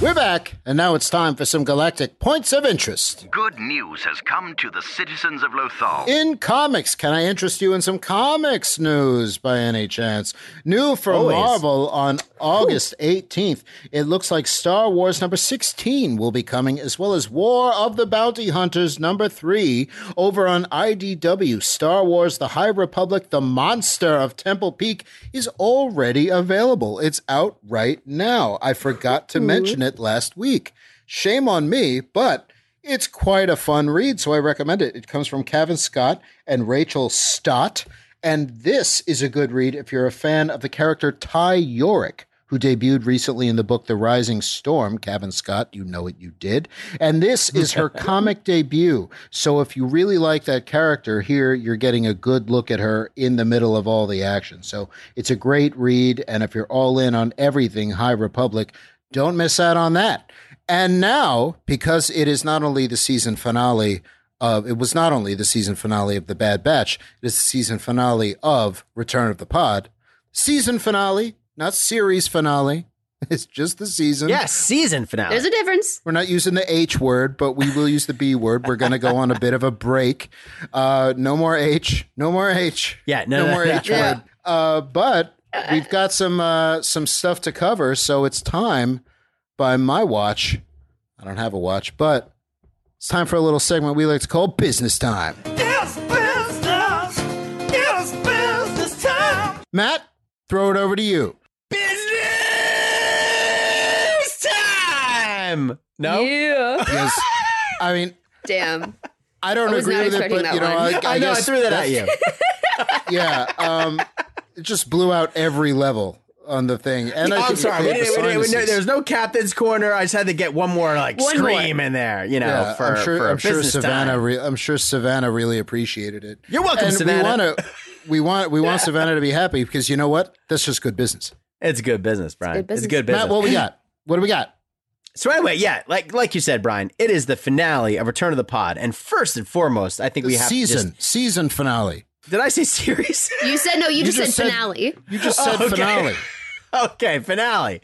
[SPEAKER 1] We're back, and now it's time for some galactic points of interest.
[SPEAKER 18] Good news has come to the citizens of Lothal.
[SPEAKER 1] In comics, can I interest you in some comics news by any chance? New from
[SPEAKER 18] Always.
[SPEAKER 1] Marvel on August 18th. It looks like Star Wars number 16 will be coming, as well as War of the Bounty Hunters number 3 over on IDW. Star Wars The High Republic, The Monster of Temple Peak is already available. It's out right now. I forgot to
[SPEAKER 19] Mhm.
[SPEAKER 1] mention it last week. Shame on me, but it's quite a fun read, so I recommend it. It comes from Kevin Scott and Rachel Stott. And this is a good read if you're a fan of the character Ty Yorick, who debuted recently in the book The Rising Storm. Kevin Scott, you know it, you did. And this is her comic debut. So if you really like that character here, you're getting a good look at her in the middle of all the action. So it's a great read. And if you're all in on everything High Republic, don't miss out on that. And now, because it is not only the season finale of, it was not only the season finale of The Bad Batch, it is the season finale of Return of the Pod. Season finale, not series finale. It's just the season.
[SPEAKER 3] Yes, season finale.
[SPEAKER 2] There's a difference.
[SPEAKER 1] We're not using the H word, but we will use the B word. We're going to go on a bit of a break. Uh, no more H. No more H.
[SPEAKER 3] Yeah, no,
[SPEAKER 1] no,
[SPEAKER 3] no,
[SPEAKER 1] more
[SPEAKER 3] no.
[SPEAKER 1] H
[SPEAKER 3] Yeah.
[SPEAKER 1] word. Uh, but we've got some uh, some stuff to cover, so it's time by my watch. I don't have a watch, but it's time for a little segment we like to call business time.
[SPEAKER 19] It's business. It's business time.
[SPEAKER 1] Matt, throw it over to you.
[SPEAKER 3] Business time. No.
[SPEAKER 2] Yeah.
[SPEAKER 1] Yes. I mean,
[SPEAKER 2] Damn.
[SPEAKER 1] I don't
[SPEAKER 2] I was
[SPEAKER 1] agree
[SPEAKER 2] not
[SPEAKER 1] with it,
[SPEAKER 2] expecting
[SPEAKER 1] but
[SPEAKER 2] that
[SPEAKER 1] you know,
[SPEAKER 2] one.
[SPEAKER 1] I,
[SPEAKER 3] I know, I
[SPEAKER 1] guess
[SPEAKER 3] threw that at
[SPEAKER 1] that's-
[SPEAKER 3] you.
[SPEAKER 1] yeah, um, it just blew out every level on the thing, and I
[SPEAKER 3] Oh, I'm
[SPEAKER 1] think
[SPEAKER 3] sorry. We
[SPEAKER 1] it played
[SPEAKER 3] didn't, we
[SPEAKER 1] the
[SPEAKER 3] didn't, we didn't-
[SPEAKER 1] sinuses.
[SPEAKER 3] there was no captain's corner. I just had to get one more like
[SPEAKER 1] One more.
[SPEAKER 3] scream in there, you know,
[SPEAKER 1] Yeah,
[SPEAKER 3] for,
[SPEAKER 1] I'm sure,
[SPEAKER 3] for
[SPEAKER 1] I'm sure
[SPEAKER 3] business
[SPEAKER 1] Savannah.
[SPEAKER 3] time.
[SPEAKER 1] Re- I'm sure Savannah really appreciated it.
[SPEAKER 3] You're welcome,
[SPEAKER 1] and
[SPEAKER 3] Savannah.
[SPEAKER 1] We want to, we want, we want Savannah to be happy because you know what? That's just good business.
[SPEAKER 3] It's good business, Brian. It's,
[SPEAKER 1] good business.
[SPEAKER 3] good business.
[SPEAKER 1] Matt, what we got? What do we got?
[SPEAKER 3] So anyway, yeah, like like you said, Brian, it is the finale of Return of the Pod, and first and foremost, I think we have to just-
[SPEAKER 1] season season finale.
[SPEAKER 3] did I say series?
[SPEAKER 2] You said no. You,
[SPEAKER 3] You
[SPEAKER 2] just,
[SPEAKER 3] just
[SPEAKER 2] said,
[SPEAKER 3] said-
[SPEAKER 2] finale.
[SPEAKER 1] You just said
[SPEAKER 3] Okay.
[SPEAKER 1] finale.
[SPEAKER 3] okay, finale.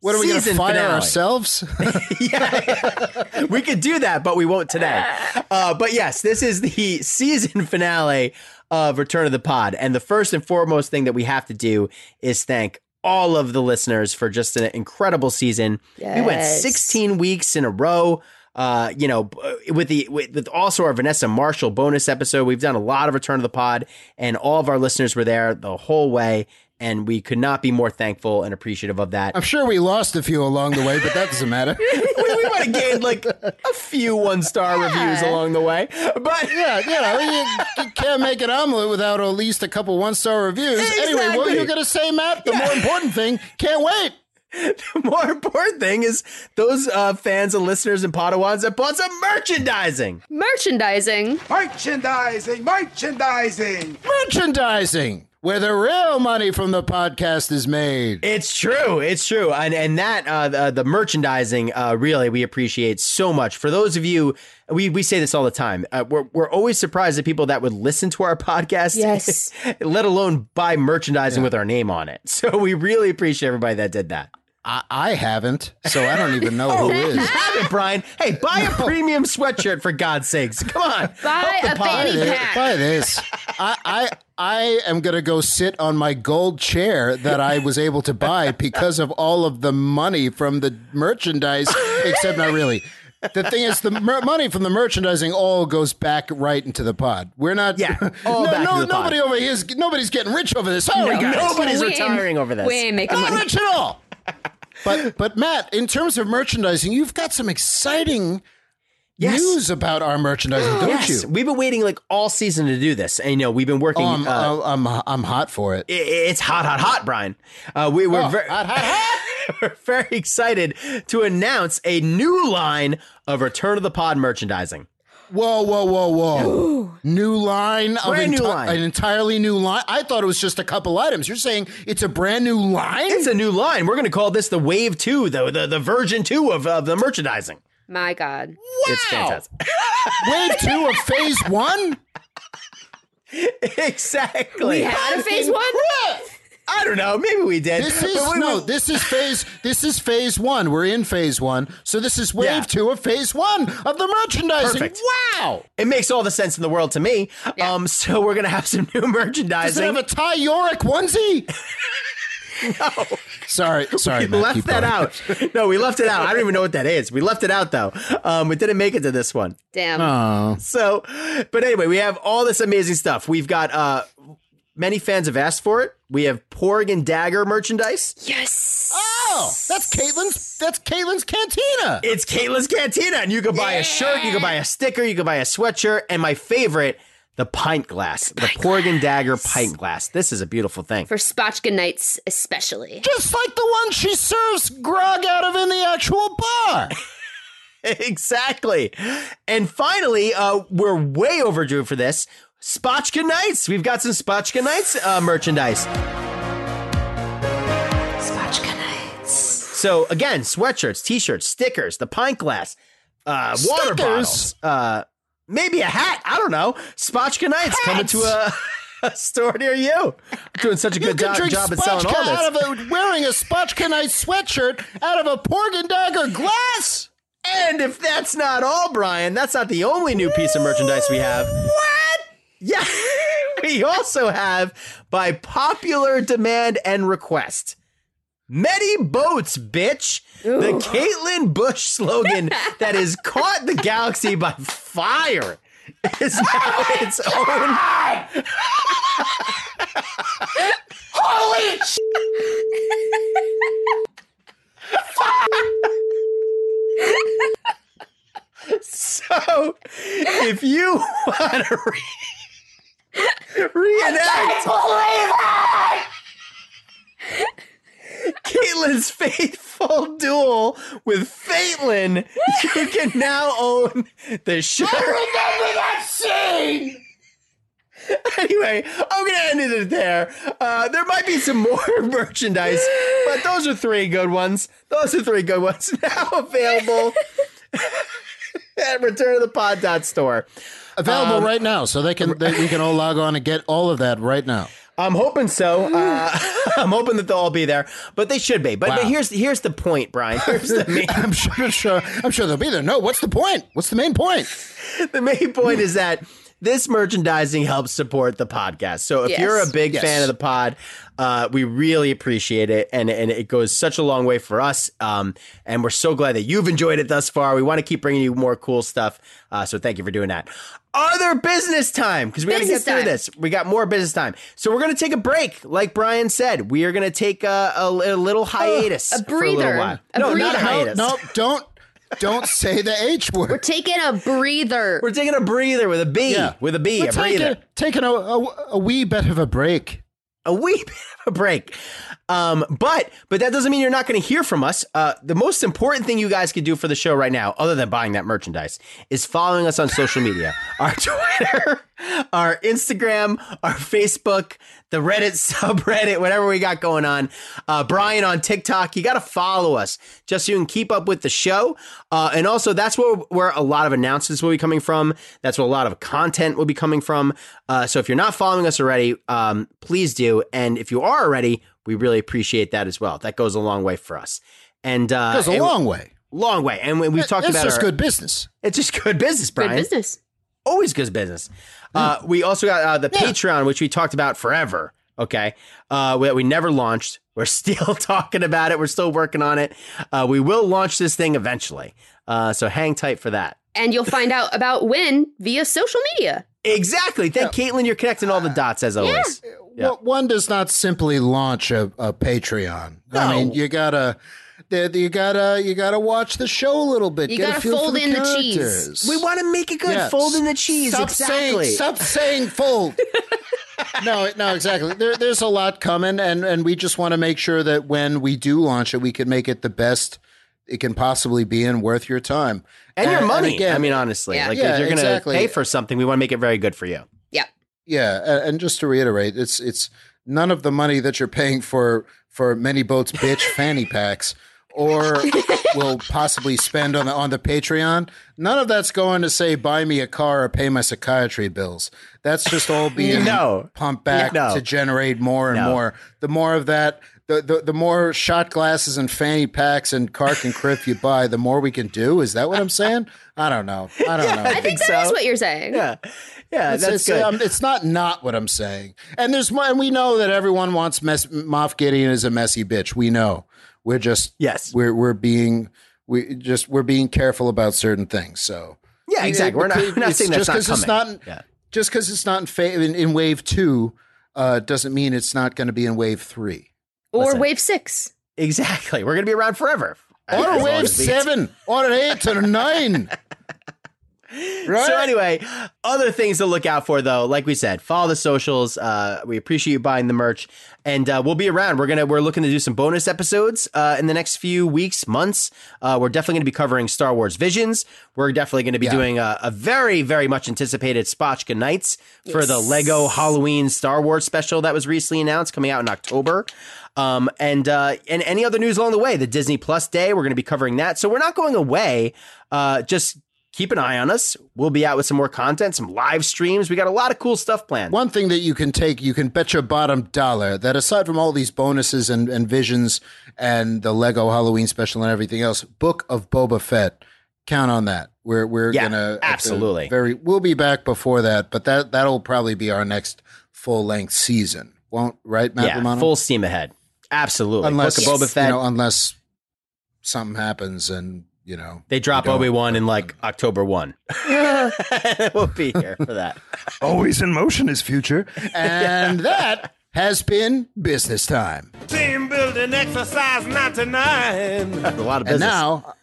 [SPEAKER 1] What are we going to
[SPEAKER 3] Season
[SPEAKER 1] fire
[SPEAKER 3] finale.
[SPEAKER 1] ourselves?
[SPEAKER 3] we could do that, but we won't today. Uh, but yes, this is the season finale of Return of the Pod. And the first and foremost thing that we have to do is thank all of the listeners for just an incredible season. We went
[SPEAKER 19] Yes.
[SPEAKER 3] 16 weeks in a row. Uh, you know, b- with the with, with also our Vanessa Marshall bonus episode, we've done a lot of Return of the Pod, and all of our listeners were there the whole way, and we could not be more thankful and appreciative of that
[SPEAKER 1] I'm sure we lost a few along the way, but that doesn't matter.
[SPEAKER 3] we, we might have gained like a few one star reviews along the way, but
[SPEAKER 1] yeah, you know, you, you can't make an omelet without at least a couple one star reviews. Anyway, what were
[SPEAKER 3] Exactly.
[SPEAKER 1] you going to say, Matt? The more important thing, can't wait.
[SPEAKER 3] the more important thing is those uh, fans and listeners and Padawans that bought some merchandising.
[SPEAKER 2] Merchandising.
[SPEAKER 20] Merchandising, merchandising.
[SPEAKER 1] Merchandising, where the real money from the podcast is made.
[SPEAKER 3] It's true. It's true. And and that uh, the, the merchandising uh, really we appreciate so much. For those of you, we, we say this all the time. Uh, we're we're always surprised at people that would listen to our podcast,
[SPEAKER 19] Yes.
[SPEAKER 3] let alone buy merchandising with our name on it. So we really appreciate everybody that did that.
[SPEAKER 1] I, I haven't, so I don't even know
[SPEAKER 2] Oh,
[SPEAKER 1] who
[SPEAKER 3] You
[SPEAKER 1] is.
[SPEAKER 3] have it, Brian. Hey, buy a premium sweatshirt for God's sakes. Come on.
[SPEAKER 2] Buy
[SPEAKER 3] Help
[SPEAKER 2] a
[SPEAKER 3] the pod.
[SPEAKER 2] fanny
[SPEAKER 1] Buy
[SPEAKER 2] pack.
[SPEAKER 1] buy this. eh? I, I I am gonna go sit on my gold chair that I was able to buy because of all of the money from the merchandise. Except not really. The thing is, the mer- money from the merchandising all goes back right into the pod. We're not. Yeah,
[SPEAKER 19] all
[SPEAKER 1] no,
[SPEAKER 19] back
[SPEAKER 1] no,
[SPEAKER 19] into the pod.
[SPEAKER 1] nobody over here is nobody's getting rich over this. Oh,
[SPEAKER 19] No,
[SPEAKER 1] we got it.
[SPEAKER 19] nobody's We ain't- retiring over this. we ain't making
[SPEAKER 1] Not
[SPEAKER 19] money.
[SPEAKER 1] rich at all. But but Matt, in terms of merchandising, you've got some exciting news about our merchandising, don't
[SPEAKER 3] Yes.
[SPEAKER 1] you?
[SPEAKER 3] We've been waiting like all season to do this. And you know, we've been working.
[SPEAKER 19] Um,
[SPEAKER 1] Oh, I'm-
[SPEAKER 19] uh,
[SPEAKER 3] I'm,
[SPEAKER 1] I'm hot for it.
[SPEAKER 3] It's hot, hot, hot, Brian. Uh, we were
[SPEAKER 1] Oh,
[SPEAKER 3] very, we're very excited to announce a new line of Return of the Pod merchandising.
[SPEAKER 1] Whoa, whoa, whoa, whoa! New line, of
[SPEAKER 3] Brand new
[SPEAKER 1] enti-
[SPEAKER 3] line.
[SPEAKER 1] an entirely new line. I thought it was just a couple items. You're saying it's a brand new line?
[SPEAKER 3] It's a new line. We're going to call this the Wave Two, though the the version two of, of the merchandising.
[SPEAKER 2] My God.
[SPEAKER 3] It's fantastic.
[SPEAKER 1] Wave two of phase one.
[SPEAKER 3] exactly.
[SPEAKER 2] We had a phase one?
[SPEAKER 3] I don't know. Maybe we did.
[SPEAKER 1] This
[SPEAKER 3] But
[SPEAKER 1] is
[SPEAKER 3] we-
[SPEAKER 1] no.
[SPEAKER 3] we-
[SPEAKER 1] This is phase. This is phase one. We're in phase one. So this is wave two of phase one of the merchandising.
[SPEAKER 3] Perfect.
[SPEAKER 1] Wow.
[SPEAKER 3] It makes all the sense in the world to me. Um, so we're gonna have some new merchandising.
[SPEAKER 1] Does it have a Ty Yorick onesie? Sorry, sorry,
[SPEAKER 3] we
[SPEAKER 1] Matt,
[SPEAKER 3] left
[SPEAKER 1] keep
[SPEAKER 3] that
[SPEAKER 1] going.
[SPEAKER 3] out. No, we left it out. I don't even know what that is. We left it out though. Um, it didn't make it to this one.
[SPEAKER 2] Damn.
[SPEAKER 1] Oh,
[SPEAKER 3] So, but anyway, we have all this amazing stuff. We've got uh, many fans have asked for it. We have Porg and Dagger merchandise.
[SPEAKER 2] Yes.
[SPEAKER 1] Oh, that's Caitlin's. That's Caitlin's Cantina.
[SPEAKER 3] It's Caitlin's Cantina, and you could buy a shirt, you could buy a sticker, you could buy a sweatshirt, and my favorite, the pint glass, the, Porg and Dagger pint glass. This is a beautiful thing.
[SPEAKER 2] For Spotchka nights, especially.
[SPEAKER 1] Just like the one she serves grog out of in the actual bar.
[SPEAKER 3] exactly. And finally, uh, we're way overdue for this. Spotchka Nights. We've got some Spotchka Nights uh, merchandise. Spotchka Nights. So again, sweatshirts, t-shirts, stickers, the pint glass, uh, water
[SPEAKER 1] Stickers?
[SPEAKER 3] bottles, uh, maybe a hat. I don't know. Spotchka Nights coming to a, a store near you. Doing such a
[SPEAKER 1] You
[SPEAKER 3] good
[SPEAKER 1] can
[SPEAKER 3] job,
[SPEAKER 1] drink
[SPEAKER 3] job at selling
[SPEAKER 1] Spotchka
[SPEAKER 3] all this.
[SPEAKER 1] out of a, wearing a Spotchka Night sweatshirt out of a Porg and Dagger glass.
[SPEAKER 3] And if that's not all, Brian, that's not the only new piece of merchandise we have. What? Yeah. we also have, by popular demand and request, Many Boats, bitch. The Caitlin Bush slogan that has caught the galaxy by fire is now its own.
[SPEAKER 19] Holy
[SPEAKER 3] So, if you want to re- reenact. Caitlin's faithful duel with Fatelyn, you can now own the shirt.
[SPEAKER 19] that scene!
[SPEAKER 3] Anyway, I'm gonna end it there. Uh, there might be some more merchandise, but those are three good ones. Those are three good ones now available at returnofthepod.store.
[SPEAKER 1] Available
[SPEAKER 3] Um,
[SPEAKER 1] right now, so they can they, we can all log on and get all of that right now.
[SPEAKER 3] I'm hoping so. Uh, I'm hoping that they'll all be there, but they should be. But, but
[SPEAKER 1] Wow.
[SPEAKER 3] here's here's the point, Brian. Here's the main
[SPEAKER 1] I'm sure, sure, I'm sure they'll be there. No, what's the point? What's the main point?
[SPEAKER 3] the main point is that this merchandising helps support the podcast. So if
[SPEAKER 1] Yes.
[SPEAKER 3] you're a big
[SPEAKER 1] Yes.
[SPEAKER 3] fan of the pod, uh, we really appreciate it, and and it goes such a long way for us. Um, and we're so glad that you've enjoyed it thus far. We want to keep bringing you more cool stuff. Uh, so thank you for doing that. Other business time because we got to get
[SPEAKER 2] Business
[SPEAKER 3] through
[SPEAKER 2] time.
[SPEAKER 3] this. We got more business time, so we're gonna take a break. Like Brian said, we are gonna take a, a, a little hiatus,
[SPEAKER 2] a
[SPEAKER 3] for a little
[SPEAKER 2] breather.
[SPEAKER 3] while.
[SPEAKER 2] A
[SPEAKER 3] no, not
[SPEAKER 2] breather. No,
[SPEAKER 3] a hiatus.
[SPEAKER 1] No, don't don't say the H word.
[SPEAKER 2] We're taking a breather.
[SPEAKER 3] We're taking a breather with a B,
[SPEAKER 1] Yeah.
[SPEAKER 3] with a B,
[SPEAKER 1] We're
[SPEAKER 3] a
[SPEAKER 1] taking,
[SPEAKER 3] breather.
[SPEAKER 1] taking a, a, a wee bit of a break.
[SPEAKER 3] a wee bit of a break. Um, but but that doesn't mean you're not going to hear from us. Uh, the most important thing you guys could do for the show right now, other than buying that merchandise, is following us on social media: our Twitter, our Instagram, our Facebook, the Reddit subreddit, whatever we got going on. Uh, Brian on TikTok, you got to follow us just so you can keep up with the show. Uh, and also, that's where where a lot of announcements will be coming from. That's where a lot of content will be coming from. Uh, so if you're not following us already, um, please do. And if you are already, we really appreciate that as well. That goes a long way for us. And uh,
[SPEAKER 1] Goes a
[SPEAKER 3] and-
[SPEAKER 1] long way.
[SPEAKER 3] long way. And we- we've
[SPEAKER 1] It-
[SPEAKER 3] talked
[SPEAKER 1] it's
[SPEAKER 3] about
[SPEAKER 1] just
[SPEAKER 3] our-
[SPEAKER 1] good business.
[SPEAKER 3] It's just good business, Brian.
[SPEAKER 2] business.
[SPEAKER 3] Always good business. Uh, we also got uh, the Patreon, which we talked about forever. Okay, uh, we, we never launched. We're still talking about it. We're still working on it. Uh, we will launch this thing eventually. Uh, so hang tight for that.
[SPEAKER 2] And you'll find out about when via social media.
[SPEAKER 3] Exactly. Thank Caitlin. You're connecting all the dots as always.
[SPEAKER 1] Well, one does not simply launch a, a Patreon. I mean, you gotta there, you gotta you gotta watch the show a little bit.
[SPEAKER 2] You
[SPEAKER 1] Get a
[SPEAKER 2] gotta
[SPEAKER 1] feel for
[SPEAKER 2] fold in the cheese.
[SPEAKER 1] characters.
[SPEAKER 3] We want to make it good.
[SPEAKER 1] Yes.
[SPEAKER 3] Fold in the cheese.
[SPEAKER 1] Stop
[SPEAKER 3] exactly.
[SPEAKER 1] Saying, stop saying fold. no, no, exactly. There, there's a lot coming, and and we just want to make sure that when we do launch it, we can make it the best it can possibly be and worth your time
[SPEAKER 3] and your money.
[SPEAKER 1] again-
[SPEAKER 3] I mean, honestly,
[SPEAKER 1] Yeah.
[SPEAKER 3] like
[SPEAKER 1] Yeah,
[SPEAKER 3] if you're going to
[SPEAKER 1] exactly.
[SPEAKER 3] pay for something, we want to make it very good for you.
[SPEAKER 2] Yeah.
[SPEAKER 1] Yeah, a- and just to reiterate, it's it's none of the money that you're paying for for many boats bitch fanny packs or will possibly spend on the on the Patreon. None of that's going to say buy me a car or pay my psychiatry bills. That's just all being
[SPEAKER 3] No.
[SPEAKER 1] pumped back
[SPEAKER 3] No.
[SPEAKER 1] to generate more and
[SPEAKER 3] No.
[SPEAKER 1] more. The more of that the, the, the more shot glasses and fanny packs and Kark and Criff you buy, the more we can do. Is that what I'm saying? I don't know. I don't know.
[SPEAKER 2] I think, that is what you're saying.
[SPEAKER 3] Yeah. Yeah,
[SPEAKER 1] It's-
[SPEAKER 3] that's
[SPEAKER 1] it's,
[SPEAKER 3] good.
[SPEAKER 1] um, it's not not what I'm saying. And there's mo- and we know that everyone wants mess, Moff Gideon is a messy bitch. We know. We're just
[SPEAKER 3] yes.
[SPEAKER 1] We're we're being we just we're being careful about certain things. So
[SPEAKER 3] yeah, exactly. We're not, we're not
[SPEAKER 1] It's
[SPEAKER 3] saying that's
[SPEAKER 1] just 'cause
[SPEAKER 3] not
[SPEAKER 1] it's
[SPEAKER 3] coming.
[SPEAKER 1] not- just because it's not in, fa- in in wave two uh, doesn't mean it's not going to be in wave three
[SPEAKER 2] Or wave six.
[SPEAKER 3] Exactly. We're going to be around forever. As
[SPEAKER 1] or
[SPEAKER 3] long
[SPEAKER 1] wave
[SPEAKER 3] as we-
[SPEAKER 1] seven or an eight or a nine. Right.
[SPEAKER 3] So anyway, other things to look out for though, like we said, follow the socials. Uh, we appreciate you buying the merch, and uh, we'll be around. We're gonna we're looking to do some bonus episodes uh, in the next few weeks, months. Uh, we're definitely gonna be covering Star Wars Visions. We're definitely gonna be
[SPEAKER 1] Yeah.
[SPEAKER 3] doing a, a very very much anticipated Spotchka Nights for the
[SPEAKER 1] Yes.
[SPEAKER 3] Lego Halloween Star Wars special that was recently announced, coming out in October. Um, and uh, and any other news along the way, the Disney Plus Day, we're going to be covering that. So we're not going away. Uh, just keep an eye on us. We'll be out with some more content, some live streams. We got a lot of cool stuff planned.
[SPEAKER 1] One thing that you can take, you can bet your bottom dollar that aside from all these bonuses and, and visions and the Lego Halloween special and everything else, Book of Boba Fett, count on that. We're we're
[SPEAKER 3] Yeah,
[SPEAKER 1] gonna at the
[SPEAKER 3] absolutely.
[SPEAKER 1] very. We'll be back before that, but that that'll probably be our next full length season, won't right, Matt
[SPEAKER 3] yeah,
[SPEAKER 1] Romano?
[SPEAKER 3] full steam ahead. Absolutely.
[SPEAKER 1] unless um,
[SPEAKER 3] Book of Boba Fett.
[SPEAKER 1] you know, unless something happens and you know
[SPEAKER 3] they drop
[SPEAKER 1] we don't-
[SPEAKER 3] Obi Wan in like October one. we'll be here for that.
[SPEAKER 1] always in motion is future, and that has been business time.
[SPEAKER 5] Team building exercise 99.
[SPEAKER 3] a lot of
[SPEAKER 1] And
[SPEAKER 3] business.
[SPEAKER 1] now,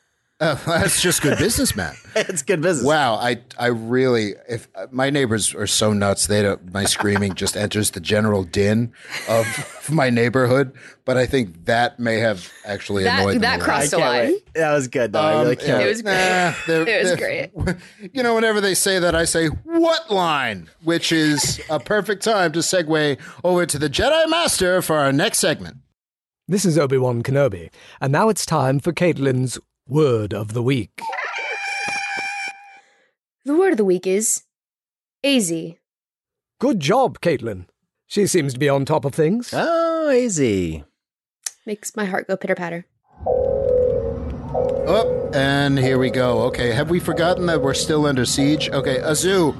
[SPEAKER 1] uh, that's just good business, man.
[SPEAKER 3] it's good business.
[SPEAKER 1] Wow, I I really if my neighbors are so nuts, they don't. My screaming just enters the general din of my neighborhood. But I think that may have actually
[SPEAKER 2] That-
[SPEAKER 1] annoyed them a
[SPEAKER 2] that
[SPEAKER 1] lot.
[SPEAKER 2] crossed the I can't line. wait.
[SPEAKER 3] That was good though.
[SPEAKER 1] Um,
[SPEAKER 3] I really can't
[SPEAKER 2] it
[SPEAKER 3] wait.
[SPEAKER 2] was great.
[SPEAKER 1] they're-
[SPEAKER 2] it was
[SPEAKER 1] they're-
[SPEAKER 2] great.
[SPEAKER 1] You know, whenever they say that, I say what line, which is a perfect time to segue over to the Jedi Master for our next segment.
[SPEAKER 21] This is Obi Wan Kenobi, and now it's time for Caitlin's Word of the Week.
[SPEAKER 2] The word of the week is easy.
[SPEAKER 21] Good job, Caitlin. She seems to be on top of things.
[SPEAKER 3] Oh, easy.
[SPEAKER 2] Makes my heart go pitter patter.
[SPEAKER 1] Up Oh, and here we go. Okay, have we forgotten that we're still under siege? Okay, Azu,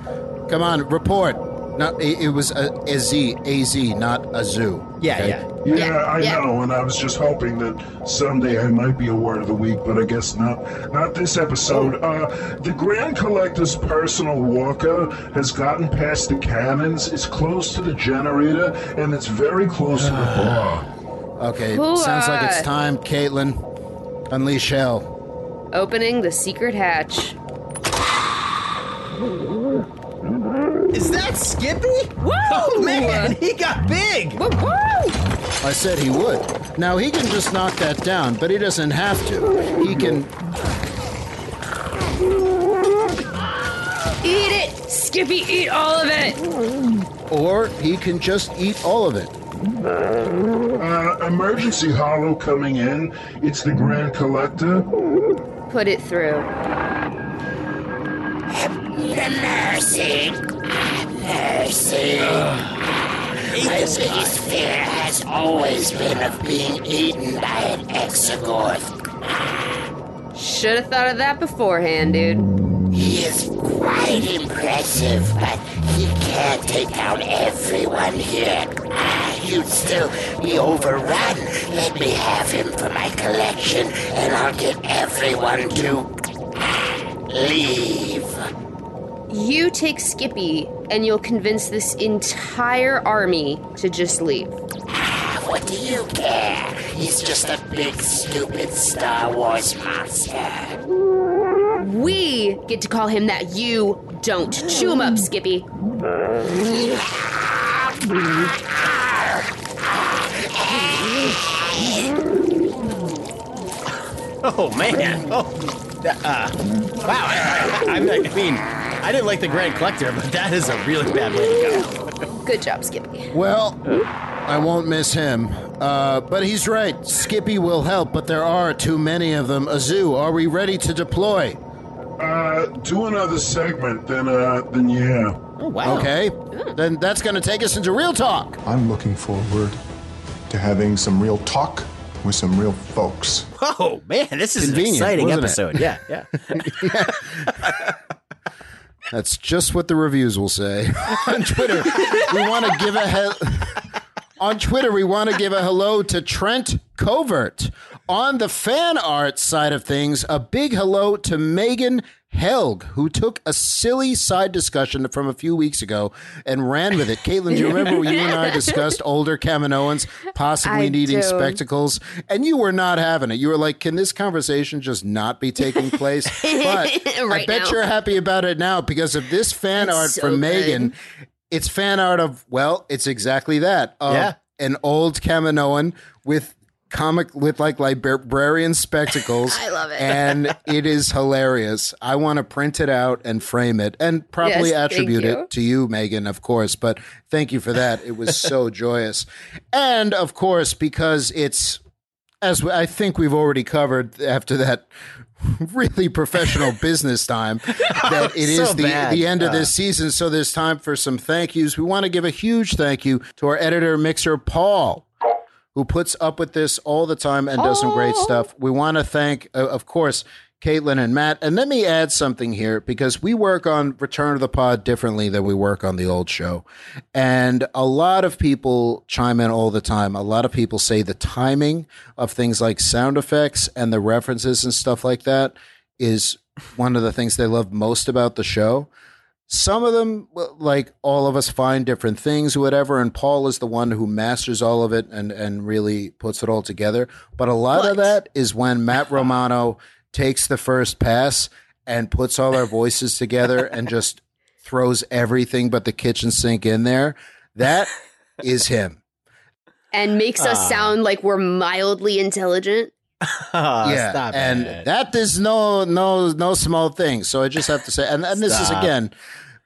[SPEAKER 1] come on, report. Not it, it was a Az, Az, not Azu.
[SPEAKER 3] Yeah,
[SPEAKER 1] okay?
[SPEAKER 3] yeah.
[SPEAKER 4] Yeah, I know, and I was just hoping that someday I might be a word of the week, but I guess not. Not this episode. Uh, the Grand Collector's personal walker has gotten past the cannons. It's close to the generator, and it's very close to the bar.
[SPEAKER 1] Okay,
[SPEAKER 2] Hooah.
[SPEAKER 1] sounds like it's time, Caitlin. Unleash hell.
[SPEAKER 2] Opening the secret hatch.
[SPEAKER 3] Is that Skippy? Woo! Oh man, he got big. Woo!
[SPEAKER 1] I said he would. Now he can just knock that down, but he doesn't have to. He can.
[SPEAKER 2] Eat it! Skippy, eat all of it!
[SPEAKER 1] Or he can just eat all of it.
[SPEAKER 4] Uh, emergency hollow coming in. It's the Grand Collector.
[SPEAKER 2] Put it through.
[SPEAKER 19] Mercy! Mercy! My biggest fear has always been of being eaten by an exogorth.
[SPEAKER 2] Should have thought of that beforehand, dude.
[SPEAKER 19] He is quite impressive, but he can't take down everyone here. Ah, You'd still be overrun. Let me have him for my collection, and I'll get everyone to ah, leave.
[SPEAKER 2] You take Skippy, and you'll convince this entire army to just leave.
[SPEAKER 19] What do you care? He's just a big stupid Star Wars monster.
[SPEAKER 2] We get to call him that. You don't. Chew him up, Skippy.
[SPEAKER 3] Oh man! Oh, that- uh, wow! I, I, I, I mean, I didn't like the Grand Collector, but that is a really bad way to
[SPEAKER 2] Good job, Skippy.
[SPEAKER 1] Well, I won't miss him. Uh, but he's right. Skippy will help, but there are too many of them. Azu, are we ready to deploy?
[SPEAKER 4] Uh, do another segment, then, uh, then yeah.
[SPEAKER 1] Oh, wow. Okay. Then that's going to take us into real talk.
[SPEAKER 6] I'm looking forward to having some real talk with some real folks.
[SPEAKER 3] go. Whoa, Oh, man! This is
[SPEAKER 1] Convenient,
[SPEAKER 3] an exciting
[SPEAKER 1] wasn't it?
[SPEAKER 3] episode. Yeah, yeah.
[SPEAKER 1] That's just what the reviews will say on Twitter. we want to give a he- on Twitter. We want to give a hello to Trent Covert. On the fan art side of things, a big hello to Megan Helg, who took a silly side discussion from a few weeks ago and ran with it. Caitlin, do you remember when you and I discussed older Kaminoans possibly
[SPEAKER 22] I
[SPEAKER 1] needing
[SPEAKER 22] do.
[SPEAKER 1] spectacles? And you were not having it. You were like, can this conversation just not be taking place? But I
[SPEAKER 22] Right
[SPEAKER 1] bet
[SPEAKER 22] now.
[SPEAKER 1] you're happy about it now because of this fan
[SPEAKER 22] It's
[SPEAKER 1] art
[SPEAKER 22] so
[SPEAKER 1] from
[SPEAKER 22] good.
[SPEAKER 1] Megan. It's fan art of, well, it's exactly that. Of
[SPEAKER 22] Yeah.
[SPEAKER 1] An old Kaminoan with comic with like librarian spectacles.
[SPEAKER 2] I love it.
[SPEAKER 1] And it is hilarious. I want to print it out and frame it and properly
[SPEAKER 22] Yes, thank
[SPEAKER 1] attribute
[SPEAKER 22] you.
[SPEAKER 1] it to you, Megan, of course. But thank you for that. It was so joyous. And of course, because it's as we- I think we've already covered after that really professional business time that it is
[SPEAKER 22] so
[SPEAKER 1] the,
[SPEAKER 22] bad.
[SPEAKER 1] the end of
[SPEAKER 22] Uh.
[SPEAKER 1] this season so there's time for some thank yous we want to give a huge thank you to our editor mixer paul who puts up with this all the time and does some great stuff. We want to thank, uh, of course, Caitlin and Matt. And let me add something here because we work on Return of the Pod differently than we work on the old show. And a lot of people chime in all the time. A lot of people say the timing of things like sound effects and the references and stuff like that is one of the things they love most about the show some of them well, like all of us find different things whatever and paul is the one who masters all of it and and really puts it all together but a lot of that is when matt romano takes the first pass and puts all our voices together and just throws everything but the kitchen sink in there that is him
[SPEAKER 2] And makes
[SPEAKER 1] Ah.
[SPEAKER 2] us sound like we're mildly intelligent.
[SPEAKER 3] Ah,
[SPEAKER 1] yeah, and that is no no no small thing. So I just have to say, and, and this is
[SPEAKER 22] Stop.
[SPEAKER 1] again,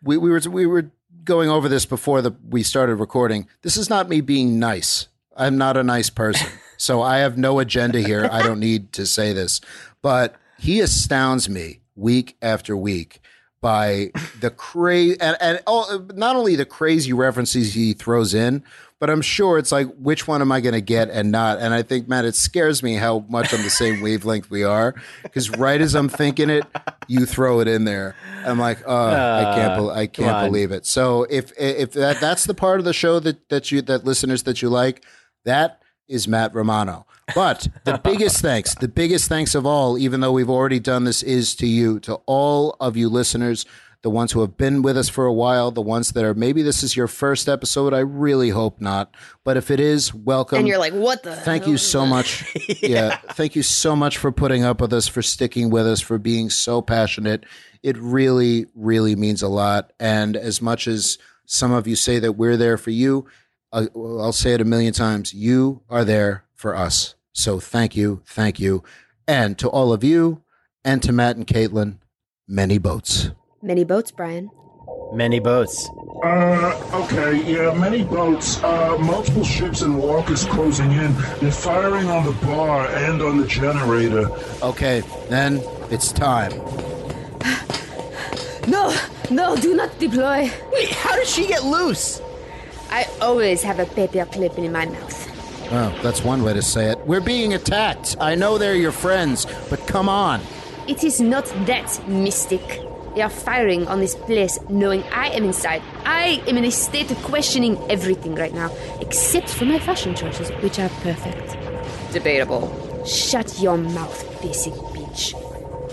[SPEAKER 1] we, we were we were going over this before the we started recording. This is not me being nice. I'm not a nice person, so I have no agenda here. I don't need to say this, but he astounds me week after week by the crazy and, and all, not only the crazy references he throws in but i'm sure it's like which one am i going to get and not and i think matt it scares me how much on the same wavelength we are because right as i'm thinking it you throw it in there i'm like oh i can't bel i
[SPEAKER 22] Uh, come
[SPEAKER 1] can't
[SPEAKER 22] on.
[SPEAKER 1] believe it so if if that, that's the part of the show that that you that listeners that you like that is Matt Romano. But the biggest thanks, the biggest thanks of all, even though we've already done this, is to you, to all of you listeners, the ones who have been with us for a while, the ones that are maybe this is your first episode. I really hope not. But if it is, welcome.
[SPEAKER 2] And you're like, what the
[SPEAKER 1] Um, Thank you so much. yeah. Thank you so much for putting up with us, for sticking with us, for being so passionate. It really, really means a lot. And as much as some of you say that we're there for you, I- well, I'll say it a million times. You are there for us. So thank you. Thank you. And to all of you, and to Matt and Caitlin, many boats.
[SPEAKER 2] Many boats, Brian.
[SPEAKER 3] go. Many boats.
[SPEAKER 4] Uh, okay, yeah, many boats, uh, multiple ships and walkers closing in. They're firing on the bar and on the generator.
[SPEAKER 1] Okay, then it's time.
[SPEAKER 2] No, no, do not deploy.
[SPEAKER 3] Wait, how did she get loose?
[SPEAKER 2] I always have a paper clip in my mouth.
[SPEAKER 1] Oh, that's one way to say it. We're being attacked. I know they're your friends, but come on.
[SPEAKER 2] It is not that mystic. They are firing on this place knowing I am inside. I am in a state of questioning everything right now, except for my fashion choices, which are perfect. Debatable. Shut your mouth, basic bitch.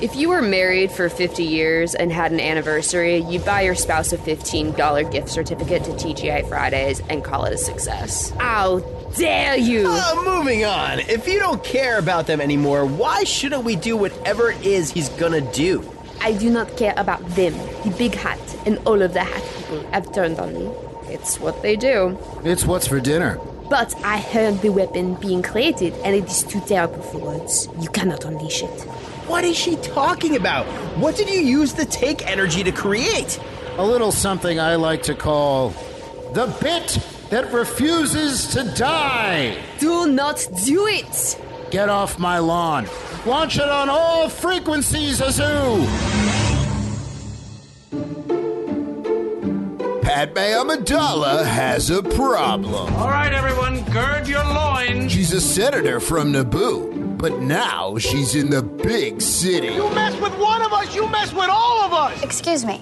[SPEAKER 2] If you were married for 50 years and had an anniversary, you'd buy your spouse a $15 gift certificate to TGI Fridays and call it a success. Ow, dare you!
[SPEAKER 3] Uh, moving on. If you don't care about them anymore, why shouldn't we do whatever it is he's gonna do?
[SPEAKER 2] I do not care about them. The big hat and all of the hat people have turned on me. It's what they do.
[SPEAKER 1] It's what's for dinner.
[SPEAKER 2] But I heard the weapon being created, and it is too terrible for words. You cannot unleash it.
[SPEAKER 3] What is she talking about? What did you use the take energy to create?
[SPEAKER 1] A little something I like to call the bit that refuses to die.
[SPEAKER 2] Do not do it!
[SPEAKER 1] Get off my lawn. Launch it on all frequencies, Azu!
[SPEAKER 8] Padme Amidala has a problem.
[SPEAKER 20] All right, everyone, gird your loins.
[SPEAKER 8] She's a senator from Naboo, but now she's in the big city.
[SPEAKER 20] You mess with one of us, you mess with all of us.
[SPEAKER 22] Excuse me.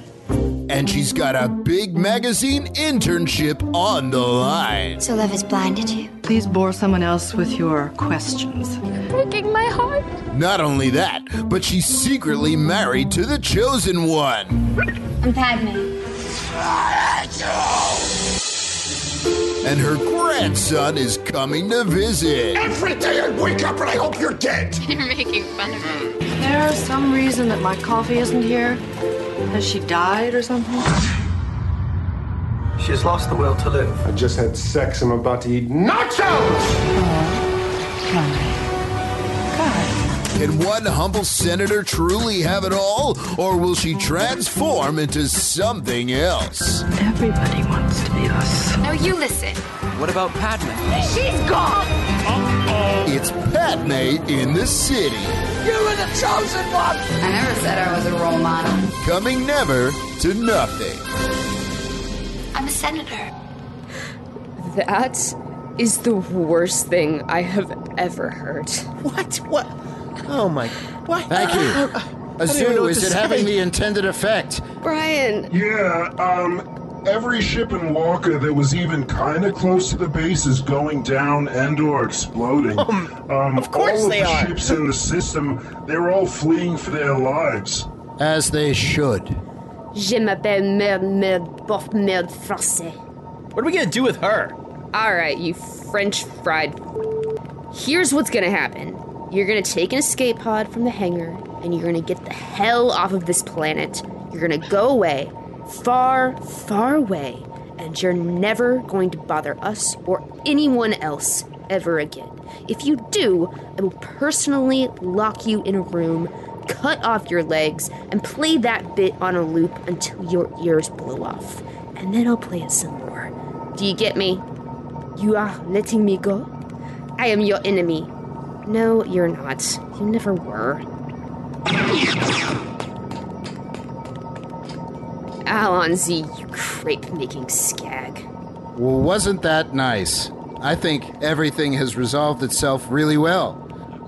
[SPEAKER 8] And she's got a big magazine internship on the line.
[SPEAKER 22] So love has blinded you.
[SPEAKER 23] Please bore someone else with your questions.
[SPEAKER 22] Breaking my heart.
[SPEAKER 8] Not only that, but she's secretly married to the chosen one.
[SPEAKER 22] I'm Padme.
[SPEAKER 8] And her grandson is coming to visit.
[SPEAKER 24] Every day I wake up and I hope you're dead.
[SPEAKER 22] You're making fun of me.
[SPEAKER 23] There's some reason that my coffee isn't here. Has she died or something?
[SPEAKER 24] She's lost the will to live.
[SPEAKER 6] I just had sex. I'm about to eat nachos.
[SPEAKER 8] Can one humble senator truly have it all, or will she transform into something else?
[SPEAKER 23] Everybody wants to be us.
[SPEAKER 22] Now you listen.
[SPEAKER 24] What about Padme?
[SPEAKER 22] She's gone!
[SPEAKER 8] Uh-oh. It's Padme in the city.
[SPEAKER 24] You were the chosen one!
[SPEAKER 22] I never said I was a role model.
[SPEAKER 8] Coming never to nothing.
[SPEAKER 22] I'm a senator.
[SPEAKER 2] That is the worst thing I have ever heard.
[SPEAKER 3] What? What? Oh my. What? Uh,
[SPEAKER 1] Thank you. Azu, is it say. having the intended effect?
[SPEAKER 2] Brian.
[SPEAKER 4] Yeah, um. Every ship and walker that was even kind of close to the base is going down and/or exploding.
[SPEAKER 3] Um, um, of course
[SPEAKER 4] all of
[SPEAKER 3] they
[SPEAKER 4] the
[SPEAKER 3] are.
[SPEAKER 4] ships in the system, they're all fleeing for their lives.
[SPEAKER 1] As they should.
[SPEAKER 2] Je m'appelle Merde Merde Bof Merde Français.
[SPEAKER 3] What are we gonna do with her?
[SPEAKER 2] All right, you French fried. Here's what's gonna happen. You're gonna take an escape pod from the hangar and you're gonna get the hell off of this planet. You're gonna go away, far, far away, and you're never going to bother us or anyone else ever again. If you do, I will personally lock you in a room, cut off your legs, and play that bit on a loop until your ears blow off. And then I'll play it some more. Do you get me? You are letting me go? I am your enemy. No, you're not. You never were. Alonzi, you crepe making skag.
[SPEAKER 1] Well, wasn't that nice? I think everything has resolved itself really well.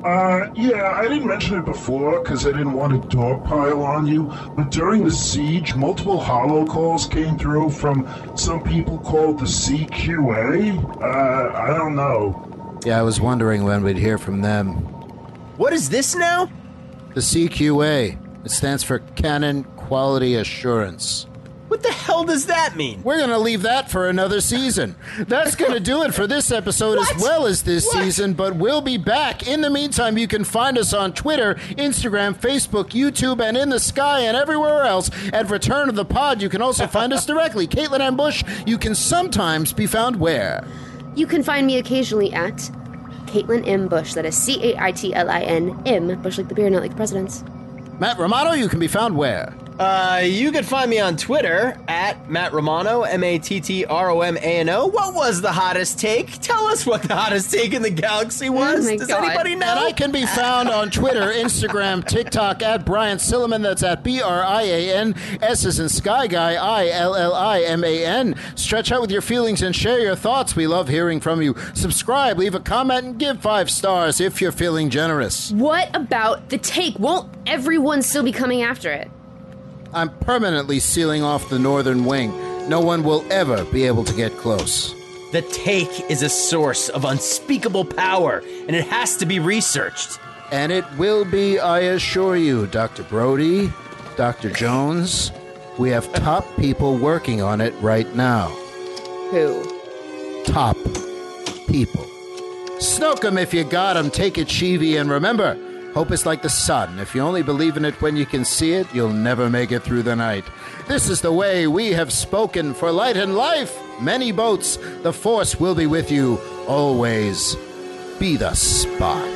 [SPEAKER 4] Uh, yeah, I didn't mention it before because I didn't want to dogpile on you, but during the siege, multiple hollow calls came through from some people called the CQA. Uh, I don't know.
[SPEAKER 1] Yeah, I was wondering when we'd hear from them.
[SPEAKER 3] What is this now?
[SPEAKER 1] The CQA. It stands for Canon Quality Assurance.
[SPEAKER 3] What the hell does that mean?
[SPEAKER 1] We're going to leave that for another season. That's going to do it for this episode as well as this what? season, but we'll be back. In the meantime, you can find us on Twitter, Instagram, Facebook, YouTube, and in the sky and everywhere else at Return of the Pod. You can also find us directly. Caitlin and Bush, you can sometimes be found where?
[SPEAKER 2] You can find me occasionally at Caitlin M. Bush. That is C A I T L I N M. Bush like the beer, not like the presidents.
[SPEAKER 1] Matt Romano, you can be found where?
[SPEAKER 3] Uh, you can find me on Twitter at Matt Romano, M A T T R O M A N O. What was the hottest take? Tell us what the hottest take in the galaxy was.
[SPEAKER 2] Oh
[SPEAKER 3] Does
[SPEAKER 2] God.
[SPEAKER 3] anybody know?
[SPEAKER 1] And I can be found on Twitter, Instagram, TikTok at Brian Silliman. That's at B R I A N S is in Sky Guy I L L I M A N. Stretch out with your feelings and share your thoughts. We love hearing from you. Subscribe, leave a comment, and give five stars if you're feeling generous.
[SPEAKER 2] What about the take? Won't everyone still be coming after it?
[SPEAKER 1] I'm permanently sealing off the northern wing. No one will ever be able to get close.
[SPEAKER 3] The take is a source of unspeakable power, and it has to be researched.
[SPEAKER 1] And it will be, I assure you, Dr. Brody, Dr. Jones. We have top people working on it right now.
[SPEAKER 2] Who?
[SPEAKER 1] Top people. Snoke 'em if you got 'em. Take it, Cheevy, and remember, hope is like the sun. If you only believe in it when you can see it, you'll never make it through the night. This is the way we have spoken for light and life. Many boats. The Force will be with you always. Be the spark.